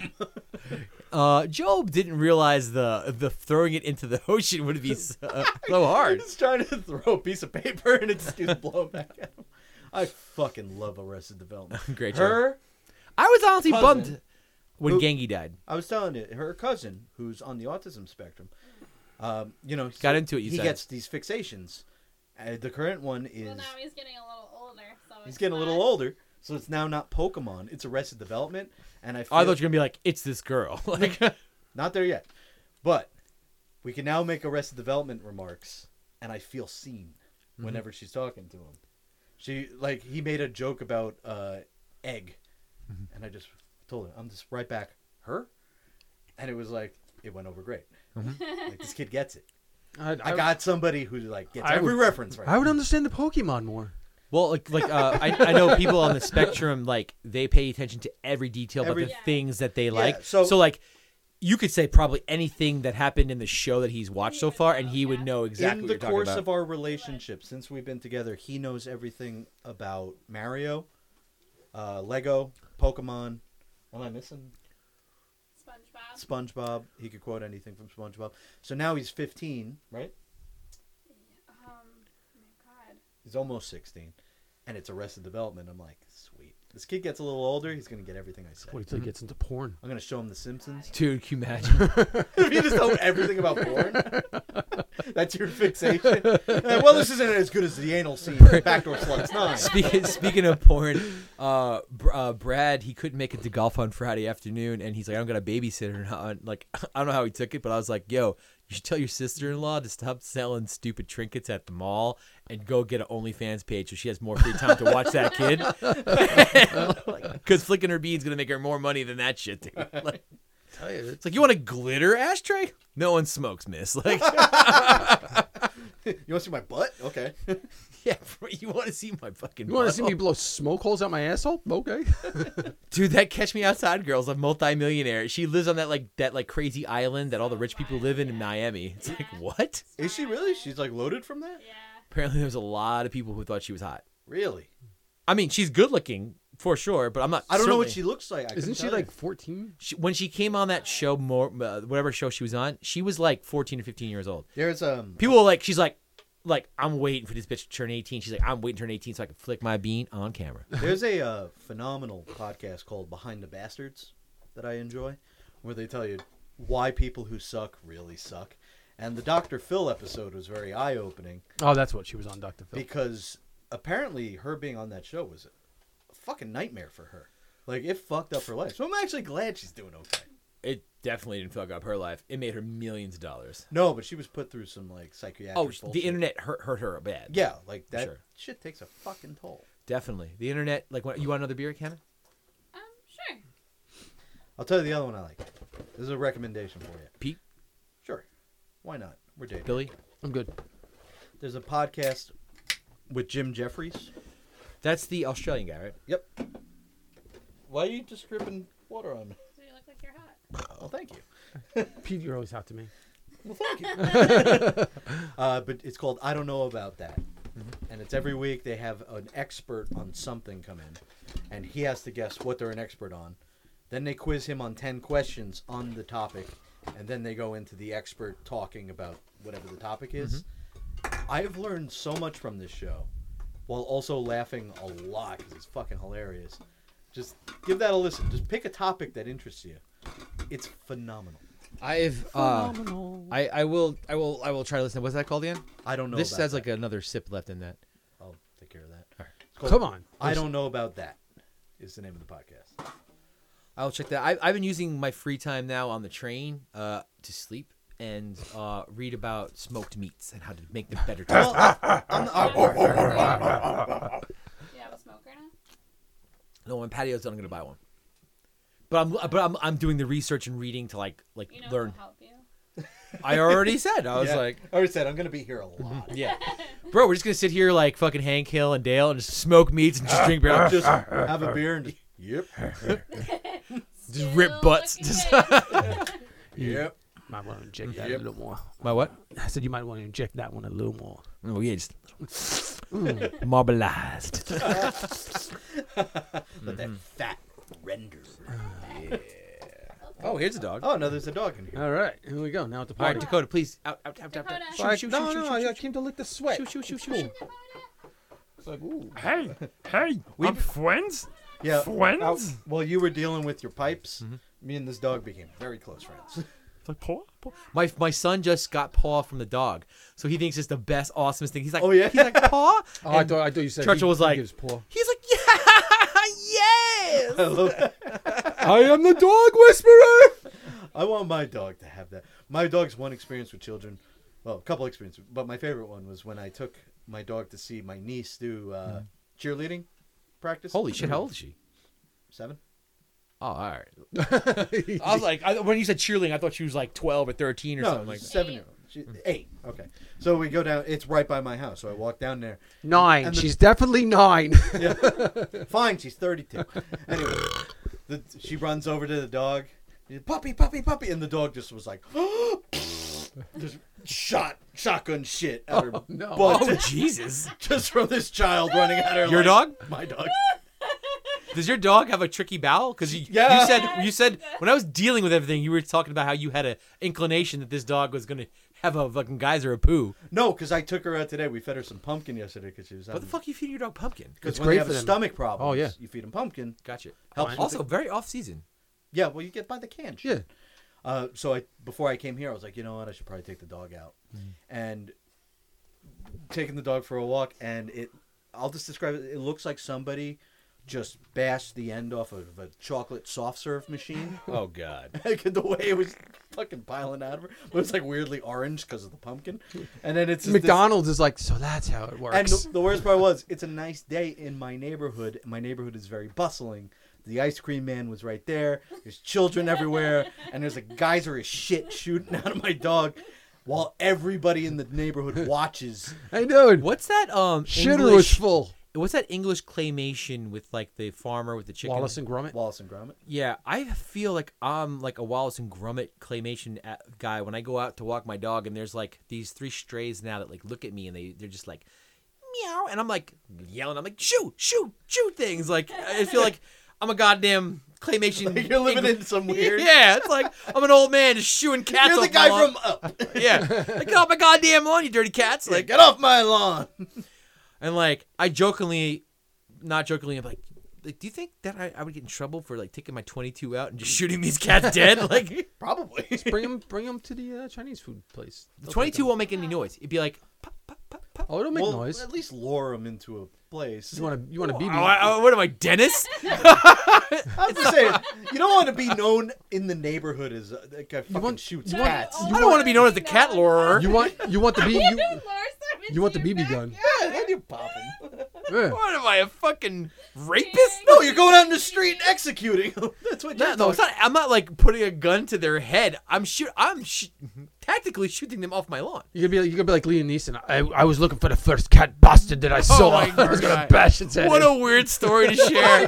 Uh, Job didn't realize the the throwing it into the ocean would be so, so hard. He's trying to throw a piece of paper and it just keeps blowing back at him. I fucking love Arrested Development. Great show. Her, I was honestly Cousin. bummed when Who- Gangi died. I was telling you, her cousin, who's on the autism spectrum, um, you know, Got into it, you he said. gets these fixations. Uh, the current one is Well, now he's getting a little older, so he's it's getting a little not- older, so it's now not Pokemon, it's Arrested Development, and I feel I thought you were gonna be like, it's this girl. like, not there yet, but we can now make Arrested Development remarks, and I feel seen whenever she's talking to him. She like he made a joke about uh, egg, and I just told her I'm just right back her, and it was like it went over great. like this kid gets it. I got somebody who like gets I every would- reference right. I would understand the Pokemon more. well, like, like uh, I, I know people on the spectrum, like they pay attention to every detail Every- about the Yeah. things that they like. so- So, like, you could say probably anything that happened in the show that he's watched so far, and he would know exactly in what the you're talking course about. of our relationship since we've been together he knows everything about mario uh, lego pokemon what am i missing SpongeBob. spongebob he could quote anything from spongebob so now he's 15 right um, oh my God. he's almost 16 and it's arrested development i'm like sweet this kid gets a little older he's gonna get everything i said Wait till he gets into porn. i'm gonna show him the simpsons Dude, can you imagine? if you just know everything about porn that's your fixation Uh, well this isn't as good as the anal scene in backdoor sluts 9 speaking, speaking of porn, uh, Br- uh, Brad he couldn't make it to golf on Friday afternoon, and he's like, "I'm gonna babysitter." And I, like, I don't know how he took it, but I was like, "Yo, you should tell your sister-in-law to stop selling stupid trinkets at the mall and go get an OnlyFans page so she has more free time to watch that kid." Because flicking her bead's gonna make her more money than that shit, dude. Like, it's like you want a glitter ashtray? No one smokes, miss. Like, you want to see my butt okay yeah, you want to see my fucking? You want to see me butthole? blow smoke holes out my asshole? Okay. Dude, that Catch Me Outside girl's a multimillionaire. She lives on that like that like crazy island that all the rich people live in in Miami. It's like what? Is she really? She's like loaded from that? Yeah. Apparently, there's a lot of people who thought she was hot. Really? I mean, she's good looking for sure, but I'm not. I don't know what she certainly- looks like. I couldn't Isn't she tell like you. 14? she. When she came on that show, more uh, whatever show she was on, she was like 14 or 15 years old. There's um. People were like, she's like, like I'm waiting for this bitch to turn 18. She's like, I'm waiting to turn 18 so I can flick my bean on camera. There's a uh, phenomenal podcast called Behind the Bastards that I enjoy, where they tell you why people who suck really suck, and the Dr. Phil episode was very eye opening Oh, that's what she was on, Dr. Phil. because apparently her being on that show was a fucking nightmare for her. Like it fucked up her life. So I'm actually glad she's doing okay. It definitely didn't fuck up her life. It made her millions of dollars. No, but she was put through some like psychiatric. Oh, the bullshit. internet hurt hurt her bad. Yeah, like that sure. shit takes a fucking toll. Definitely. The internet, like, what, you want another beer, Kevin? Um, sure. I'll tell you the other one I like. This is a recommendation for you. Pete, Sure. Why not? We're dating. Billy? I'm good. There's a podcast with Jim Jeffries. That's the Australian guy, right? Yep. Why are you just dripping water on me? So you look like you're hot. Oh, thank you. Pete, you're always hot to me. Well, thank you. uh, but it's called I Don't Know About That. And it's every week they have an expert on something come in. And he has to guess what they're an expert on. Then they quiz him on 10 questions on the topic. And then they go into the expert talking about whatever the topic is. I have learned so much from this show while also laughing a lot because it's fucking hilarious. Just give that a listen. Just pick a topic that interests you. It's phenomenal. I've uh, I I will I will I will try to listen. What's that called again? I don't know. This about has that. like another sip left in that. I'll take care of that. It's called Come on. I don't know about that. Is the name of the podcast? I'll check that. I, I've been using my free time now on the train uh, to sleep and uh, read about smoked meats and how to make them better. tasting. Oh, You have a smoker now? no, on patios, done, I'm gonna buy one. But I'm but I'm, I'm doing the research and reading to like like You know learn. who'll help you? I already said I was Yeah. like I already said I'm gonna be here a lot. yeah, bro. We're just gonna sit here like fucking Hank Hill and Dale and just smoke meats and just drink beer. just have a beer and just, yep, Just rip Still butts. looking Just- good. yep. Might want to inject that Yep. a little more. my what? I said you might want to inject that one a little more. Oh yeah, just Mm. marbleized. Let that fat render. Oh, here's a dog. Oh no, there's a dog in here. All right, here we go. Now at the All right, party. Dakota, please out, out, out, out, out. Dakota. Shoot, shoot, no, shoot, no, shoot, I shoot, came to lick the sweat. shoot, shoot, shoot, shoot, shoot. It's like, ooh. Hey, hey, We- I'm friends. Yeah. Out- Friends. while you were dealing with your pipes, me and this dog became very close friends. It's like, "Paw, paw." My my son just got paw from the dog, so he thinks it's the best, awesomest thing. He's like, Oh, yeah? he's like paw. Oh, I And thought I thought you said Churchill he- was he like- gives paw. He's like, yeah, yes. I love that. I am the dog whisperer. I want my dog to have that. My dog's one experience with children, well, a couple experiences, but my favorite one was when I took my dog to see my niece do uh, cheerleading practice. Mm-hmm. Holy shit, how old is she? Seven. Oh, all right. I was like, I, when you said cheerleading, I thought she was like twelve or thirteen or No, something like. that. seven year old. She, eight. Okay. So we go down. It's right by my house. So I walk down there. Nine. And the- She's definitely nine. Fine, she's 32. anyway, the, she runs over to the dog. Puppy, puppy, puppy. And the dog just was like, just shot, shotgun shit out her no. butt. Oh Jesus! just from this child running at her. Your like, dog? My dog. Does your dog have a tricky bowel? Because you, Yeah. you said you said when I was dealing with everything, you were talking about how you had an inclination that this dog was gonna have a fucking geyser of poo. No, because I took her out today. We fed her some pumpkin yesterday because she was. What the fuck are you feeding your dog pumpkin? Because It's when they great have for them. stomach problems, Oh, yeah. you feed them pumpkin. Gotcha. Helps with also, the- very off season. Yeah, well, you get by the Yeah. can. shit. Uh, so I before I came here, I was like, you know what? I should probably take the dog out, and taking the dog for a walk, and it. I'll just describe it. It looks like somebody just bashed the end off of a chocolate soft serve machine. Oh God. like the way it was fucking piling out of her, but it's like weirdly orange because of the pumpkin, and then it's just this- McDonald's is like, so that's how it works. And the, the worst part was, it's a nice day in my neighborhood. My neighborhood is very bustling. The ice cream man was right there. There's children everywhere, and there's a geyser of shit shooting out of my dog, while everybody in the neighborhood watches. hey, dude. What's that? Um, Shitter was English- full. What's that English claymation with like the farmer with the chicken? Wallace and Gromit. Wallace and Gromit. Yeah, I feel like I'm like a Wallace and Gromit claymation a- guy when I go out to walk my dog, and there's like these three strays now that like look at me and they they're just like meow, and I'm like yelling, I'm like shoo shoo shoo things. Like I feel like I'm a goddamn claymation. Like, you're living Engli- in some weird. Yeah, it's like I'm an old man just shooing cats. You're the off guy my lawn. from Up. yeah. Like, get off my goddamn lawn, you dirty cats! Like Like, get off my lawn. and like I jokingly, not jokingly, I'm like, like, do you think that I, I would get in trouble for like taking my 22 out and just shooting these cats dead? Like Probably. Bring him, bring him to the uh, Chinese food place. They'll the take 22 him. won't make any noise. It'd be like, pop, pop, pop, pop. Oh, it'll make Well, noise. at least lure him into a place. You want to, you want to Oh, BB? I- I- what am I, Dennis? I'm just saying, you don't want to be known in the neighborhood as a, like a fucking want- shoots That's cats. all I don't want to be known as the know cat about lurer. you want, you want the BB? You, You, you want the BB gun? Yeah, then you pop him. Yeah. what am I, a fucking rapist? No, you're going out in the street and executing. them. That's what No, you're no, doing. it's not. I'm not like putting a gun to their head. I'm shoot. I'm sh- tactically shooting them off my lawn. You're gonna be, you're gonna be like Liam Neeson. I, I was looking for the first cat bastard that I saw. Oh my I was gonna God. bash its head. What in. a weird story to share.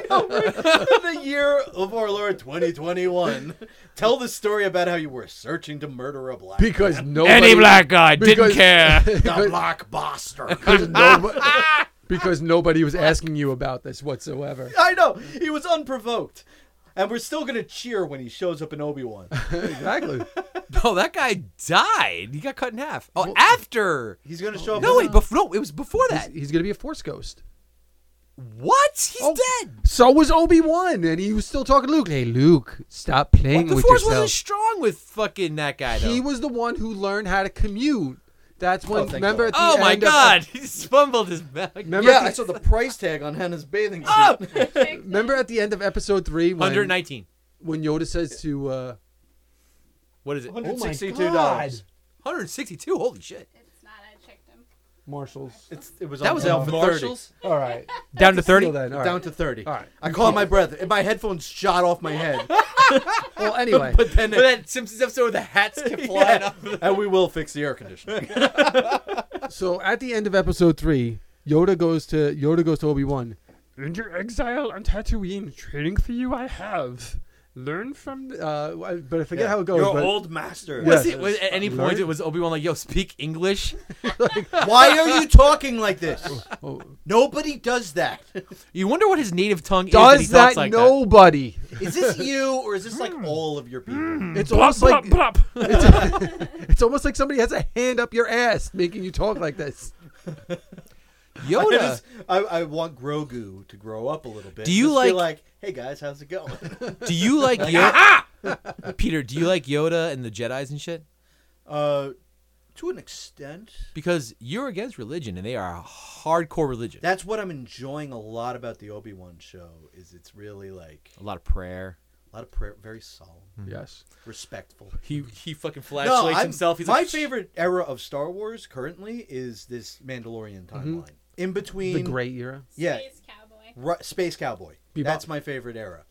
the year of our Lord 2021. Tell the story about how you were searching to murder a black because nobody. Any black guy didn't because- care. the because, black bastard. because nobody, because nobody was asking you about this whatsoever. I know he was unprovoked, and we're still gonna cheer when he shows up in Obi Wan. Exactly. No, that guy died. He got cut in half. Oh, after. He's gonna show up. No, in wait, bef- no, it was before that. He's Oh, gonna be a force ghost. What? He's dead. So was Obi Wan, and he was still talking to Luke. Hey, Luke, stop playing What? The with force yourself. wasn't strong with fucking that guy, though. he was the one who learned how to commute. That's when. Oh, thank remember. God. at the oh my end of- god, he fumbled his back. Remember, yeah, I at the, saw the price tag on Hannah's bathing suit. Oh! remember at the end of episode three when, 119. when Yoda says to. Uh, What is Oh it? $162. 162. Holy shit. It's not. I checked him. Marshall's. It's, it was That on was sale at for Marshalls. All right. Down to 30. Then, all right. Down to thirty. All right. I caught my breath. My headphones shot off my head. well, anyway. But then, But that Simpsons episode where the hats kept flying off. and we will fix the air conditioning. So at the end of episode three, Yoda goes to Yoda goes to Obi Wan. In your exile on Tatooine, training for you I have. Learn from the... Uh, I- but I forget Yeah. how it goes. Your but old master. Was See, was- at any point, it was Obi Wan like, yo, speak English. Why are you talking like this? Oh. Nobody does that. You wonder what his native tongue is. does that he talks that like nobody? Is this you or is this like all of your people? It's Blop, almost like blop, blop. it's, it's almost like somebody has a hand up your ass making you talk like this. That. I, Yoda. just- I, I want Grogu to grow up a little bit. Do you Just be like- like, hey guys, how's it going? Do you like Yoda? Peter, do you like Yoda and the Jedi's and shit? uh, to an extent, Because you're against religion, and they are a hardcore religion. that's what I'm enjoying a lot about the Obi Wan show. Is it's really like a lot of prayer. a lot of prayer, very solemn, Hmm. Yes. respectful. He he fucking No, flashlights I'm- himself. He's my like, favorite era of Star Wars currently is this Mandalorian Mm-hmm. timeline. In between, The gray era. yeah, Space cowboy. Ru- Space Cowboy. Bebop. That's my favorite era.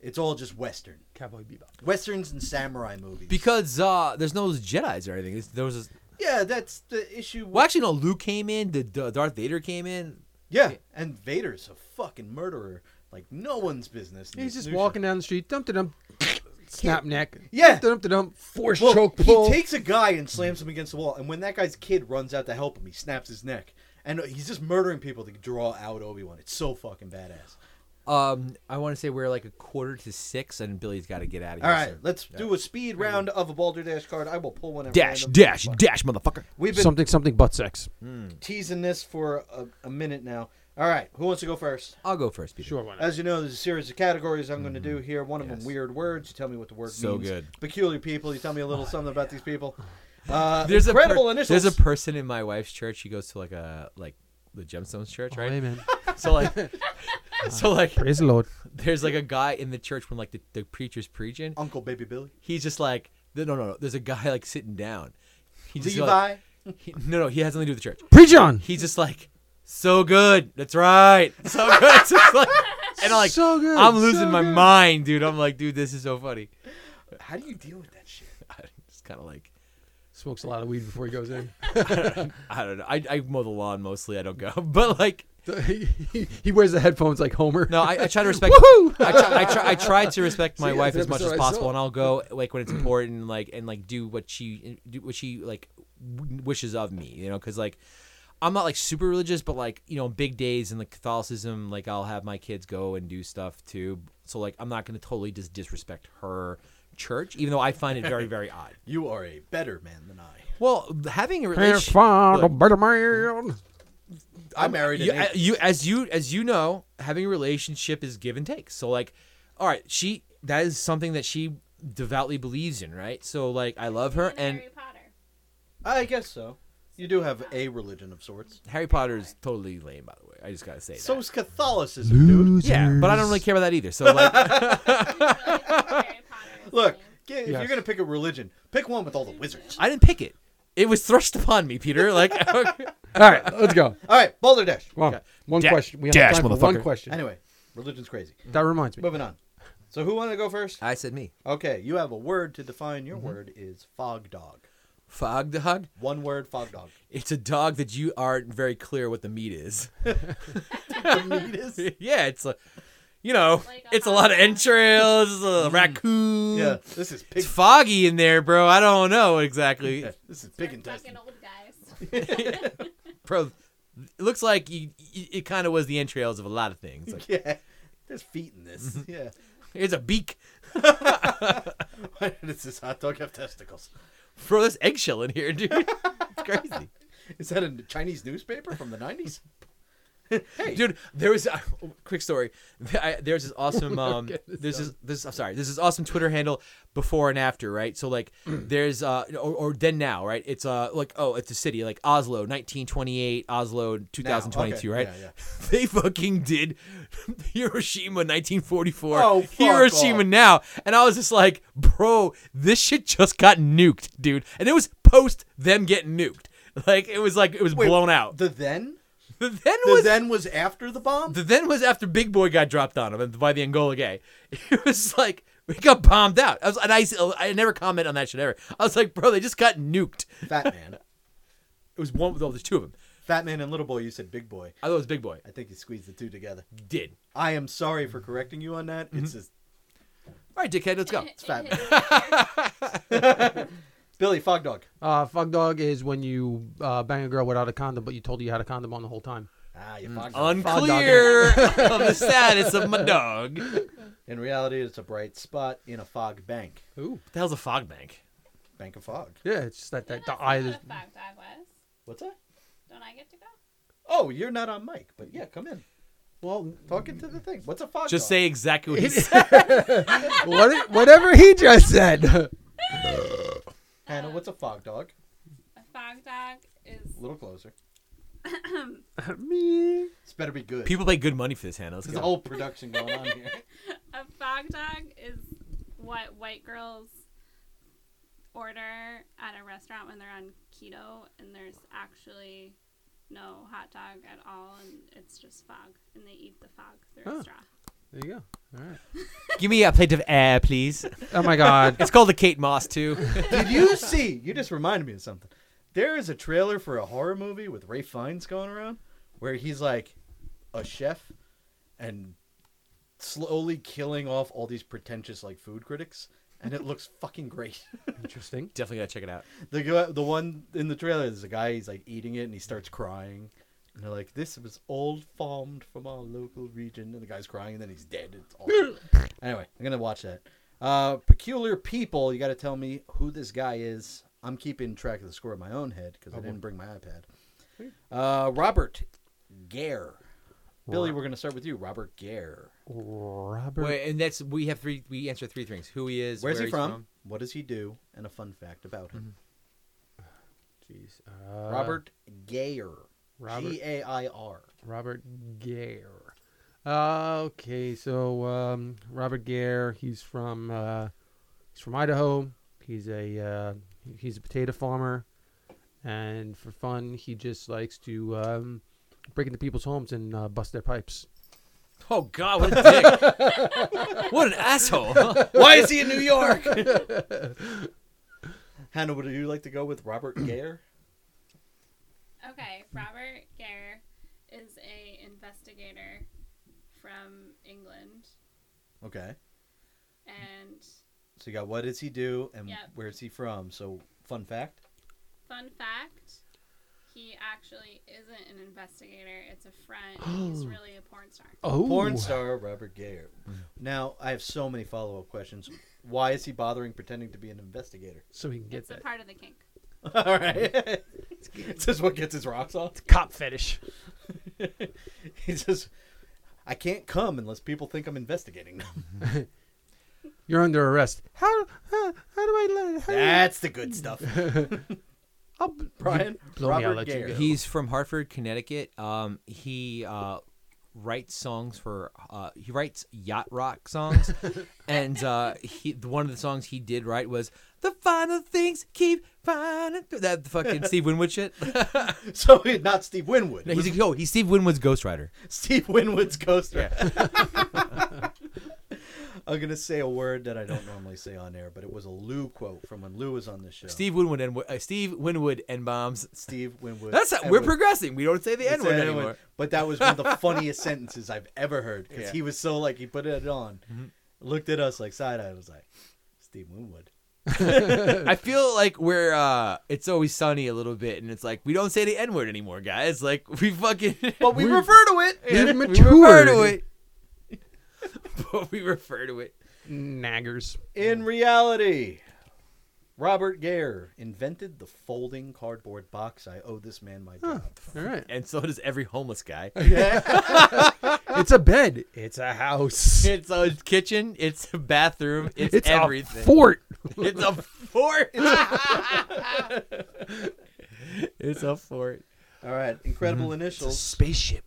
It's all just Western, Cowboy Bebop. westerns and samurai movies. because uh, there's no Jedi's or anything. It's, there was this, yeah, that's the issue. well, actually, no. Luke came in. The D- Darth Vader came in. Yeah, and Vader's a fucking murderer, like no one's business. in He's this just new walking down the street, dump to dump, snap neck. Yeah. Dump to dump, force show. Well, choke he pull. takes a guy and slams him against the wall, and when that guy's kid runs out to help him, he snaps his neck, and uh, he's just murdering people to draw out Obi Wan. It's so fucking badass. Um, I want to say we're like a quarter to six, and Billy's got to get out of All here. right, soon. let's do a speed round of a Balderdash card. I will pull one. At dash random. dash dash, motherfucker. We've been Something something butt sex. teasing this for a, a minute now. All right, who wants to go first? I'll go first, Peter. Sure, why not? As you know, there's a series of categories I'm going to do here. One of them Mm-hmm. Yes. weird words. You tell me what the word So means. good. Peculiar people. You tell me a little something about these people. Uh, There's a per- incredible initials. There's a person in my wife's church. She goes to like a like the gemstones church, right? Hey man, So like, so like, praise the Lord. there's like a guy in the church when like the, the preacher's preaching. Uncle Baby Billy. He's just like, no, no, no. There's a guy like sitting down. He's just, Levi. Like, he- no, no. He has nothing to do with the church. Preach on. He's just like, so good. That's right. So good. It's just like, and I'm like, So good, I'm losing so my good. mind, dude. I'm like, dude, this is so funny. How do you deal with that shit? I just kind of like, Smokes a lot of weed before he goes in. I don't know. I, I mow the lawn mostly. I don't go, but like, he, he wears the headphones like Homer. No, I, I try to respect. I, try, I try. I try to respect my See, wife that's as the much as episode I possible, saw. and I'll go like when it's important, and, like and like do what she do what she like w- wishes of me, you know, because like I'm not like super religious, but like you know, big days in like Catholicism, like I'll have my kids go and do stuff too. So like I'm not gonna totally just disrespect her church, even though I find it very very odd. You are a better man than I. Well, having a I relationship. found a Look. better man. I married you, an a- you as you as you know having a relationship is give and take so like all right she that is something that she devoutly believes in right so like i love her And and Harry Potter. I guess so. You do have a religion of sorts. harry potter is totally lame by the way i just gotta say So that is Catholicism, dude. yeah but i don't really care about that either so like Harry Potter. is Look, lame. g- if you're Yes. gonna pick a religion, pick one with all the wizards. i didn't pick it it was thrust upon me peter like All right, let's go. All right, Balderdash. Well, one Da- question. We have dash, time for one motherfucker. question. Anyway, religion's crazy. That reminds me. Moving on. So who wanted to go first? i said me Okay, you have a word to define Mm-hmm. your word is fog dog. fog dog One word, fog dog. it's a dog that you aren't very clear what the meat is yeah it's a you know Like uh, a it's a lot of hot dog. entrails a raccoon Yeah, this is pig. It's foggy in there, bro. I don't know exactly. This is pig We're fucking intestine. old guys. bro, it looks like you, you- it kind of was the entrails of a lot of things. Like, Yeah, there's feet in this. Mm-hmm. Yeah. here's a beak. Why does this hot dog have testicles? Bro, there's eggshell in here, dude. It's crazy. Is that a Chinese newspaper from the 90s? Dude, there was a quick story. I, there's Oh this awesome um there's this, this I'm sorry. There's this awesome Twitter handle before and after, right? So like there's uh or, or then now, right? It's uh like oh, it's a city like Oslo 1928, Oslo 2022, okay, right? yeah, yeah. They fucking did Hiroshima 1944, Oh, fuck Hiroshima off. now. And I was just like, "Bro, this shit just got nuked, dude." And it was post them getting nuked. Like it was like it was Wait, blown out. The then? The then The was then was after the bomb? the then was after Big Boy got dropped on him by the Angola gay. It was like we got bombed out. I was and I, I never comment on that shit ever. I was like, bro, they just got nuked. Fat man. It was one. No, there's two of them. Fat man and little boy, you said big boy. I thought it was Big Boy. I think you squeezed the two together. Did I am sorry for correcting you on that. It's just all right, dickhead. Let's go. it's Fat man. Billy, fog dog. Uh, fuck dog is when you uh, bang a girl without a condom, but you told her you had a condom on the whole time. Ah, you fog dog. Mm. Unclear of the status of my dog. What In reality, it's a bright spot in a fog bank. the hell's a fog bank? Bank of fog. Yeah, it's just that, that That's the not eye. what Is, a fog dog was. What's that? Don't I get to go? Oh, you're not on mic, but yeah, come in. Well, talking to the thing. What's a fox? Just dog? say exactly what he said. What, whatever he just said. Hannah, what's a fog dog? A fog dog is A little closer. This better be good. People pay good money for this, Hannah. Let's There's a go. whole production going on here. a fog dog is what white girls order at a restaurant when they're on keto and there's actually no hot dog at all and it's just fog and they eat the fog through Huh. a straw. There you go. All right. Give me a plate of air, please. Oh my God. It's called the Kate Moss too. Did you see? You just reminded me of something. There is a trailer for a horror movie with Ray Fiennes going around, where he's like a chef, and slowly killing off all these pretentious like food critics, and it looks fucking great. Interesting. Definitely gotta check it out. The guy, the one in the trailer, there's a guy. He's like eating it, and he starts crying. And they're like, "This was old farmed from our local region," and the guy's crying, and then he's dead. It's awesome. anyway, I'm gonna watch that. Uh, peculiar people. You got to tell me who this guy is. I'm keeping track of the score in my own head because I didn't bring my iPad. Uh, Robert Gare. Billy, we're gonna start with you. Robert Gare. Robert. Wait, and that's we have three. We answer three things: who he is, Where's where he he's from? What does he do? And a fun fact about him. Jeez. Uh, Robert Gare. Robert- G A I R. Robert Gare. Uh, okay, so um, Robert Gare, he's from uh, he's from Idaho. He's a uh, he's a potato farmer, and for fun, he just likes to um, break into people's homes and uh, bust their pipes. Oh God, what a dick! what an asshole! Why is he in New York? Hannah, would you like to go with Robert Gare? Okay, Robert Gare is a investigator from England Okay. and So you got what does he do and Yep. where is he from? So fun fact. Fun fact, he actually isn't an investigator. It's a front. and He's really a porn star. Oh, Porn star Robert Gare. Mm. Now I have so many follow up questions. Why is he bothering pretending to be an investigator? so he can get It's a that part of the kink. All right. this is what gets his rocks off. cop fetish. He says, I can't come unless people think I'm investigating them. You're under arrest. How how, how do I let? How do I- That's the good stuff. I'll- Brian, Blow me, I'll Robert let you Gare. go. He's from Hartford, Connecticut. Um, he uh, writes songs for uh, he writes yacht rock songs, and uh, he one of the songs he did write was "The Final Things Keep Finding." Th-" That fucking Steve Winwood shit. So not Steve Winwood. No, he's oh, he's Steve Winwood's ghostwriter. Steve Winwood's coaster. I'm gonna say a word that I don't normally say on air, but it was a Lou quote from when Lou was on the show. Steve Winwood and uh, Steve Winwood and bombs. Steve Winwood. That's and we're Wood- progressing. We don't say the it's N word N-word. anymore. But that was one of the funniest sentences I've ever heard because Yeah. Mm-hmm. he was so like he put it on, looked at us like side eye, was like Steve Winwood. I feel like we're uh it's always sunny a little bit and it's like we don't say the N word anymore, guys. Like we fucking But we refer to it. We've we refer to matured. it. but we refer to it. naggers. In reality, Robert Gare invented the folding cardboard box. I owe this man my job. All right, And so does every homeless guy. it's a bed. It's a house. It's a kitchen, it's a bathroom, it's, It's everything. a fort. it's a fort. it's a fort. All right, incredible Mm-hmm. initials. Spaceship.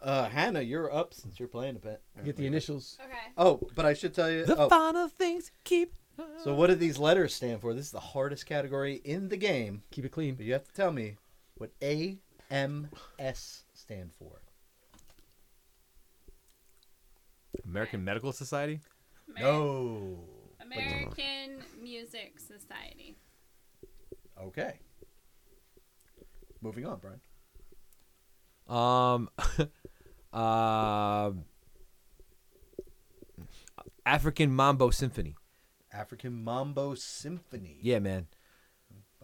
Uh, Hannah, you're up since you're playing a bit. Get the initials. Okay. Oh, but I should tell you. The oh, final things keep so what do these letters stand for? This is the hardest category in the game, Keep it clean. but you have to tell me what A M S stand for. American Medical Society? Ameri- No. American Music Society. Okay. Moving on, Brian. Um, um, African Mambo Symphony. African Mambo Symphony. Yeah, man.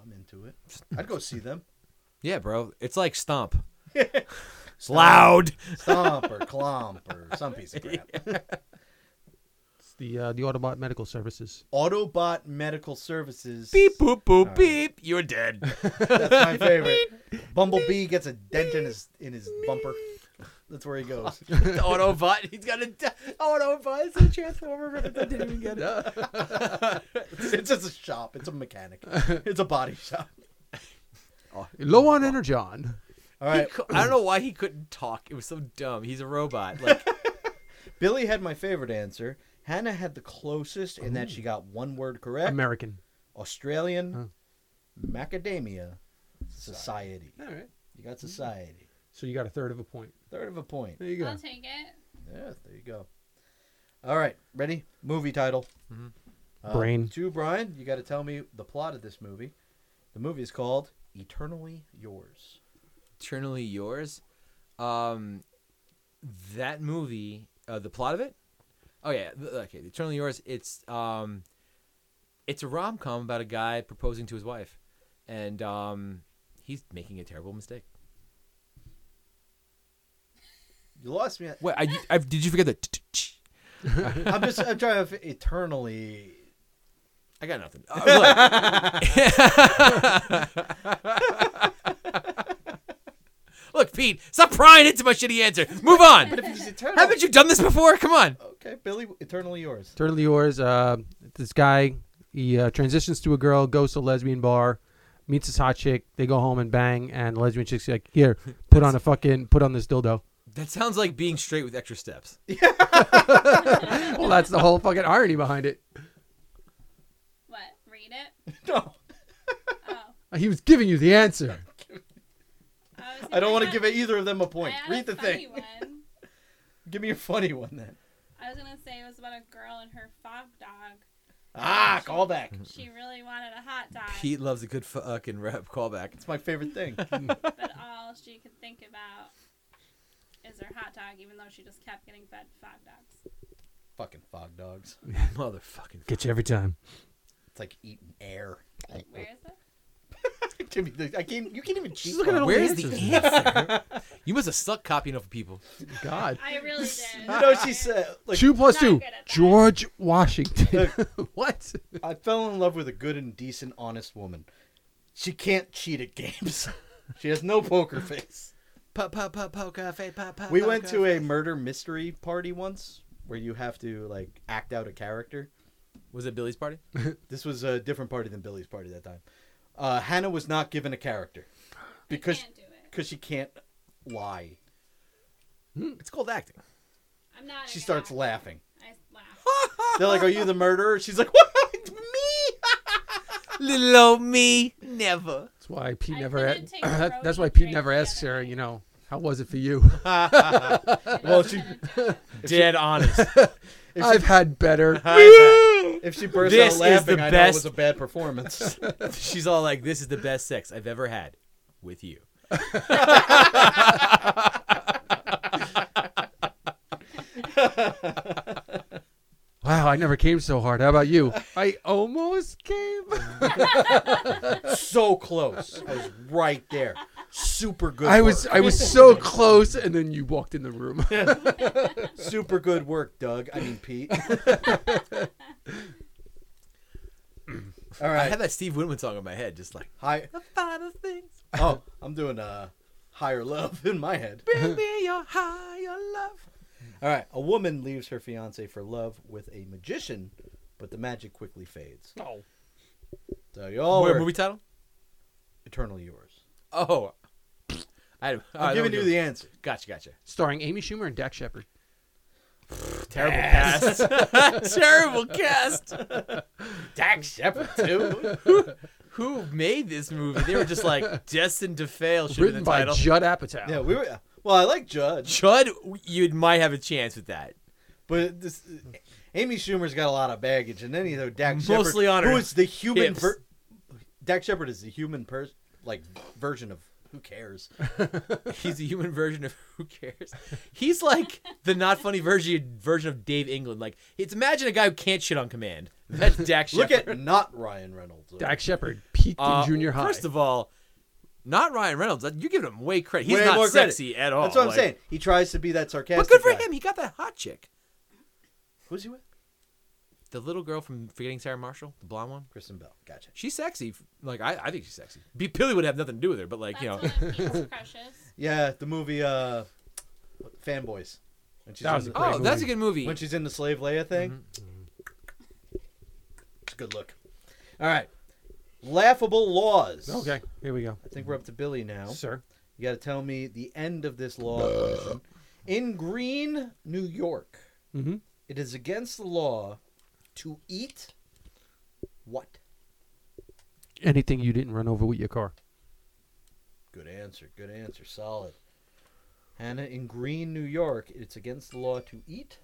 I'm into it. I'd go see them. Yeah, bro. It's like Stomp. it's loud. Stomp or clomp or some piece of crap. the uh, the Autobot Medical Services. Autobot Medical Services. Beep boop boop beep. You're dead. That's my favorite. Bumblebee gets a dent in his in his bumper. That's where he goes. Autobot. He's got a d- Autobot. It's a transformer reference. I didn't even get it. It's just a shop. It's a mechanic. It's a body shop. Low on energon. All He right. cou- I don't know why he couldn't talk. It was so dumb. He's a robot. Like Billy had my favorite answer. Hannah had the closest in that she got one word correct. American. Australian Oh. Macadamia Society. All right. You got society. So you got a third of a point. Third of a point. There you go. I'll take it. Yeah, there you go. All right, ready? Movie title. Uh, Brain. To Brian, you got to tell me the plot of this movie. The movie is called Eternally Yours. eternally yours. Um, that movie. Uh, the plot of it. Oh yeah. th- Okay. Eternally yours. It's um, it's a rom com about a guy proposing to his wife, and um, he's making a terrible mistake. You lost me. Wait, I, I, did you forget that? I'm just I'm trying to fi- eternally. I got nothing. Uh, look. Look, Pete, stop prying into my shitty answer. Move on. If it's eternal, Haven't you done this before? Come on. Okay, Billy, eternally yours. Totally yours. Uh, this guy, he uh, transitions to a girl, goes to a lesbian bar, meets this hot chick. They go home and bang, and the lesbian chick's like, "Here, put on a fucking, put on this dildo." That sounds like being straight with extra steps. Well, that's the whole fucking irony behind it. What? Read it? No, Oh. He was giving you the answer. I, was I don't gonna want to have- give either of them a I point. had a Read the funny thing. one. Give me a funny one then. I was gonna say it was about a girl and her fog dog. Ah, call back. Mm-hmm. She really wanted a hot dog, Pete loves a good fucking rep callback. It's my favorite thing. but all she could think about is her hot dog, even though she just kept getting fed fog dogs. Fucking fog dogs. Motherfucking. Get you every time. It's like eating air. Where is it? Give me the, I can't. You can't even cheat. looking on at it. all Where's the the answer? you must have sucked copying off of people. God. I really did. You know, she said, like, two plus Not two. good at that. George Washington. what? I fell in love with a good and decent, honest woman. She can't cheat at games. she has no poker face. Pop, pop, pop, poker face, pop, pop. We went to a murder mystery party once where you have to, like, act out a character. Was it Billy's party? This was a different party than Billy's party that time. Uh, Hannah was not given a character I because can't do it. cause she can't lie. It's called acting. I'm not. She a starts guy. laughing. I laugh. They're like, Are you the murderer? She's like, What? It's me! Little old me, never. That's why Pete I never. couldn't Had, take that, Brody that's why to Pete drink never the asks other her. night. You know, how was it for you? Well, she, Dead honest. I've had better. if she bursts This out is laughing, the I know it best- was a bad performance. She's all like, "This is the best sex I've ever had with you." wow, I never came so hard. How about you? I almost came. so close. I was right there. Super good. I work. was. I was so close, and then you walked in the room. super good work, Doug. I mean Pete. All I right. have that Steve Winwood song in my head, just like Hi. five of things. Oh, I'm doing uh, higher love in my head. Bring me your higher love. All right. A woman leaves her fiance for love with a magician, but the magic quickly fades. No. So y'all Wait, were movie title? eternally yours. Oh, I, all I'm right, giving that you was the answer. good. Gotcha, gotcha. Starring Amy Schumer and Dak Shepard. Terrible cast. Terrible cast. Dax Shepard too. Who made this movie? They were just like destined to fail. Should have Written been the by title. Judd Apatow. yeah, we were. Well, I like Judge, Judd, you might have a chance with that. but this. Amy Schumer's got a lot of baggage, and then you know Dax Shepard, Mostly on who her is the human hips. ver- Dak Shepard is the human person, like version of who cares. He's a human version of who cares. He's like the not funny version version of Dave England. Like it's imagine a guy who can't shit on command. That's Dak Look Shepard. at not Ryan Reynolds. Dak Shepard peaked Uh, in junior high. First of all, not Ryan Reynolds. You're giving him way credit. He's Way not more credit. sexy at all. That's what I'm Oh, like- saying. He tries to be that sarcastic. But good for guy. him. He got that hot chick. Who's he with? the little girl from Forgetting Sarah Marshall, the blonde one. Kristen Bell. Gotcha. She's sexy. Like I, I think she's sexy. B- Billy would have nothing to do with her, but like That's you know, one of Pete's crushes. Yeah, the movie uh, Fanboys. When she's That in was a the- great oh, that's a good movie. When she's in the slave Leia thing. It's a good look. All right. Laughable laws. Okay, here we go. I think we're up to Billy now. Sir. You got to tell me the end of this law. portion. In Green, New York, Mm-hmm. it is against the law to eat what? Anything you didn't run over with your car. Good answer. Good answer. Solid. Hannah, in Green, New York, it's against the law to eat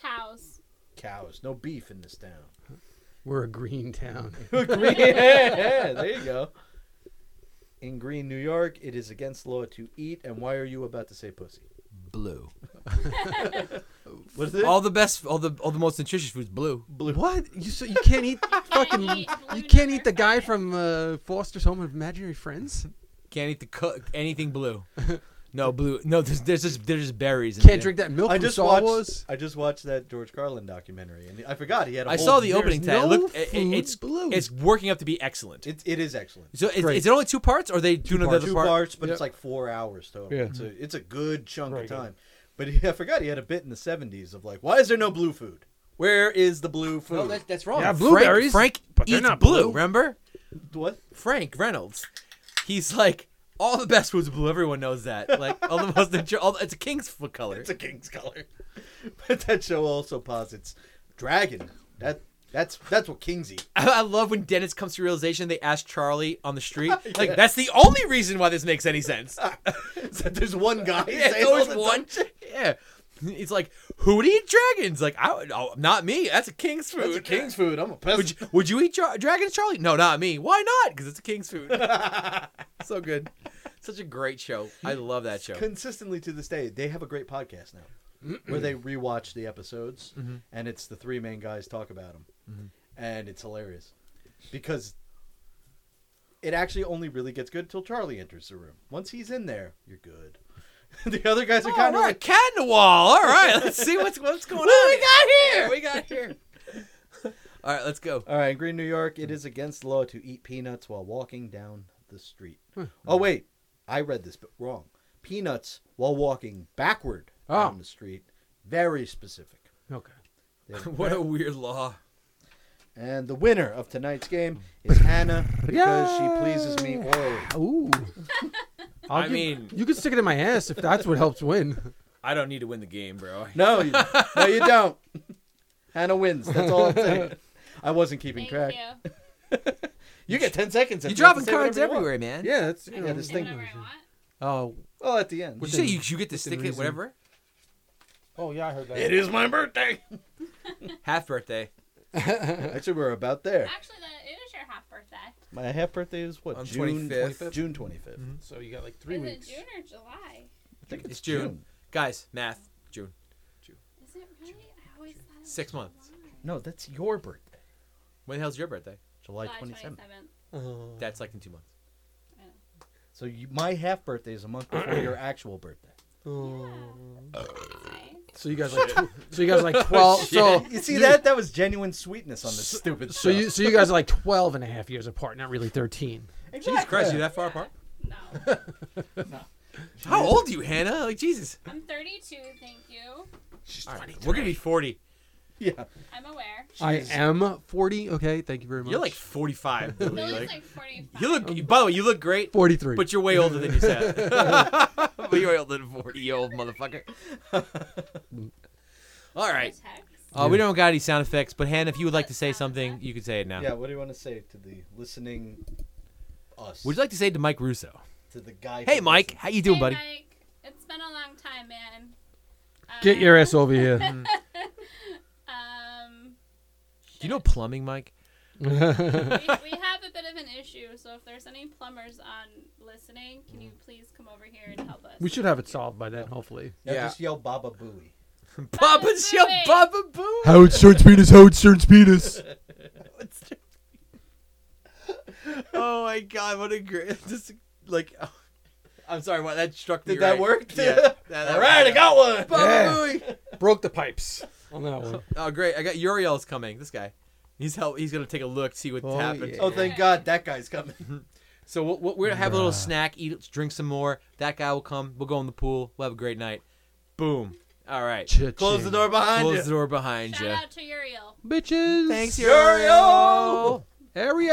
Cows. cows. No beef in this town. We're a green town. Green- yeah, there you go. In Green, New York, it is against the law to eat. And why are you about to say pussy? blue. What is it? All the best, all the all the most nutritious foods blue. blue. What? You so you can't eat fucking eat blue you can't eat never the guy mind. from uh, Foster's Home of Imaginary Friends. Can't eat the co- anything blue. No blue. No, there's there's just there's just berries. in Can't there. drink that milk I from just Star watched. Wars. I just watched that George Carlin documentary, and I forgot he had. a I whole- saw the there's opening tag. no Look, it, it- food it's blue. It's working up to be excellent. It, it is excellent. so is, great. is it only two parts, or they do another Two part? parts, but Yep. it's like four hours total. Yeah. It's a it's a good chunk Very of good. time. But he, I forgot he had a bit in the '70s of like, why is there no blue food? Where is the blue food? No, that's, that's wrong. Yeah, Oh, Frank- blueberries, Frank, but they're eats not blue, blue. Remember what? Frank Reynolds? He's like all the best foods are blue. Everyone knows that. Like all the most. nutri- All, it's a king's food color. It's a king's color. But that show also posits dragon. That that's that's what kings eat. I, I love when Dennis comes to realization. They ask Charlie on the street, like that's the only reason why this makes any sense. It's that there's one guy. yeah, saying it's all always the one. time. Yeah. It's like, who would eat dragons? Like, I would, oh, not me. That's a king's food. That's a king's food. I'm a Would peasant. you, would you eat dra- dragons, Charlie? No, not me. Why not? Because it's a king's food. so good. Such a great show. I love that show. consistently to this day, they have a great podcast now where they rewatch the episodes and it's the three main guys talk about them. And it's hilarious because it actually only really gets good till Charlie enters the room. Once he's in there, you're good. the other guys are Oh, kind of we're a like, cat in the wall. All right, let's see what's what's going on. We got here. we got here. All right, let's go. all right, in Green New York, it is against the law to eat peanuts while walking down the street. Oh, wait, I read this but wrong. Peanuts while walking backward Oh. down the street. Very specific. Okay. They're What a weird law. And the winner of tonight's game is Hannah because she pleases me orally. Ooh. I'll i give- mean, you can stick it in my ass if that's what helps win. I don't need to win the game, bro. No, you, no, you don't. Hannah wins. That's all I'm saying. I wasn't keeping track. Thank you. You. get ten seconds. You're after that to dropping say whatever cards you want. everywhere, man. Yeah, that's you Yeah, know, this Do thing. whatever I want. Oh, Oh, at the end. Would you say you, you get to stick it, reason. whatever? oh yeah, I heard that. It is my birthday. Half birthday. Actually, we're about there. Actually, that it is your half birthday. My half birthday is what On June 25th. 25th? June twenty fifth. So you got like three is weeks. it June or July? I think It's June. Guys, math, June. Is it really? I always thought it was Six months. July. No, that's your birthday. When the hell's your birthday? July July twenty 27th. seventh. That's like in two months. So you, my half birthday is a month before your actual birthday. Okay. So you guys like tw- so you guys like 12 so You see that? That was genuine sweetness on this stupid. Oh, so show. you so you guys are like 12 and a half years apart, not really 13. Jesus Christ, you that far apart? No. How old are you, Hannah? Like Jesus. I'm 32, thank you. All right, we're gonna be forty. yeah. I'm aware. I am 40. Okay, thank you very much. You're like forty-five. Billy. Billy's like, Like, 45. you look. By the way, you look great, 43. but you're way older than you said. but you're way older than forty, you old motherfucker. All right. Just text. Uh, we don't got any sound effects, but Hannah, if you would like to say something, you can say it now. Yeah, what do you want to say to the listening us? Would you like to say it to Mike Russo? to the guy? Hey, who Mike, how you doing, Hey, buddy? Mike, it's been a long time, man. Get Um, your ass over here. Um, You know plumbing, Mike. we, we have a bit of an issue, so if there's any plumbers on listening, can you please come over here and help us? we should have it solved by then, hopefully. listens. Now Yeah. just yell Baba Booey. Baba Shell, Booey. Baba Boo. Howard Stern's penis. Howard Stern's penis. Oh my god, what a great just like oh, I'm sorry, what that struck me. Did that right. work? Yeah. That- that- All right, I got one. Baba Booey. Broke the pipes on that one. Oh, great! I got Uriel's coming. This guy, he's help. He's gonna take a look, see what's Oh, happened. yeah. Oh, thank God that guy's coming. So we'll, we'll, we're gonna have a little snack, eat, drink some more. That guy will come. We'll go in the pool. We'll have a great night. Boom. All right. Close the door behind Close you. the door behind Shout you. out to Uriel. Bitches. Thanks, Uriel! Uriel. Area.